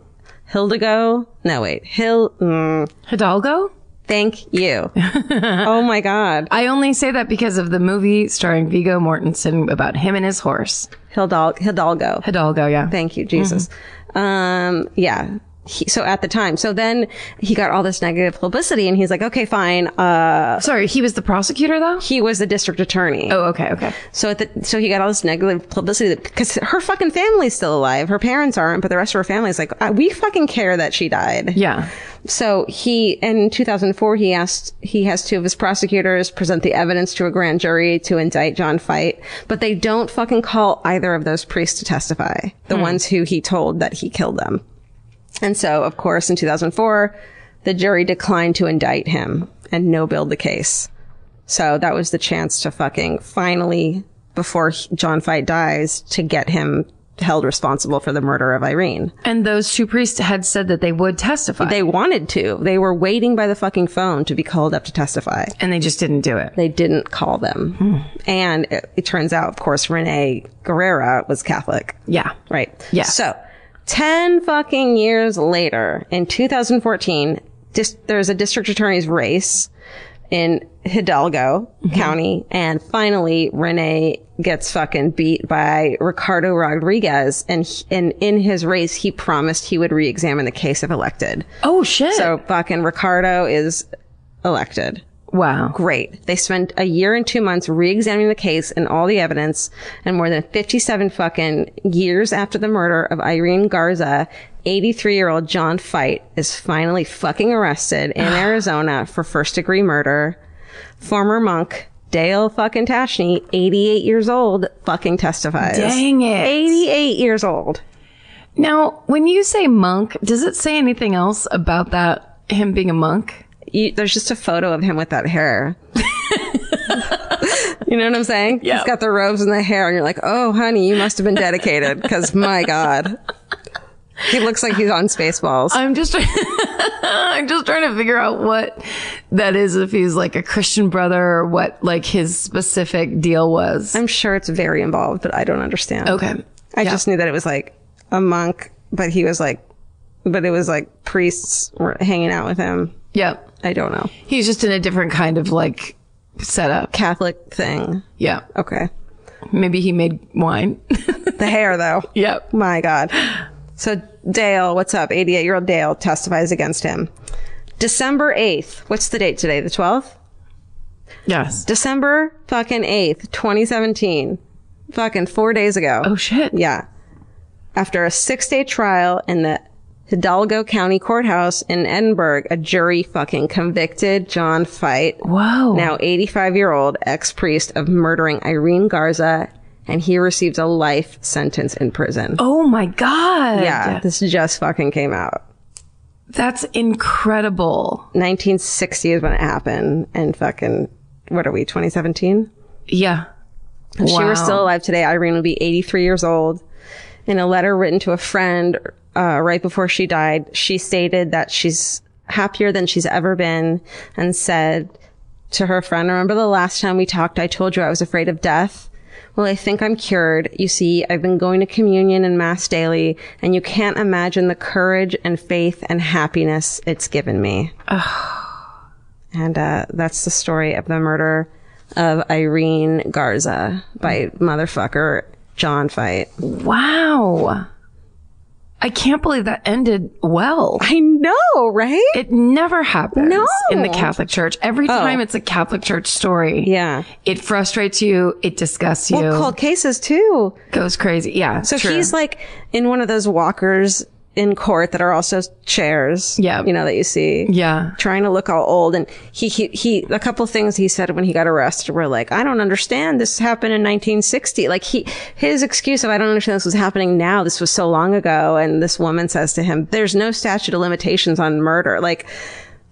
Speaker 3: Hildego. No, wait. Hil. Mm.
Speaker 4: Hidalgo?
Speaker 3: Thank you. oh my God.
Speaker 4: I only say that because of the movie starring Vigo Mortensen about him and his horse.
Speaker 3: Hidal- Hidalgo.
Speaker 4: Hidalgo, yeah.
Speaker 3: Thank you, Jesus. Um, yeah. He, so at the time, so then he got all this negative publicity, and he's like, "Okay, fine." Uh,
Speaker 4: Sorry, he was the prosecutor, though.
Speaker 3: He was the district attorney.
Speaker 4: Oh, okay, okay.
Speaker 3: So at the, so he got all this negative publicity because her fucking family's still alive. Her parents aren't, but the rest of her family's like, "Uh, "We fucking care that she died."
Speaker 4: Yeah.
Speaker 3: So he, in 2004, he asked, he has two of his prosecutors present the evidence to a grand jury to indict John Fight, but they don't fucking call either of those priests to testify. The ones who he told that he killed them. And so, of course, in 2004, the jury declined to indict him and no billed the case. So that was the chance to fucking finally, before he- John Fight dies, to get him held responsible for the murder of Irene.
Speaker 4: And those two priests had said that they would testify,
Speaker 3: They wanted to. They were waiting by the fucking phone to be called up to testify.
Speaker 4: and they just didn't do it.
Speaker 3: They didn't call them. And it, it turns out, of course, Renee Guerrera was Catholic.
Speaker 4: Yeah.
Speaker 3: Right.
Speaker 4: Yeah.
Speaker 3: So, 10 fucking years later, in 2014, dis- there's a district attorney's race in Hidalgo
Speaker 4: Mm-hmm.
Speaker 3: County. And finally, Renee gets fucking beat by Ricardo Rodriguez. And, he- and in his race, he promised he would re-examine the case if elected.
Speaker 4: Oh shit!
Speaker 3: So fucking Ricardo is elected.
Speaker 4: wow.
Speaker 3: Great. They spent a year and two months re-examining the case and all the evidence, and more than 57 fucking years after the murder of Irene Garza, 83-year-old John Fight is finally fucking arrested in Arizona for first-degree murder. Former monk Dale fucking Tashney, 88 years old, fucking testifies.
Speaker 4: Dang it.
Speaker 3: 88 years old.
Speaker 4: Now, when you say monk, does it say anything else about that him being a monk?
Speaker 3: you, there's just a photo of him with that hair. you know what I'm saying? Yeah. He's got the robes and the hair, and you're like, oh, honey, you must have been dedicated, because my God. He looks like he's on Spaceballs.
Speaker 4: I'm just I'm just trying to figure out what that is if he's like a Christian brother or what like his specific deal was.
Speaker 3: I'm sure it's very involved, but I don't understand.
Speaker 4: Okay.
Speaker 3: I just knew that it was like a monk, but he was like, but it was like priests were hanging out with him.
Speaker 4: Yep.
Speaker 3: I don't know.
Speaker 4: He's just in a different kind of like setup.
Speaker 3: Catholic thing.
Speaker 4: Yeah.
Speaker 3: Okay.
Speaker 4: Maybe he made wine.
Speaker 3: The hair, though.
Speaker 4: yep.
Speaker 3: My God. So Dale, what's up? 88 year old Dale testifies against him. December 8th. What's the date today? The 12th?
Speaker 4: Yes.
Speaker 3: December fucking 8th, 2017. Fucking four days ago.
Speaker 4: Oh shit.
Speaker 3: Yeah. After a six day trial in the Hidalgo County Courthouse in Edinburgh, a jury fucking convicted John Fight,
Speaker 4: Whoa.
Speaker 3: now 85 year old ex priest, of murdering Irene Garza, and he received a life sentence in prison.
Speaker 4: Oh my god.
Speaker 3: Yeah, this just fucking came out.
Speaker 4: That's incredible.
Speaker 3: 1960 is when it happened, and fucking what are we? 2017.
Speaker 4: Yeah.
Speaker 3: If she
Speaker 4: Wow.
Speaker 3: were still alive today, Irene would be 83 years old. In a letter written to a friend uh, right before she died, she stated that she's happier than she's ever been, and said to her friend, "Remember the last time we talked? I told you I was afraid of death." Well, I think I'm cured. You see, I've been going to communion and mass daily, and you can't imagine the courage and faith and happiness it's given me. and uh, that's the story of the murder of Irene Garza by motherfucker John Fight.
Speaker 4: Wow. I can't believe that ended well.
Speaker 3: I know, right?
Speaker 4: It never happens
Speaker 3: No. Oh.
Speaker 4: in the Catholic Church. Every time it's a Catholic Church story,
Speaker 3: yeah.
Speaker 4: it frustrates you, it disgusts you,
Speaker 3: Well, cold cases too.
Speaker 4: goes crazy. Yeah.
Speaker 3: So he's like in one of those walkers in court that are also chairs.
Speaker 4: Yeah.
Speaker 3: You know, that you see.
Speaker 4: yeah.
Speaker 3: trying to look all old. And he, he, he, a couple things he said when he got arrested were like, I don't understand. This happened in 1960. Like he, his excuse of, I don't understand this was happening now. This was so long ago. And this woman says to him, there's no statute of limitations on murder. Like,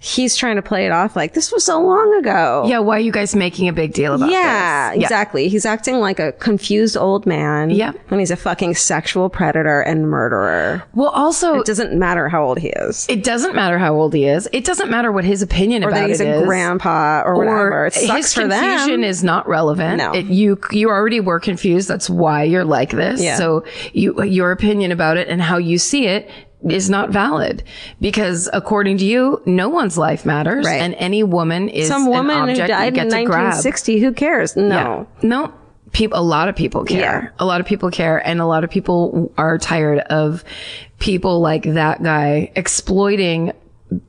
Speaker 3: he's trying to play it off like this was so long ago.
Speaker 4: Yeah, why are you guys making a big deal about
Speaker 3: yeah,
Speaker 4: this? Yeah.
Speaker 3: exactly. He's acting like a confused old man.
Speaker 4: Yeah.
Speaker 3: When he's a fucking sexual predator and murderer.
Speaker 4: Well, also
Speaker 3: it doesn't matter how old he is.
Speaker 4: It doesn't matter how old he is. It doesn't matter what his opinion
Speaker 3: or
Speaker 4: about
Speaker 3: that he's
Speaker 4: it
Speaker 3: a
Speaker 4: is.
Speaker 3: grandpa or whatever. It sucks
Speaker 4: his
Speaker 3: for them.
Speaker 4: confusion is not relevant.
Speaker 3: No.
Speaker 4: It- you you already were confused. That's why you're like this.
Speaker 3: Yeah.
Speaker 4: So you your opinion about it and how you see it is not valid because according to you, no one's life matters,
Speaker 3: Right.
Speaker 4: and any woman is
Speaker 3: Some
Speaker 4: an
Speaker 3: woman who
Speaker 4: object
Speaker 3: died
Speaker 4: you get
Speaker 3: in
Speaker 4: to grab.
Speaker 3: 1960. Who cares? No.
Speaker 4: Yeah. No. People, a lot of people care. A lot of people care and a lot of people are tired of people like that guy exploiting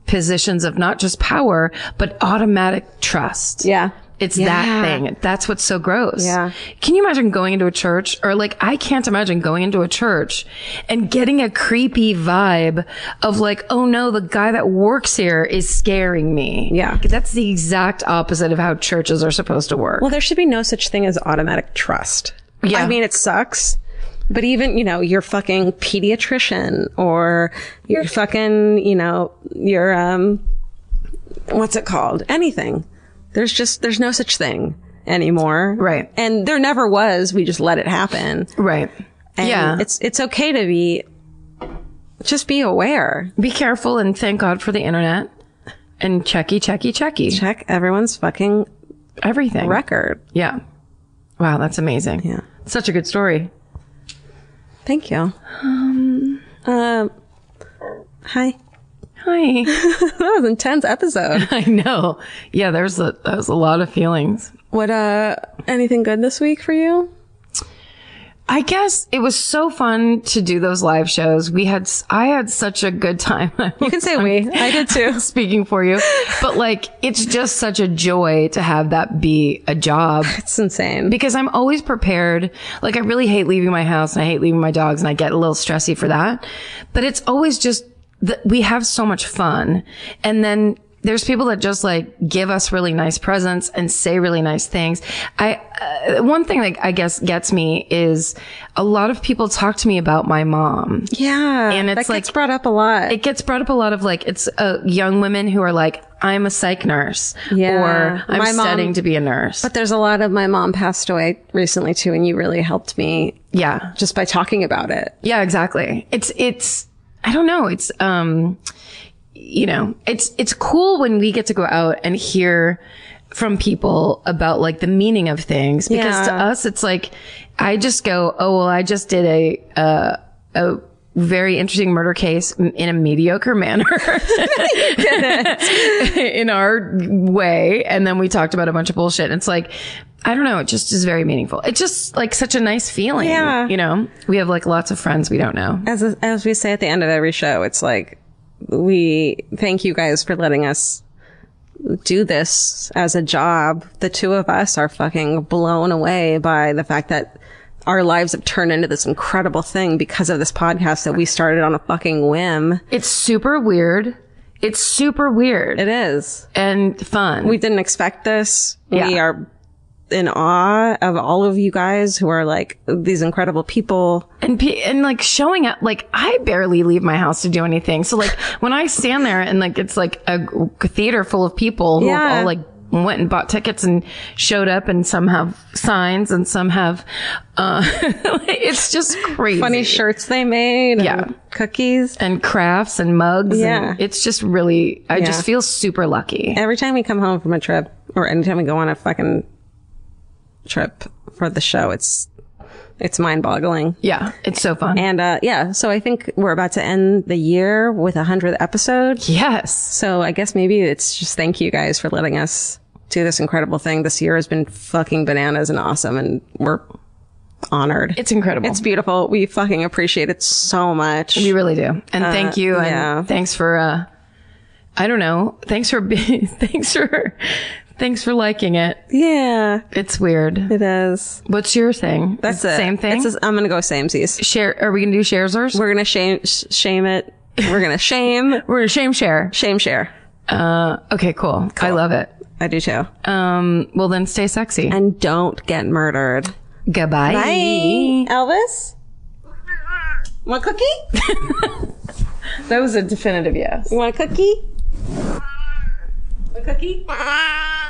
Speaker 4: positions of not just power, but automatic trust.
Speaker 3: Yeah.
Speaker 4: It's
Speaker 3: Yeah.
Speaker 4: that thing. That's what's so gross.
Speaker 3: Yeah.
Speaker 4: Can you imagine going into a church or like, I can't imagine going into a church and getting a creepy vibe of like, oh no, the guy that works here is scaring me. Yeah. That's the exact opposite of how churches are supposed to work.
Speaker 3: Well, there should be no such thing as automatic trust.
Speaker 4: Yeah.
Speaker 3: I mean, it sucks. But even, you know, your fucking pediatrician or your fucking, you know, your, um, what's it called? Anything. There's just, there's no such thing anymore.
Speaker 4: Right.
Speaker 3: And there never was. We just let it happen.
Speaker 4: Right.
Speaker 3: And
Speaker 4: Yeah.
Speaker 3: It's, it's okay to be, just be aware.
Speaker 4: Be careful and thank God for the internet. And checky, checky, checky.
Speaker 3: Check everyone's fucking
Speaker 4: everything.
Speaker 3: Record.
Speaker 4: Yeah. Wow, that's amazing. Yeah. Such a good story.
Speaker 3: Thank you. Um, hi.
Speaker 4: Hi.
Speaker 3: that was an intense episode.
Speaker 4: I know. Yeah, there's a that was a lot of feelings.
Speaker 3: What uh anything good this week for you?
Speaker 4: I guess it was so fun to do those live shows. We had, s- I had such a good time. You
Speaker 3: can say we. I did too.
Speaker 4: Speaking for you. But like, it's just such a joy to have that be a job.
Speaker 3: It's insane.
Speaker 4: Because I'm always prepared. Like, I really hate leaving my house and I hate leaving my dogs and I get a little stressy for that. But it's always just that we have so much fun. And then, there's people that just like give us really nice presents and say really nice things. I, uh, one thing that I guess gets me is a lot of people talk to me about my mom.
Speaker 3: Yeah.
Speaker 4: And it's
Speaker 3: that
Speaker 4: like
Speaker 3: gets brought up a lot.
Speaker 4: It gets brought up a lot of like it's uh, young women who are like I'm a psych nurse
Speaker 3: Yeah.
Speaker 4: or I'm
Speaker 3: My mom-
Speaker 4: studying to be a nurse.
Speaker 3: But there's a lot of my mom passed away recently too, and you really helped me
Speaker 4: Yeah.
Speaker 3: just by talking about it.
Speaker 4: Yeah, exactly. It's it's I don't know. It's um you know, it's it's cool when we get to go out and hear from people about like the meaning of things because to
Speaker 3: Yeah.
Speaker 4: us it's like I just go, "Oh, well, I just did a uh, a very interesting murder case m- in a mediocre manner in our way and then we talked about a bunch of bullshit it's like i don't know it just is very meaningful it's just like such a nice feeling
Speaker 3: Yeah.
Speaker 4: you know we have like lots of friends we don't know
Speaker 3: As as we say at the end of every show, it's like we thank you guys for letting us do this as a job. The two of us are fucking blown away by the fact that our lives have turned into this incredible thing because of this podcast that we started on a fucking whim.
Speaker 4: it's super weird it's super weird
Speaker 3: It is.
Speaker 4: and fun
Speaker 3: We didn't expect this. We
Speaker 4: Yeah.
Speaker 3: are in awe of all of you guys who are like these incredible people.
Speaker 4: and pe- and like showing up like i barely leave my house to do anything so like when i stand there and like it's like a g- theater full of people who have
Speaker 3: Yeah.
Speaker 4: all like went and bought tickets and showed up and some have signs and some have uh it's just crazy
Speaker 3: Funny shirts they made. and
Speaker 4: Yeah.
Speaker 3: Cookies.
Speaker 4: and crafts and mugs
Speaker 3: Yeah.
Speaker 4: and it's just really i
Speaker 3: Yeah.
Speaker 4: just feel super lucky
Speaker 3: Every time we come home from a trip or anytime we go on a fucking trip for the show, it's, it's mind boggling.
Speaker 4: yeah it's so fun
Speaker 3: And, uh, yeah. So I think we're about to end the year with a hundredth episode.
Speaker 4: yes
Speaker 3: So I guess maybe it's just thank you guys for letting us do this incredible thing. This year has been fucking bananas and awesome and we're honored.
Speaker 4: it's incredible
Speaker 3: It's beautiful. We fucking appreciate it so much.
Speaker 4: We really do. And
Speaker 3: Uh,
Speaker 4: thank you. And
Speaker 3: yeah.
Speaker 4: thanks for, uh, I don't know. Thanks for, be- thanks for, thanks for liking it.
Speaker 3: yeah,
Speaker 4: It's weird.
Speaker 3: it is.
Speaker 4: What's your thing?
Speaker 3: That's it.
Speaker 4: Same thing.
Speaker 3: It's just- I'm gonna go samesies.
Speaker 4: share. Are we going to do sharesers?
Speaker 3: We're gonna shame sh- shame it. We're gonna shame
Speaker 4: We're going to shame share.
Speaker 3: shame share.
Speaker 4: Uh, okay, cool. I love it.
Speaker 3: I do too.
Speaker 4: Um, well then stay sexy.
Speaker 3: And don't get murdered.
Speaker 4: Goodbye.
Speaker 3: Elvis. Want a cookie?
Speaker 4: That was a definitive yes.
Speaker 3: Want a cookie?
Speaker 2: cookie?